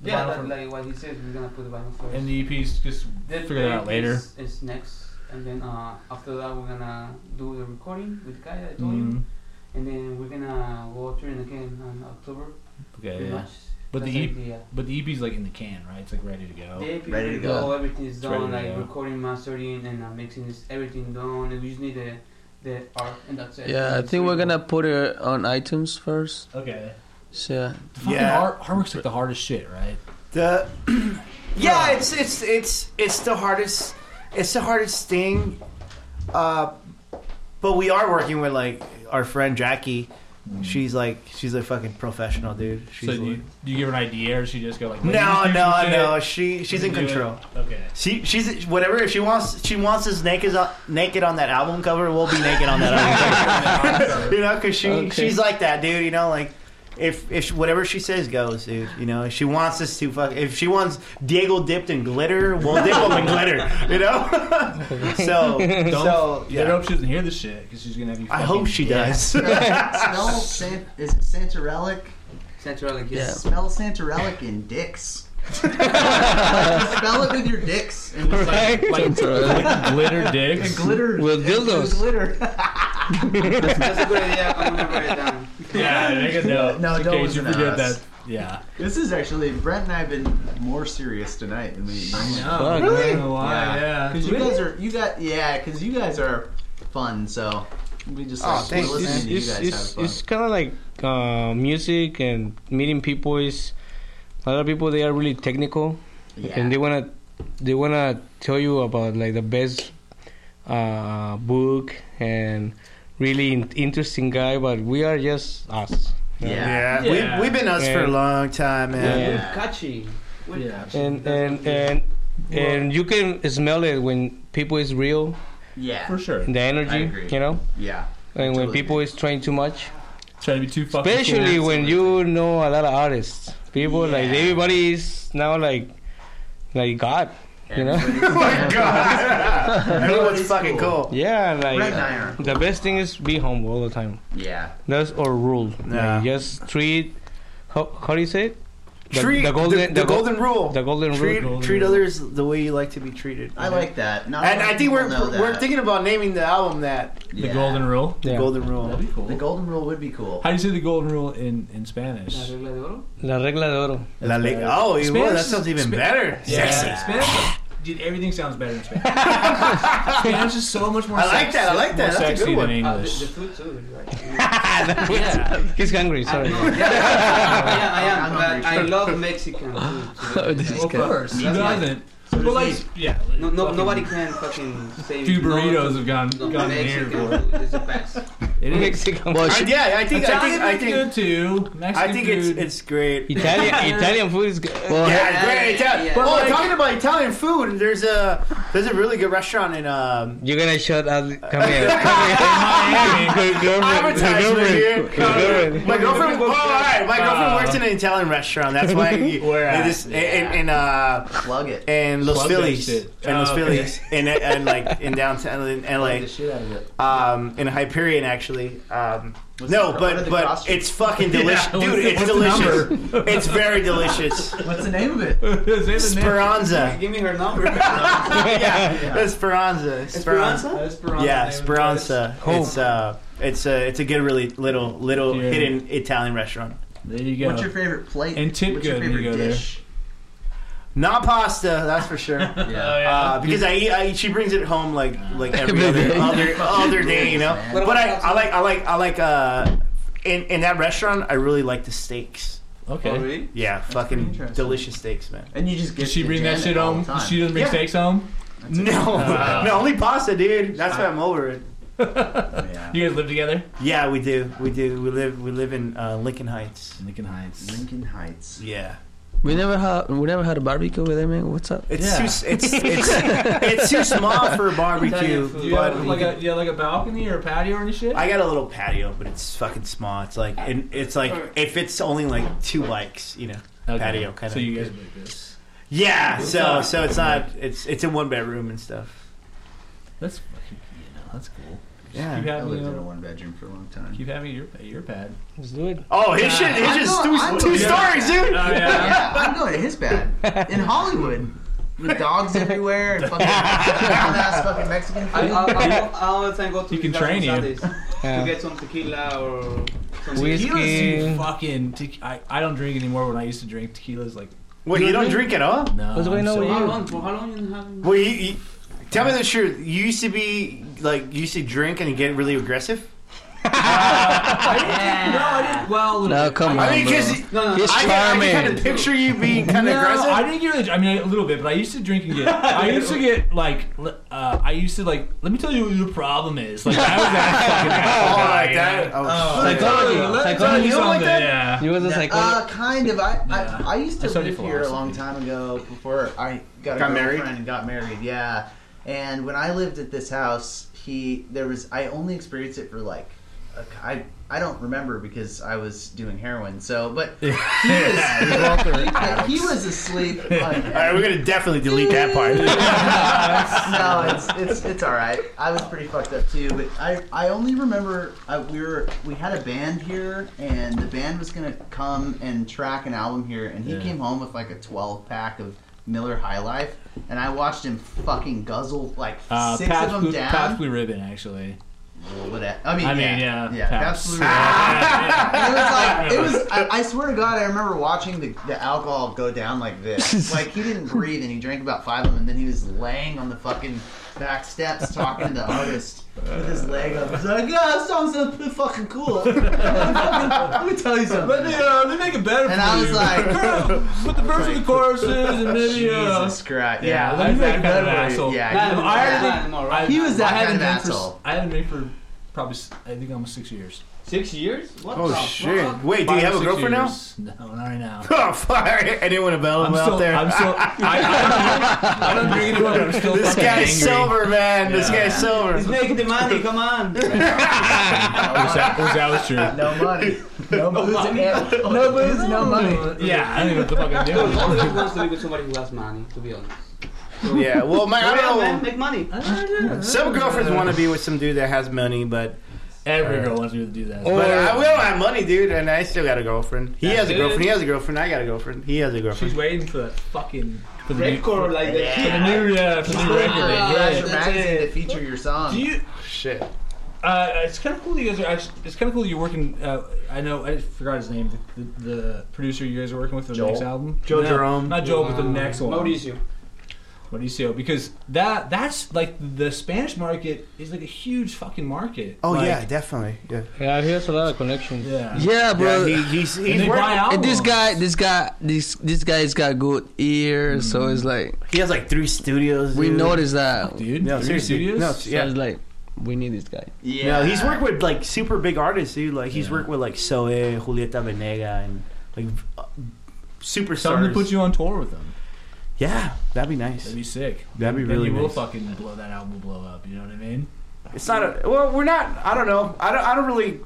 C: the
I: Yeah,
C: vinyl
I: like,
C: from-
I: like what he said, we're gonna put the vinyl first.
C: and the EP's just
I: Then
C: figure that out later.
I: Is, is next, and then uh, after that we're gonna do the recording with the guy that I told you,
C: Mm,
I: and then we're gonna go out touring again on October.
C: okay,
I: pretty
C: yeah.
I: much.
C: But
I: That's
C: the E-
I: idea.
C: But the EP's like in the can, right? It's like ready to go.
I: The
D: Ready
I: AP
D: to
I: ready to
D: go.
I: go. Everything is
C: It's ready
I: done,
C: to
I: like
C: go.
I: recording, mastering, and uh, mixing is everything done. And we just need the the art, and that's it.
F: Yeah, I
I: It's
F: think we're
I: really
F: gonna put it on iTunes first.
C: Okay.
F: So, yeah.
C: The fucking
B: Yeah.
C: Art, artwork's like the hardest shit, right?
B: The <clears throat> yeah, it's it's it's it's the hardest it's the hardest thing. Uh, but we are working with like our friend Jackie. She's like she's a fucking professional, dude. She's
C: so do you,
B: like,
C: do you give her an idea, or she just go like,
B: no,
C: "Ladies, do
B: no,
C: some shit."
B: no. She she's
C: You
B: in
C: do it.
B: control.
C: Okay.
B: She she's whatever. If she wants she wants us naked on, naked on that album cover, we'll be naked on that album cover. you know, because she
F: Okay.
B: she's like that, dude. You know, like if if she- whatever she says goes, dude. You know, if she wants us to fuck. If she wants Diego dipped in glitter, we'll dip him in glitter. You know. <laughs> so so
C: I
B: yeah.
C: hope she doesn't hear this shit because she's gonna have you.
B: I hope
C: <laughs>
B: she does.
D: Smell San- is it Santarelic?
I: Central, like,
F: Yeah.
I: yes.
D: Smell Santarelic in dicks. Spell it with your dicks and just like
C: Like, like glitter dicks.
D: glitter.
F: With
D: <laughs>
F: dildos.
D: Glitter.
I: That's a good idea.
C: <laughs>
I: I'm gonna write it down.
C: Yeah, make a note.
D: No,
C: in
D: don't
C: case you
D: listen to
C: forget
D: us.
C: that. Yeah.
D: This is actually Brent and I have been more serious tonight than we normally.
C: No, I don't know why. Yeah.
D: Because you guys are you got yeah. Because you guys are fun. So we just
B: Aw,
D: like
B: thanks.
D: we're listening to you
A: it's,
D: guys have
A: it's,
D: fun.
A: it's kind of like uh, music and meeting people is a lot of people they are really technical and they
D: yeah.
A: wanna they wanna tell you about like the best uh, book and really in- interesting guy but we are just us
D: Yeah.
B: yeah,
C: Yeah.
B: We, we've been us for a
A: And-
B: long time, man.
A: Yeah.
I: Catchy.
C: Yeah.
A: and and and and you can smell it when people is real
D: Yeah.
C: For sure.
A: the energy
D: agree.
A: you know
D: Yeah.
A: and when
D: Totally.
A: people is trying too much
C: Trying to be too fucking.
A: especially
C: cool.
A: when you know a lot of artists people like
D: Yeah.
A: everybody is now like like god you know
B: <laughs> Oh
D: Everybody's-
B: Everyone's fucking cool.
A: yeah like
D: Brent and I
A: <laughs>
D: are.
A: the best thing is be humble all the time
D: Yeah.
A: that's our rule
B: Yeah.
A: like, just treat How, how do you say it? The,
B: treat
A: the golden,
B: the,
A: go-
B: golden rule.
A: the golden rule.
B: treat
P: golden
B: treat
P: rule.
B: others the way you like to be treated.
D: I like that. Not a
B: And
D: lot
B: I
D: of
B: think
D: people
B: we're
D: know
B: we're
D: that.
B: thinking about naming the album that
D: Yeah.
C: The golden rule.
B: the
A: Yeah.
B: golden rule.
P: That'd be cool.
D: The golden rule would be cool.
C: How do you say the golden rule in, in Spanish?
I: regla de oro.
A: La regla de
B: <laughs>
A: oro.
B: La Liga- oh, you- well, that
C: Spanish-
B: sounds even
C: Spa-
B: better.
C: Yeah. Spanish. Dude, everything sounds better in Spanish. Spanish is so much more.
B: I like
C: sex-
B: that, I like that,
C: More
B: that's a good
C: sexy
B: one.
C: than
I: Ah, the, the
C: English.
I: food too. Right? <laughs>
A: <laughs> He's hungry, sorry.
I: I, no, yeah, yeah, I
D: I'm hungry.
I: am. But I love Mexican food.
C: <laughs>
I: so
F: <laughs> This
C: Well, of course, you
I: That's nice.
C: haven't. But like, yeah,
I: No, no,
C: fucking
I: nobody can fucking say.
C: Two
I: no
C: burritos
I: to-
C: have gone
I: No,
C: gone
I: Mexican
C: here for
I: food is
C: <laughs>
I: the best.
C: it. Is.
A: Mexico.
B: I, yeah, I think I
C: Italian
B: think I
C: food's
B: think
C: good too. Mexican
B: I think it's
C: food. <laughs>
B: it's
A: <laughs>
B: great.
A: Italian Italian food is good.
B: yeah, great Italian.
I: yeah.
B: Oh,
C: But like-
B: talking about Italian food, there's a there's a really good restaurant in um,
A: You're gonna shut out. Come here.
B: <laughs>
A: Come here. Her girlfriend. Her
B: Advertisement here.
C: <laughs>
A: girlfriend. Her girlfriend.
B: My girlfriend. Oh, all right. My girlfriend works in an Italian restaurant. That's why. <laughs> Where in, this, in, in, uh,
D: Plug it.
B: in Los
C: Plug that
B: Phillies, in
C: shit.
B: Los
C: Oh,
B: Phillies, in, in like
C: <laughs>
B: in downtown in LA,
D: Plug the shit out of it.
B: um, in Hyperion actually. Um,
D: What's
B: no,
D: the- what are
B: but
D: the
B: but
D: costumes?
B: it's fucking delicious,
C: <laughs> Yeah,
B: dude.
C: what's
B: It's
C: the- what's the
B: delicious. <laughs> it's very
C: <laughs>
B: delicious.
D: What's the name of it?
C: Is it the name?
B: Speranza. <laughs>
I: Give me her
B: <laughs>
I: number.
B: yeah, Esperanza. Esperanza.
I: Esperanza.
B: Yeah, Esperanza.
A: Oh.
B: It's uh, it's uh, it's a good, really little little
C: Yeah.
B: hidden Italian restaurant.
C: There you go.
D: What's your favorite plate?
C: And tip
D: What's
C: good
D: your
C: when you
D: favorite
C: go there.
D: dish?
B: Not pasta, that's for sure.
C: Oh,
D: Yeah.
B: Uh, because I, eat, I eat, she brings it home like <laughs> like every
A: Every
B: other
A: day.
B: other, other day, you know.
D: Man.
I: What
B: But I,
I: about-
B: I like I like I like uh in in that restaurant I really like the steaks.
I: Oh,
C: Okay.
I: really?
B: Yeah,
D: pretty
B: fucking
D: interesting.
B: delicious steaks, man.
D: And you just get
C: Does she
D: to
C: bring that
D: Janet
C: shit
D: all
C: home?
D: the time.
C: She doesn't bring
B: Yeah.
C: steaks home.
B: No, Uh,
C: Wow.
B: <laughs> no, only pasta, dude. That's why I'm over it.
D: Yeah.
C: You guys live together?
B: Yeah, we do, we do. We live we live in uh, Lincoln Heights.
C: Lincoln Heights.
D: Lincoln Heights.
B: Yeah,
F: We never had we never had a barbecue over there, man. What's up?
B: it's
C: Yeah.
B: too <laughs> s- it's it's it's too small for a barbecue.
C: Do you
B: but
C: have
B: we
C: like
B: can-
C: a, do you have like a balcony or a patio or any shit?
B: I got a little patio, but it's fucking small. It's like and it's like if it's only like two bikes, you know,
C: Okay.
B: patio kind
C: So
B: of.
C: you guys make this.
B: yeah, so so it's not it's it's in one bedroom and stuff.
C: That's fucking, you know, that's cool. Keep
B: Yeah.
D: I
C: having,
D: lived
C: you
D: in a
C: know,
D: one bedroom for a long time.
C: keep having your your pad.
A: <laughs> Let's do it.
B: Oh, his shit, his shit's
D: I
B: two,
D: know- I
B: two
D: know.
B: stories, dude.
C: Oh <laughs> yeah.
D: yeah, I'm going to his bed
C: <laughs>
D: in Hollywood with dogs everywhere and fucking ass fucking Mexican
I: I, I,
D: food.
I: I, I all the time go to
C: You can
I: his house
C: train
I: on
C: you. <laughs>
I: Saturdays to
A: Yeah.
I: get some tequila or some
C: Tequila's too
A: Whiskey.
C: fucking. Te- I, I don't drink anymore. When I used to drink, tequila's like
B: What you don't drink at all?
C: no.
A: What's going
C: I'm
A: on with
C: so-
I: For how long? For how long you have?
B: Well, you, you, tell me the truth. You used to be like you used to drink and get really <laughs> aggressive.
C: No, I didn't. Well, a little
F: No,
C: bit.
F: come
B: I
F: on,
B: mean,
F: bro.
B: because
I: No, no.
A: He's
B: I, can- I can kind
A: charming.
B: of picture you being kind of
C: No,
B: aggressive.
C: I didn't get really. I mean, a little bit, but I used to drink and get. I used to get like. l- Uh, I used to like. Let me tell you what your problem is. Like I was that fucking
B: Oh,
C: asshole guy,
B: like
C: you
B: that.
C: know?
B: Oh, shit.
A: Psychology.
C: Let me tell
A: Psychology.
C: you
B: You don't like
C: something.
B: that?
C: Yeah.
A: You was a psychologist.
D: Uh, kind of. I,
C: Yeah.
D: I, I used to
C: I studied
D: live here a long
C: philosophy.
D: time ago before I got, a
B: Got married?
D: girlfriend and got married. Yeah, and when I lived at this house, he there was I only experienced it for like a, I I don't remember because I was doing heroin. So, but he was <laughs> he was asleep. Like,
B: All right, we're gonna definitely delete that part.
D: no, it's it's it's all right. I was pretty fucked up too, but I I only remember I, we were we had a band here, and the band was gonna come and track an album here, and he
C: Yeah.
D: came home with like a twelve pack of Miller High Life, and I watched him fucking guzzle like
C: Uh,
D: six
C: Pabst
D: of them
C: Blue,
D: down.
C: Pabst Blue Ribbon, actually.
D: Well, what a- I mean,
C: I mean,
D: yeah,
C: yeah,
D: yeah,
C: Pabst.
D: absolutely.
C: <laughs>
D: And it was like it was. I, I swear to God, I remember watching the, the alcohol go down like this.
C: <laughs>
D: Like he didn't breathe, and he drank about five of them, and then he was laying on the fucking back steps talking to artists with his leg up. He's like, "Yeah, that sounds uh, pretty fucking cool." <laughs> Let me tell you
C: But
D: something.
C: they, uh, they make it better
D: And
C: for
D: I was
C: you.
D: like- <laughs>
C: Girl, put the verse in the choruses and maybe. Uh,
D: Jesus Christ!
C: yeah,
D: Yeah,
C: let
D: that's
C: me make it
D: that kind
C: better
D: of asshole. Yeah, he
C: Nah,
D: was
C: I
D: that-
C: already-
I: more,
C: I-
I: right?
D: He was that
C: I haven't
D: kind of
C: been for-
D: asshole.
C: I haven't been for probably s- I think almost six years.
I: Six years? What
B: oh
I: the
B: shit!
I: fuck?
B: Wait, do you have a girlfriend now? <laughs>
C: now? No, not right now.
B: Oh, fuck. Anyone available
C: I'm
B: out
C: still,
B: there?
C: I'm
D: <laughs>
C: still, I, I, I don't drink anymore, but I'm still
B: this
C: fucking
B: guy's
C: angry.
B: silver, man. This
C: Yeah.
B: guy's
I: He's
B: silver.
I: making the money.
C: <laughs>
I: Come on.
C: Wish that, wish that was true.
D: No money.
B: oh,
D: No booze. and- No booze. No money.
C: Yeah, I don't even know what the fuck I'm doing.
I: All of us wants to be with somebody who has money. To be honest.
B: Yeah. Well, my, I don't
I: Come on, man.
B: know.
D: <laughs>
I: Make money.
B: Some girlfriends want to be with some dude that has money, but
C: Every girl wants me to do that.
B: But I will have money, dude, and I still got a girlfriend. He has a
I: Dude.
B: girlfriend. He has a girlfriend. I got a girlfriend. He has a girlfriend.
I: She's waiting for that fucking
C: For the new,
I: record, like the
C: for the new, uh, for
I: <laughs>
C: the new record.
I: Yeah,
D: Flash your
I: that's
D: magazine
I: it.
D: to feature your song.
C: Do you?
B: Shit.
C: Uh, it's kind of cool. You guys are. Actually, it's kind of cool. You're working. Uh, I know. I forgot his name. The, the, the producer you guys are working with for the
B: Joel.
C: next album.
B: Joe
C: No,
B: Jerome.
C: Not Joel, but the next one.
I: Mauricio.
C: Mauricio, because that that's like the Spanish market is like a huge fucking market.
B: Oh
C: Like,
B: yeah, definitely. Yeah.
A: Yeah, he has a lot of connections.
C: yeah.
F: Yeah, bro.
B: yeah he, he's
C: And
B: he's
C: they buy
B: working.
F: and this
C: albums.
F: guy, this guy, this this guy's got good ears, so it's like
B: He has like three studios.
F: we
B: dude.
F: noticed that. So
C: dude.
B: No,
C: three
B: seriously.
C: Studios?
B: No, yeah.
F: it's like we need this guy.
D: Yeah.
B: No, he's worked with like super big artists, dude. Like he's worked with like Zoe, Julieta Venega, and like uh,
C: Tell them
B: superstars.
C: to put you on tour with them.
B: yeah, that'd be nice.
C: That'd be sick.
B: That'd be
C: Then
B: really
C: you will
B: nice.
C: fucking blow that album. Will blow up. You know what I mean?
B: It's not a well. We're not. I don't know. I don't. I don't really.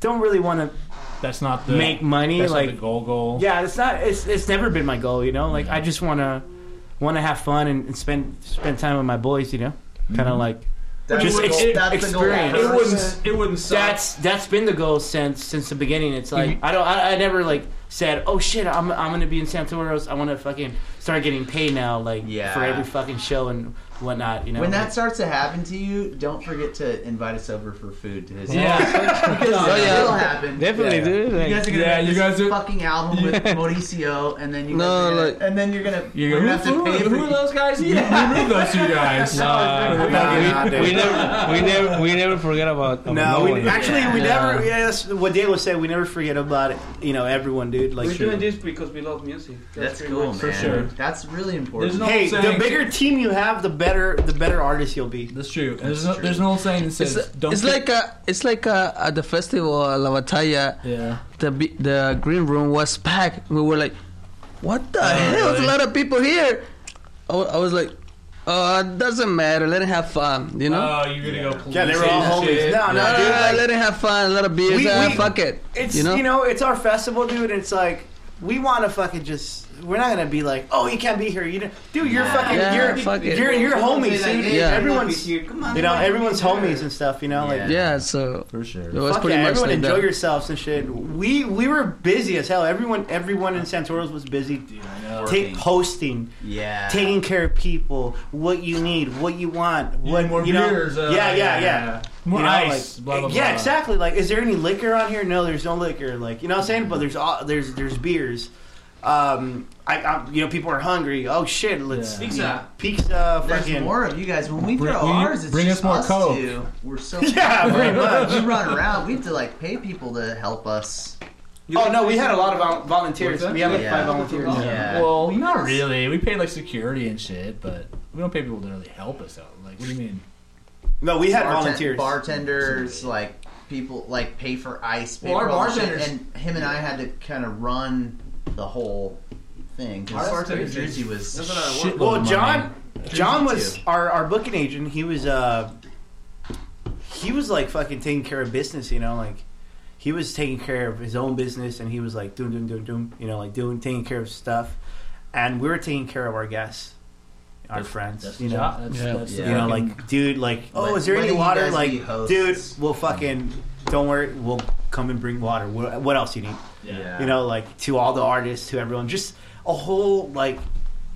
B: Don't really want
C: That's not
B: to
C: the
B: make money.
C: That's
B: like
C: not the goal. Goal.
B: yeah, it's not. It's it's never been my goal. You know, like I just wanna wanna have fun and, and spend spend time with my boys. You know, kind of like
D: That's
B: just
D: the
B: ex-
D: goal. That's the goal.
B: experience.
D: That
C: It wouldn't.
D: person-
C: It wouldn't suck.
B: that's that's been the goal since since the beginning. It's like I don't I, I never like said oh shit I'm I'm gonna be in Santoros. I want to fucking start getting paid now like
D: Yeah.
B: for every fucking show and whatnot. You know
D: When that starts to happen to you, don't forget to invite us over for food to his house.
C: <laughs> yeah.
D: Because
F: Oh,
D: it
F: yeah.
D: will happen.
A: Definitely,
B: Yeah.
A: dude.
D: You
A: Like,
D: guys are gonna
C: Yeah,
D: make
C: you
D: this
C: guys are-
D: fucking album with Mauricio, and then you guys
F: No,
D: are gonna,
F: like-
D: and then you're gonna
C: You
D: we're
C: go,
D: gonna
C: who,
D: have to
C: who,
D: pay
C: who
D: for
C: are those guys? Yeah. Remove those two
B: <laughs>
C: guys.
A: uh,
B: Nah,
A: we,
B: dude.
A: we never, we never, we never forget about. about
B: no, we,
A: one.
B: actually we
F: Yeah.
B: never. Yeah, that's what Dale was saying. We never forget about it. You know, everyone, dude. Like,
I: We're doing this because we love music.
D: That's
I: pretty
D: cool, man.
I: much-
C: sure.
D: That's really
C: There's
D: important.
C: no
B: hey,
C: saying,
B: the bigger team you have, the better the better artist you'll be.
C: That's true. And there's, no, there's an old saying that
F: It's,
C: says, "Don't."
F: it's
C: pick-
F: like a, it's like a, at the festival at La Batalla,
C: Yeah.
F: the bi- the green room was packed. We were like, what
B: Oh,
F: the hell? There's a lot of people here. I, wa- I was like, uh, doesn't matter. Let it have fun, you know.
C: Oh, you're gonna go.
B: Yeah, they were all homies. No, no,
F: No, no,
B: Uh, dude.
F: no,
B: like,
F: let it have fun. Let it be.
B: We-
F: ah,
B: we-
F: fuck it.
B: It's
F: you know.
B: it's our festival, dude. And it's like we want to fucking just. We're not gonna be like, oh, you can't be here. You don't, dude, you're fucking,
F: Yeah,
B: you're,
F: fuck it.
B: you're, you're homies, dude.
F: Yeah.
B: Everyone's, you know, everyone's homies and stuff. You know, like,
F: yeah, so
C: For sure.
F: it was
B: fuck
F: pretty
B: yeah,
F: much
B: everyone
F: like
B: enjoy
F: that.
B: yourselves and shit. We we were busy as hell. Everyone everyone in Santoros was busy, take, hosting,
D: Yeah.
B: taking care of people, what you need, what you want,
C: You
B: what
C: need more
B: you know.
C: beers, uh,
B: yeah, yeah, yeah.
C: More
B: You know,
C: ice.
B: like-
C: blah blah blah.
B: yeah, exactly. Like, is there any liquor on here? No, there's no liquor. Like, you know what I'm saying? But there's all there's there's beers. Um, I, I you know people are hungry. Oh shit, let's
C: Yeah.
I: Pizza.
B: pizza,
D: There's
B: fucking
D: more of you guys. When we
C: Bring-
D: throw
C: we-
D: ours, it's
C: bring
D: just
C: us more Coke.
D: two. We're
C: <laughs>
B: <laughs>
D: so
B: yeah,
D: <laughs>
B: pretty much.
D: we run around. We have to like pay people to help us.
B: Oh no, we had a lot of vol- volunteers. We had like
D: Yeah.
B: five volunteers.
D: Yeah.
C: Well, not really. We paid like security and shit, but we don't pay people to really help us out. Like, what do you mean?
B: No, we had
D: Barten-
B: volunteers.
D: bartenders, like people, like pay for ice. Pay
I: Well,
D: for
I: our
D: all that shit,
I: bartenders-
D: and him and I had to kind of run the whole thing. 'cause
I: Our bartenders-
D: Jersey was
I: That's what I want.
C: Shit,
B: Well,
C: load of money.
B: John, John
D: Jersey
B: was
D: too.
B: our, our booking agent. He was uh, he was like fucking taking care of business. You know, like he was taking care of his own business, and he was like doing, doing, doing, doing. You know, like doing, taking care of stuff, and we were taking care of our guests, our friends.
C: That's
B: you
C: the
B: know,
C: job. That's,
A: Yeah.
C: that's the
D: Yeah.
B: you know,
C: fucking-
B: like dude, like oh,
D: Let-
B: is there any
D: letting you
B: water?
D: guys
B: Like,
D: be hosts.
B: dude, we'll fucking don't worry. We'll come and bring water. What, what else you need?
C: yeah.
B: you know like to all the artists to everyone just a whole like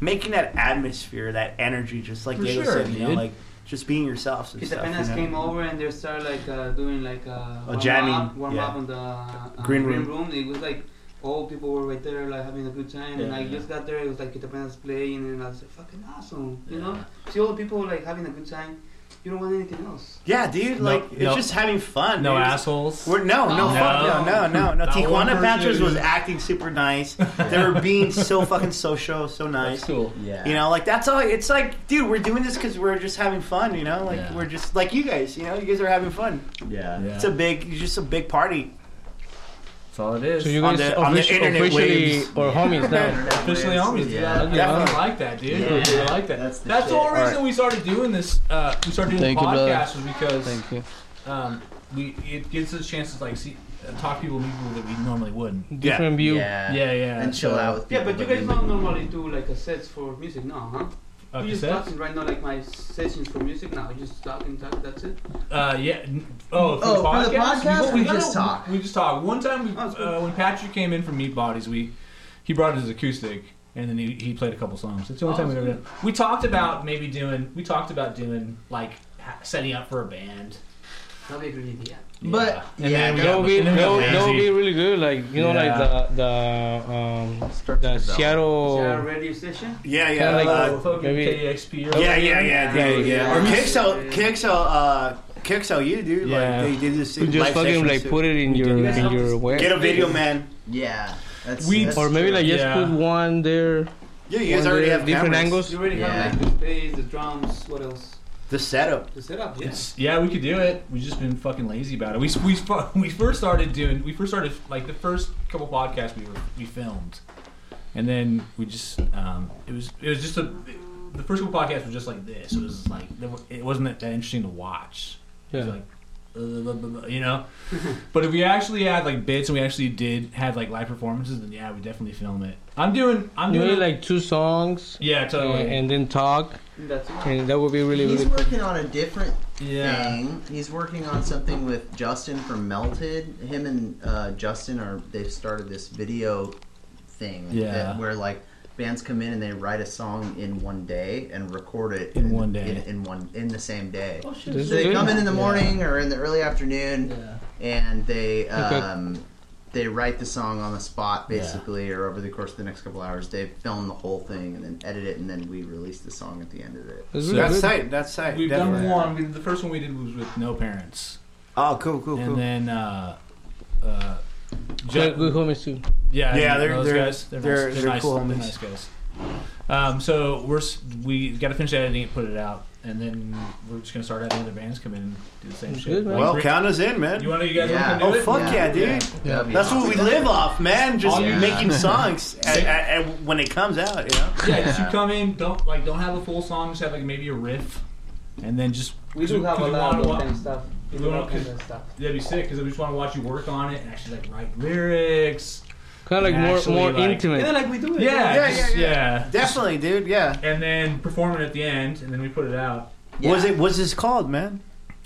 B: making that atmosphere that energy just like
C: For
B: Diego
C: sure,
B: said you know
C: dude.
B: like just being yourselves and
I: His
B: stuff you
I: dependents
B: know?
I: came over and they started like uh, doing like uh,
B: A jamming,
I: up, warm
B: yeah.
I: up on the uh,
B: Green
I: green, room. It was like all people were right there like having a good time and I just got there. It was like independence playing and I was like fucking awesome, you know. See all the people like having a good time. You don't want anything else.
B: yeah dude
C: No,
B: like it's
C: no.
B: just having fun
C: <laughs> no
B: dude.
C: assholes.
B: We're, no, no,
I: No.
B: fuck no, no, no, no.
C: Not
B: Tijuana
C: one person.
B: Panthers was acting super nice. They were being so fucking social, so nice.
C: that's cool.
D: yeah.
B: You know, like that's all. It's like, dude, we're doing this because we're just having fun. You know, like
C: Yeah.
B: we're just like you guys. You know, you guys are having fun.
D: yeah.
C: Yeah.
B: It's a big, it's just a big party.
C: That's all it is.
A: So you
B: On
A: guys
B: the- on the
A: offici-
B: internet
A: officially
B: waves.
A: or homies
B: <laughs>
A: now.
C: Officially homies.
D: Yeah.
C: Yeah,
B: Definitely.
C: I like that, dude.
D: Yeah.
C: I like that.
D: That's
C: That's
D: the
C: the,
D: shit.
C: whole reason
B: Alright.
C: we started doing this. Uh, we started doing
F: Thank
C: the
F: you, brother.
C: podcast was because
F: Thank you.
C: um, we it gives us a chance to like see uh, talk to people, meet people that we normally wouldn't.
A: Different view.
D: Yeah.
C: Yeah, yeah.
D: And chill
C: so-
D: out with
I: Yeah,
D: people.
I: but you guys don't normally do like a sets for music now, huh?
C: Uh,
I: you just
C: cassettes?
I: talking right now, like my sessions for music. Now you just talk and talk. That's it.
C: Uh, yeah. n- Oh, for
D: Oh,
C: the
D: for
C: podcast,
D: the podcast,
C: what
D: we just
C: no,
D: talk.
C: We just talk. One time, we,
I: Oh, that's
C: uh, when Patrick came in from Meat Bodies, we he brought his acoustic and then he, he played a couple songs. It's the only
I: Oh,
C: time we've
I: that's
C: ever done. We talked about maybe doing. We talked about doing like ha- setting up for a band.
I: That'd be a good idea.
D: But-
C: and
D: yeah,
C: then we
D: that
A: That
C: got,
A: would be
C: and then we
A: that
C: got
A: would, that would
C: lazy.
A: be really good. Like you know, like
C: Yeah.
A: the the um
D: Start
A: the Oh.
D: to develop.
I: Is there a
A: Seattle.
I: radio station?
B: Yeah, yeah,
A: Kinda like-
B: uh,
C: Oh, fucking
A: maybe-
C: KXP or
B: yeah,
C: whatever.
B: yeah, yeah, dude,
I: Yeah,
B: yeah.
I: yeah.
B: Or Kixel, Kixel, uh, Kixel, you dude.
C: Yeah.
B: Like they did this.
A: You just
B: live
A: fucking
B: sessions
A: like
B: too.
A: put it in your
I: You guys
A: in
I: have
A: your
I: to
A: web,
B: Get a video, man.
D: Yeah, that's,
C: We-
D: that's
A: or maybe
D: true.
A: like just
C: Yeah.
A: put one there.
B: Yeah, you guys
A: one
B: already
A: there,
B: have
A: different
B: cameras.
A: angles.
I: You already
D: Yeah.
I: have like the bass, the drums. What else?
B: The setup.
I: The setup. Yeah.
C: It's yeah, we could do it. We've just been fucking lazy about it. We we <laughs> fu- we first started doing. We first started like the first couple podcasts we were we filmed, and then we just um it was it was just a the first couple podcasts were just like this. It was like there wa- it wasn't that, that interesting to watch. It was
A: Yeah.
C: like. uh, blah, blah, blah, You know, <laughs> but if we actually had like bits and we actually did have like live performances, then yeah, we definitely film it. I'm doing, I'm
A: Maybe
C: doing
A: like two songs uh,
C: yeah, totally,
A: and, and then talk,
I: And that's it.
A: and that would be really
D: He's
A: really cool.
D: working on a different
C: yeah.
D: thing. He's working on something with Justin from Melted. Him and uh, Justin are they've started this video thing
C: Yeah.
D: that, where like bands come in and they write a song in one day and record it
C: In one day.
D: in, in one in the same day.
I: Oh shit.
A: This is
D: So they
A: good.
D: come in in the morning or in the early afternoon,
C: Yeah.
D: and they
A: Okay.
D: um, they write the song on the spot basically, or over the course of the next couple hours, they film the whole thing and then edit it, and then we release the song at the end of it.
A: That's
C: So
A: really
B: That's
A: good.
B: tight. That's tight.
C: We've
B: definitely.
C: done one. We, the first one we did was with no parents.
B: Oh, cool, cool,
C: and
B: cool.
C: then uh, uh,
A: Good-
C: Ju-
A: good homies too.
C: yeah,
B: Yeah,
C: I
B: they're-
C: know those
B: they're-
C: guys. They're,
B: they're-
C: nice. they're,
B: they're
C: nice,
B: cool
C: they're
B: homies.
C: nice guys. Um, so we're s- we got to finish editing it, put it out, and then we're just gonna start having other bands come in and do the same
A: That's
C: shit.
A: good, man.
C: Like,
B: well,
C: Rick-
B: count us in, man.
C: you want to you guys
D: Yeah.
C: want to do
B: Oh
C: it?
B: fuck yeah, dude!
D: That'd be
B: That's
D: awesome.
B: what we live off, man. Just
C: All you- <laughs>
B: making songs at, at, at- when it comes out, you know.
C: Yeah, just
D: Yeah.
C: you come in, don't like don't have a full song, just have like maybe a riff, and then just
I: We do
C: 'cause
I: have a
C: we
I: lot
C: wanna
I: of
C: wa-
I: those kind of stuff. We
C: we
I: do
C: wanna-
I: all kinds of stuff.
C: That'd be sick because we just want to watch you work on it and actually like write lyrics.
A: Kind of like
C: And
A: more
C: actually,
A: more
C: like-
A: intimate.
I: And then like we do it.
C: Yeah,
B: Yeah,
C: just-
B: yeah, yeah.
C: yeah.
B: Definitely, dude. Yeah.
C: and then perform it at the end, and then we put it out.
D: Yeah.
B: Was it? What's this called, man?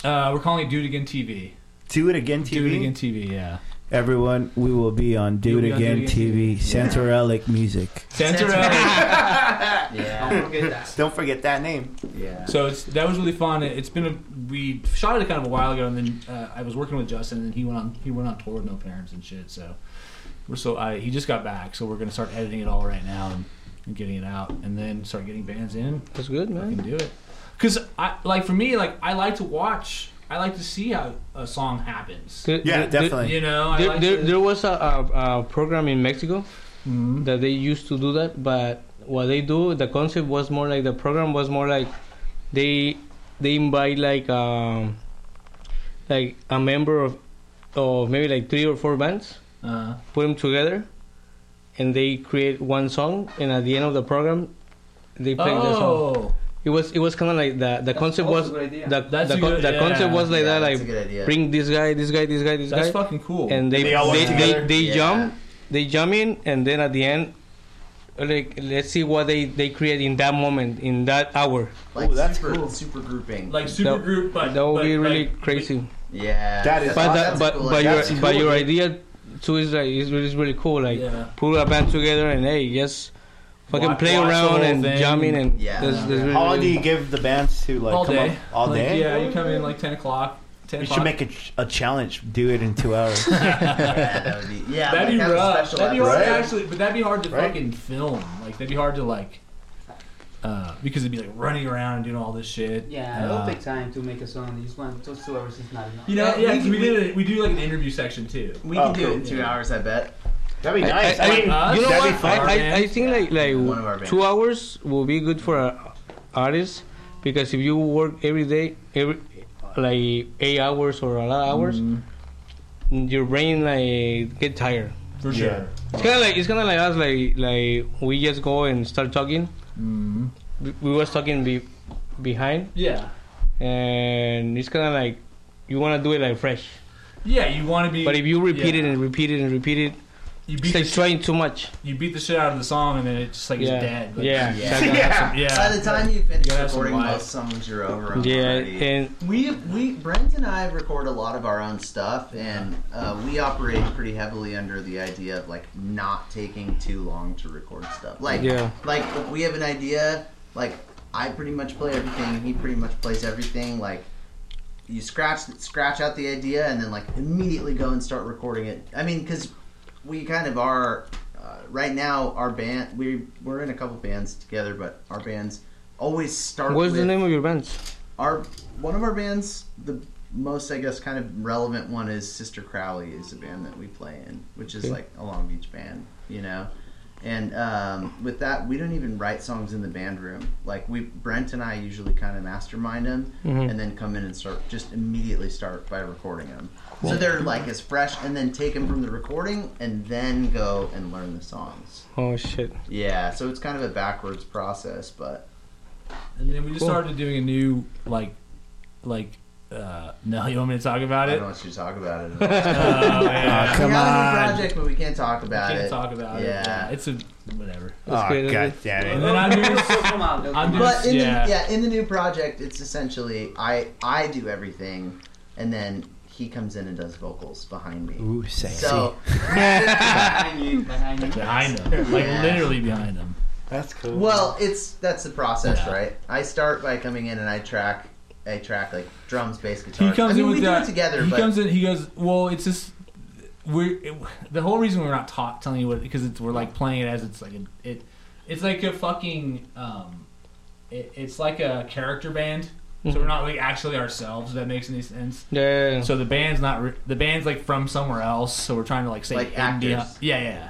C: Uh, we're calling it Do It Again TV.
B: Do it again, TV.
C: Do It Again TV, yeah.
B: Everyone, we will be on Do
C: You'll
B: It
C: be on Do It
B: Again
C: Again
B: TV. Santorelic music.
C: Center
D: Center
C: Alley.
D: Yeah.
I: Don't forget that.
B: Don't forget that name.
D: <laughs> Yeah.
C: So it's that was really fun. It- It's been a we shot it kind of a while ago, and then uh, I was working with Justin, and he went on he went on tour with no parents and shit. So we're so I he just got back, so we're gonna start editing it all right now and, and getting it out, and then start getting bands in.
A: That's good,
C: I
A: man.
C: can do it. Cause I like for me like I like to watch. I like to see how a song happens.
A: There-
B: Yeah,
A: there-
B: definitely.
C: You know, I
A: There,
C: like
A: there,
C: to-
A: there was a, a, a program in Mexico
C: Mhm.
A: that they used to do that, but what they do, the concept was more like the program was more like they they invite like um like a member of of maybe like three or four bands,
C: Uh,
A: put them together, and they create one song, and at the end of the program, they play the song.
C: oh,
A: It was it was kind of like the the
I: That's
A: concept
I: also
A: was
I: a good idea.
A: the
C: That's
A: the,
C: a
A: con-
C: good-
A: the
C: yeah.
A: concept was like
D: Yeah,
A: that
D: that's
A: like
D: a good idea.
A: bring this guy, this guy, this guy, this
C: that's
A: guy
C: fucking cool.
A: and they
B: They
A: they
B: all work
A: they,
B: together?
A: they,
D: Yeah.
A: jump they jump in and then at the end like let's see what they they create in that moment in that hour
D: Like
B: Ooh, that's
D: super,
B: cool.
D: super grouping.
C: like super
A: That-
C: group, but
A: that would
C: but,
A: be really
C: like,
A: crazy
D: yeah.
B: That is-
D: that's-
A: but
D: Oh, that's
A: that,
D: a
A: but
D: cool
A: but
D: idea.
A: <laughs> your
B: That's
A: but
B: cool,
A: your
B: dude.
A: idea too is like is really, is really cool like
C: Yeah.
A: pull a band together and hey just fucking
C: Watch-
A: play
C: watch the
A: around
C: whole
A: and
C: thing.
A: jump in and
D: Yeah.
A: that's, that's really,
B: How long do
A: really-
B: you give the bands to like
C: all
B: come
C: day.
B: up all
C: Like,
B: day?
C: Yeah, you come in like ten o'clock. Ten
B: You
C: o'clock. <laughs>
B: should make a, ch- a challenge. Do it in two hours.
D: yeah, that would be, yeah,
C: that'd be
D: like <laughs> have a
C: rough.
D: special
C: That'd be hard
B: episode.
C: to actually, but that'd be hard to
B: Right?
C: fucking film. Like that'd be hard to like. Uh, because it'd be like running around and doing all this shit.
I: Yeah,
C: Uh,
I: it'll take time to make a song. You just want two, two hours is not
C: <laughs>
I: enough.
C: You know,
D: Yeah,
C: yeah,
D: we
C: 'cause
D: can-
C: we did it. We do like an interview section too.
D: We
B: Oh,
D: can do
B: cool.
D: it in two hours, I bet.
B: <laughs> That'd be
A: I,
B: nice.
A: I-
B: I
A: I-
B: mean,
C: mean,
A: you know
C: that'd be
A: what?
C: fun,
A: I, I,
C: man.
A: I think like
D: One of our
A: like
D: bands.
A: two hours will be good for a artist because if you work every day, every like eight hours or a lot of hours,
C: Mm-hmm.
A: your brain like get tired.
C: For
B: Yeah.
C: sure.
A: It's kind of like it's kind of like us like like we just go and start talking. Mm-hmm.
C: Mm.
A: We, we was talking be, behind,
C: Yeah.
A: and it's kind of like you wanna do it like fresh.
C: Yeah, you want to be.
A: But if you repeat
C: yeah.
A: it and repeat it and repeat it,
C: you
A: It's
C: beat
A: like
C: the,
A: trying too much.
C: you beat the shit out of the song and then it just like
A: yeah.
C: is dead. Like,
A: yeah.
D: Yeah.
A: Exactly.
C: <laughs>
D: Yeah.
C: yeah.
D: By the time you finish
C: You gotta have some
D: recording
C: life.
D: most songs, you're over. 'em
A: Yeah,
D: already.
A: and
D: We we Brent and I record a lot of our own stuff, and uh, we operate pretty heavily under the idea of like not taking too long to record stuff. Like
A: Yeah.
D: like if we have an idea, like I pretty much play everything, and he pretty much plays everything. Like you scratch scratch out the idea, and then like immediately go and start recording it. I mean, because we kind of are uh, right now. Our band we we're in a couple bands together, but our bands always start.
A: what's the
D: with-
A: name of your band?
D: our one of our bands the most i guess kind of relevant one is sister crowley is a band that we play in which is
A: Okay.
D: like a long beach band you know and um, with that we don't even write songs in the band room like we brent and i usually kind of mastermind them
A: Mhm.
D: and then come in and start just immediately start by recording them so they're like as fresh and then take them from the recording and then go and learn the songs
A: Oh shit.
D: yeah so it's kind of a backwards process but
C: And then we just
A: Cool.
C: started doing a new like like uh <laughs> no, you want me to talk about
D: i
C: it?
D: don't want you to talk about it at all.
C: Oh,
B: Ah,
C: yeah.
D: we have a new project, but we can't talk about
C: Can't
D: it.
C: talk about it.
D: Yeah.
C: Yeah, it's a whatever.
B: Ah,
A: That's good, that's good.
K: damn
C: And then I'm doing
D: <laughs>
I: They'll come out. They'll
C: I'm
I: come out.
C: doing-
D: But in
C: Yeah.
D: the yeah, in the new project, it's essentially I I do everything, and then he comes in and does vocals behind me.
K: Ooh, sexy.
D: So
I: behind you, behind you.
C: behind them. Like
D: Yeah.
C: literally behind them.
K: That's cool.
D: well, it's that's the process,
C: Yeah.
D: right? I start by coming in and I track I track like drums, bass, guitar.
C: He comes
D: I mean,
C: in with
D: we
C: that.
D: do it together,
C: he
D: but
C: comes in. He goes. Well, it's just we're it, the whole reason we're not taught telling you what because it's we're like playing it as it's like a, it it's like a fucking um it, it's like a character band.
D: Mm-hmm.
C: So we're not like actually ourselves. If that makes any sense.
A: Yeah.
C: So the band's not re- the band's like from somewhere else. So we're trying to like say
D: Like
C: India.
D: actors.
C: Yeah, yeah.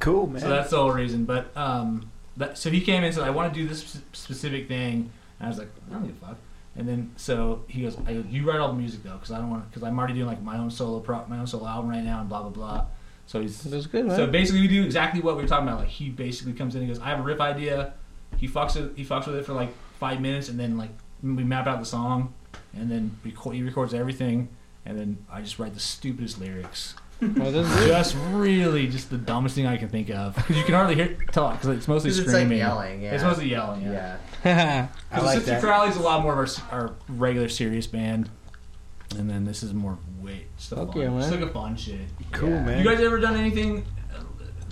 K: Cool, man.
C: So that's the whole reason. But um, that, so he came in and said, "I want to do this sp- specific thing," and I was like, "I don't give a fuck." And then so he goes, I, "You write all the music though, because I don't want because I'm already doing like my own solo pro, my own solo album right now, and blah blah blah." So he's
A: That's good, man.
C: so basically we do exactly what we were talking about. Like he basically comes in and goes, "I have a riff idea." He fucks it. He fucks with it for like five minutes, and then like we map out the song, and then record, he records everything, and then I just write the stupidest lyrics.
A: oh, that's good.
C: Just really just the dumbest thing I can think of. Because you can hardly hear tell because it's mostly
D: 'Cause it's, like,
C: screaming.
D: yelling, yeah.
C: It's mostly yelling. <laughs> Yeah.
D: yeah.
A: <laughs>
K: I
C: 'Cause
K: like
C: Sister
K: that.
C: Crowley's a lot more of our, our regular serious band, and then this is more weight stuff.
A: Fuck
C: on-
A: yeah, man.
C: Just like a fun shit.
K: cool,
D: Yeah.
K: man.
C: You guys ever done anything uh,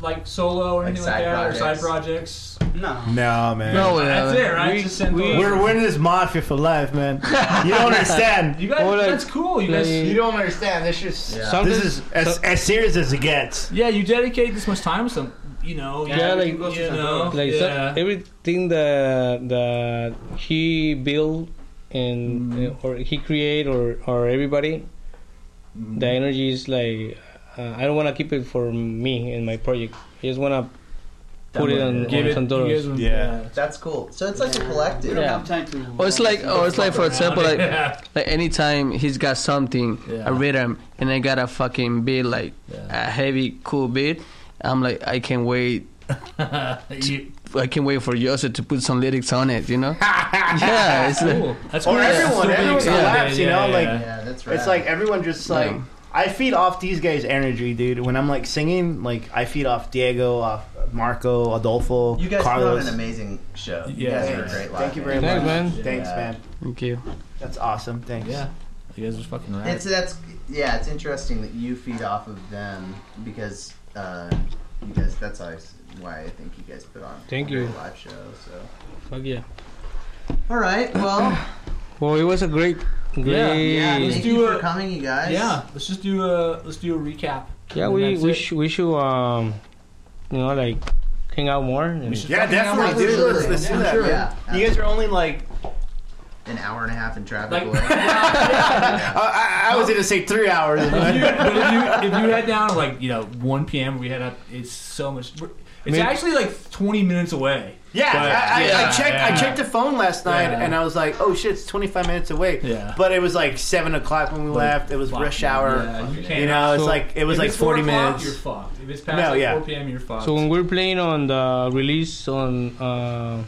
C: like solo or
D: Like
C: anything like,
D: side
C: that or side
D: projects?
C: projects?
I: No.
K: no, man.
A: No, uh,
C: That's it, right?
A: We,
C: Just send
A: we,
C: those.
K: We're we're in this mafia for life, man. You don't understand.
C: You guys,
A: Or like
C: that's cool. You guys,
A: playing-
K: You don't understand. This is
D: Yeah.
A: something-
K: this is as,
A: so-
K: as serious as it gets.
C: yeah, you dedicate this much time to some, you know,
A: Yeah,
C: you,
A: like-
C: you know,
A: like so-
C: yeah.
A: everything that that he built and
C: Mm-hmm.
A: uh, or he create or or everybody
C: Mm-hmm.
A: the energy is like uh, i don't want to keep it for me and my project i just want to put it on,
C: give
A: on
C: it,
A: Santoros.
C: you guys would- uh,
K: Yeah.
D: That's cool. So it's like a
I: We
D: collective.
I: don't
A: Yeah.
I: have time to.
F: Or it's like, or it's like, for example, like,
C: Yeah.
F: like anytime he's got something,
C: Yeah.
F: a rhythm, and I got a fucking beat, like a heavy, cool beat, I'm like, I can't wait,
C: <laughs> You-
A: <laughs>
F: I can't wait for Yosef to put some lyrics on it, you know? yeah, it's like,
C: Cool. That's cool.
K: Or everyone,
C: Still being
K: everyone
C: accepted.
K: collabs, you know, like-
D: Yeah, that's right.
K: It's like everyone just like I feed off these guys' energy, dude. When I'm like singing, like I feed off Diego, off Marco, Adolfo,
D: you guys put on
K: Carlos.
D: an amazing show. You
C: Yeah.
D: guys are a
K: Thanks.
D: great live
K: Thank you very
D: band.
A: Thanks,
K: much.
A: man.
K: Thanks,
D: Yeah.
K: man.
F: thank you.
K: That's awesome. Thanks.
C: yeah, you guys are fucking right.
D: It's that's yeah. It's interesting that you feed off of them because uh, you guys. That's why I s- why I think you guys put on
A: Thank
D: a
A: you.
D: great live show. So
A: Fuck yeah
D: all right, well,
A: well it was a great great
C: Yeah, let's
D: thank
C: do
D: you for
C: a-
D: coming, you guys.
C: yeah, let's just do a let's do a recap.
A: Yeah,
C: And
A: we
C: that's
A: we,
C: it.
A: sh- we should um you know like hang out more and
K: Yeah, definitely, dude. Let's, let's do that. man.
D: Yeah,
K: You guys are only like
D: an hour and a half in traffic
K: <laughs>
C: Like- <laughs>
D: away.
K: Uh, I, I, I was gonna say three hours.
C: If
K: but- <laughs>
C: you, <laughs> but if you, if you head down at like you know 1 p.m., we head up. It's so much. we're- It's
A: Maybe-
C: actually like 20 minutes away.
K: Yeah,
C: But-
K: I, I,
C: Yeah,
K: I checked.
C: yeah.
K: I checked the phone last night,
C: Yeah.
K: and I was like, "Oh shit, it's 25 minutes away."
C: Yeah.
K: But it was like seven o'clock when we left. It was
C: fuck,
K: rush
C: man.
K: hour.
C: Yeah, you
K: you
C: can't-
K: know, it's
A: So-
K: like it was
C: If
K: like
C: it's four
K: 40
C: o'clock,
K: minutes.
C: You're fucked. If it's past
K: No,
C: like
K: yeah.
C: 4 p.m., you're fucked.
A: So when we're playing on the release on uh,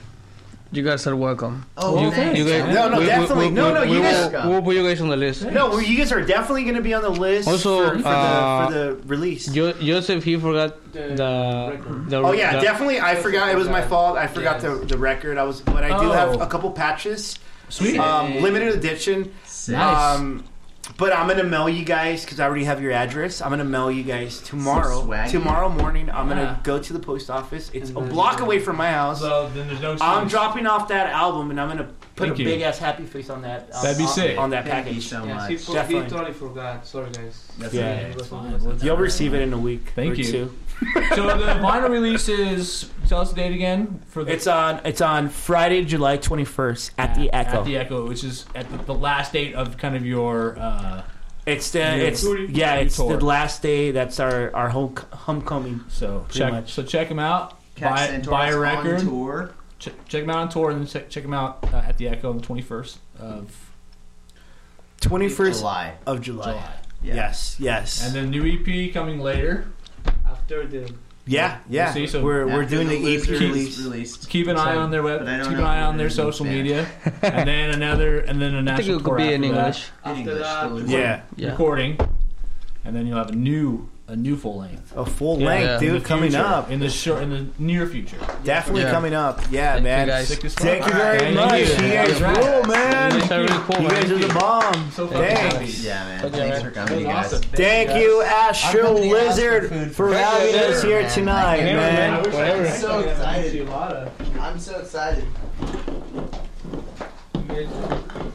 F: You guys are welcome.
D: Oh,
A: you,
D: thanks.
A: you guys,
B: No, no,
A: we- we-
B: definitely.
A: we-
B: No, no,
A: we-
B: you
A: we
B: guys-
A: will- We'll put you guys on the list.
B: No, well, you guys are definitely going to be on the list
A: Also,
B: for, for,
A: uh,
B: the, for the release.
A: Jo- Joseph, he forgot
I: The
A: the.
I: record.
A: the
B: Oh yeah,
A: the-
B: definitely. I forgot it was my fault. I forgot
I: Yes.
B: the, the record. I was, but I do
C: Oh.
B: have a couple patches.
C: Sweet.
B: Um, limited edition.
C: Nice.
B: Um, but I'm gonna mail you guys because I already have your address. I'm gonna mail you guys
D: Some
B: tomorrow.
D: swag.
B: Tomorrow morning, I'm
C: Yeah.
B: gonna go to the post office. It's a
I: And then-
B: block away from my house.
C: so then there's no. Excuse.
B: I'm dropping off that album, and I'm gonna put
C: Thank
B: a
C: you.
B: big ass happy face on that. on-
C: That'd be
B: on-
C: sick.
B: on that
D: Thank you
B: package.
D: so
I: Yeah,
D: much.
I: he, for, he
B: Definitely.
I: totally forgot. Sorry, guys.
D: That's
B: Yeah.
D: okay.
I: That's
C: fine.
I: what it was.
B: You'll receive it in a week.
C: Thank
B: or
C: you.
B: Two.
C: So the vinyl release is. Tell us the date again for the.
B: It's on. It's on Friday, July 21st at, the Echo.
C: At the Echo, which is at the, the last date of kind of your. Uh,
B: It's the
C: Your
B: it's
C: tour-
B: yeah.
C: your
B: It's
C: tour.
B: the last day. That's our our home homecoming.
C: so
B: Pretty
C: check.
B: much.
C: So check them out.
D: Catch
C: buy
D: Centaurus
C: buy a
D: on
C: record.
D: tour.
C: Ch- check them out on tour and then check, check them out uh, at the Echo on the 21st of
B: 21st
D: July.
B: of July.
C: July.
D: Yeah.
B: Yes, yes.
C: And then new EP coming later.
I: After the
B: yeah, yeah.
C: see, so
B: we're we're
D: After
B: doing the, EP
D: Lizards
B: release.
D: released.
C: Keep an eye
D: Sorry,
C: on their web.
D: but I don't
C: Keep an
D: know
C: eye
D: if
C: on their
D: it is in
C: social
D: Spanish.
C: media. and then another and then a
F: I think
C: national
F: it could
C: tour
F: be
C: after
F: in
C: that.
F: English.
D: In
I: after
D: English,
I: that,
D: the
B: Yeah,
F: Yeah.
C: recording, and then you'll have a new a new full length
B: a full
C: Yeah.
B: length,
F: Yeah.
C: In the
B: dude, coming
C: future,
B: up.
C: in the short in the near future.
B: Definitely
F: Yeah.
B: coming up. Yeah,
F: Thank you,
B: man.
F: guys.
C: Sick as fuck.
B: Thank you very
C: Thank
B: much. You,
C: you.
B: guys
C: That was
B: rule, man.
A: These are really cool,
B: You
A: man.
B: guys are the bomb.
C: So fucking
B: Thanks.
C: happy.
D: Yeah, man.
F: Okay,
D: Thanks
F: man.
D: for coming, you guys.
B: Thank you, Astro
D: company asked for
B: Lizard,
D: food
B: for
D: for
B: having
A: dinner,
B: us here
D: man.
B: tonight,
D: Thank you,
B: man.
A: man. Whatever.
D: I'm so excited. I'm so excited.
A: You guys-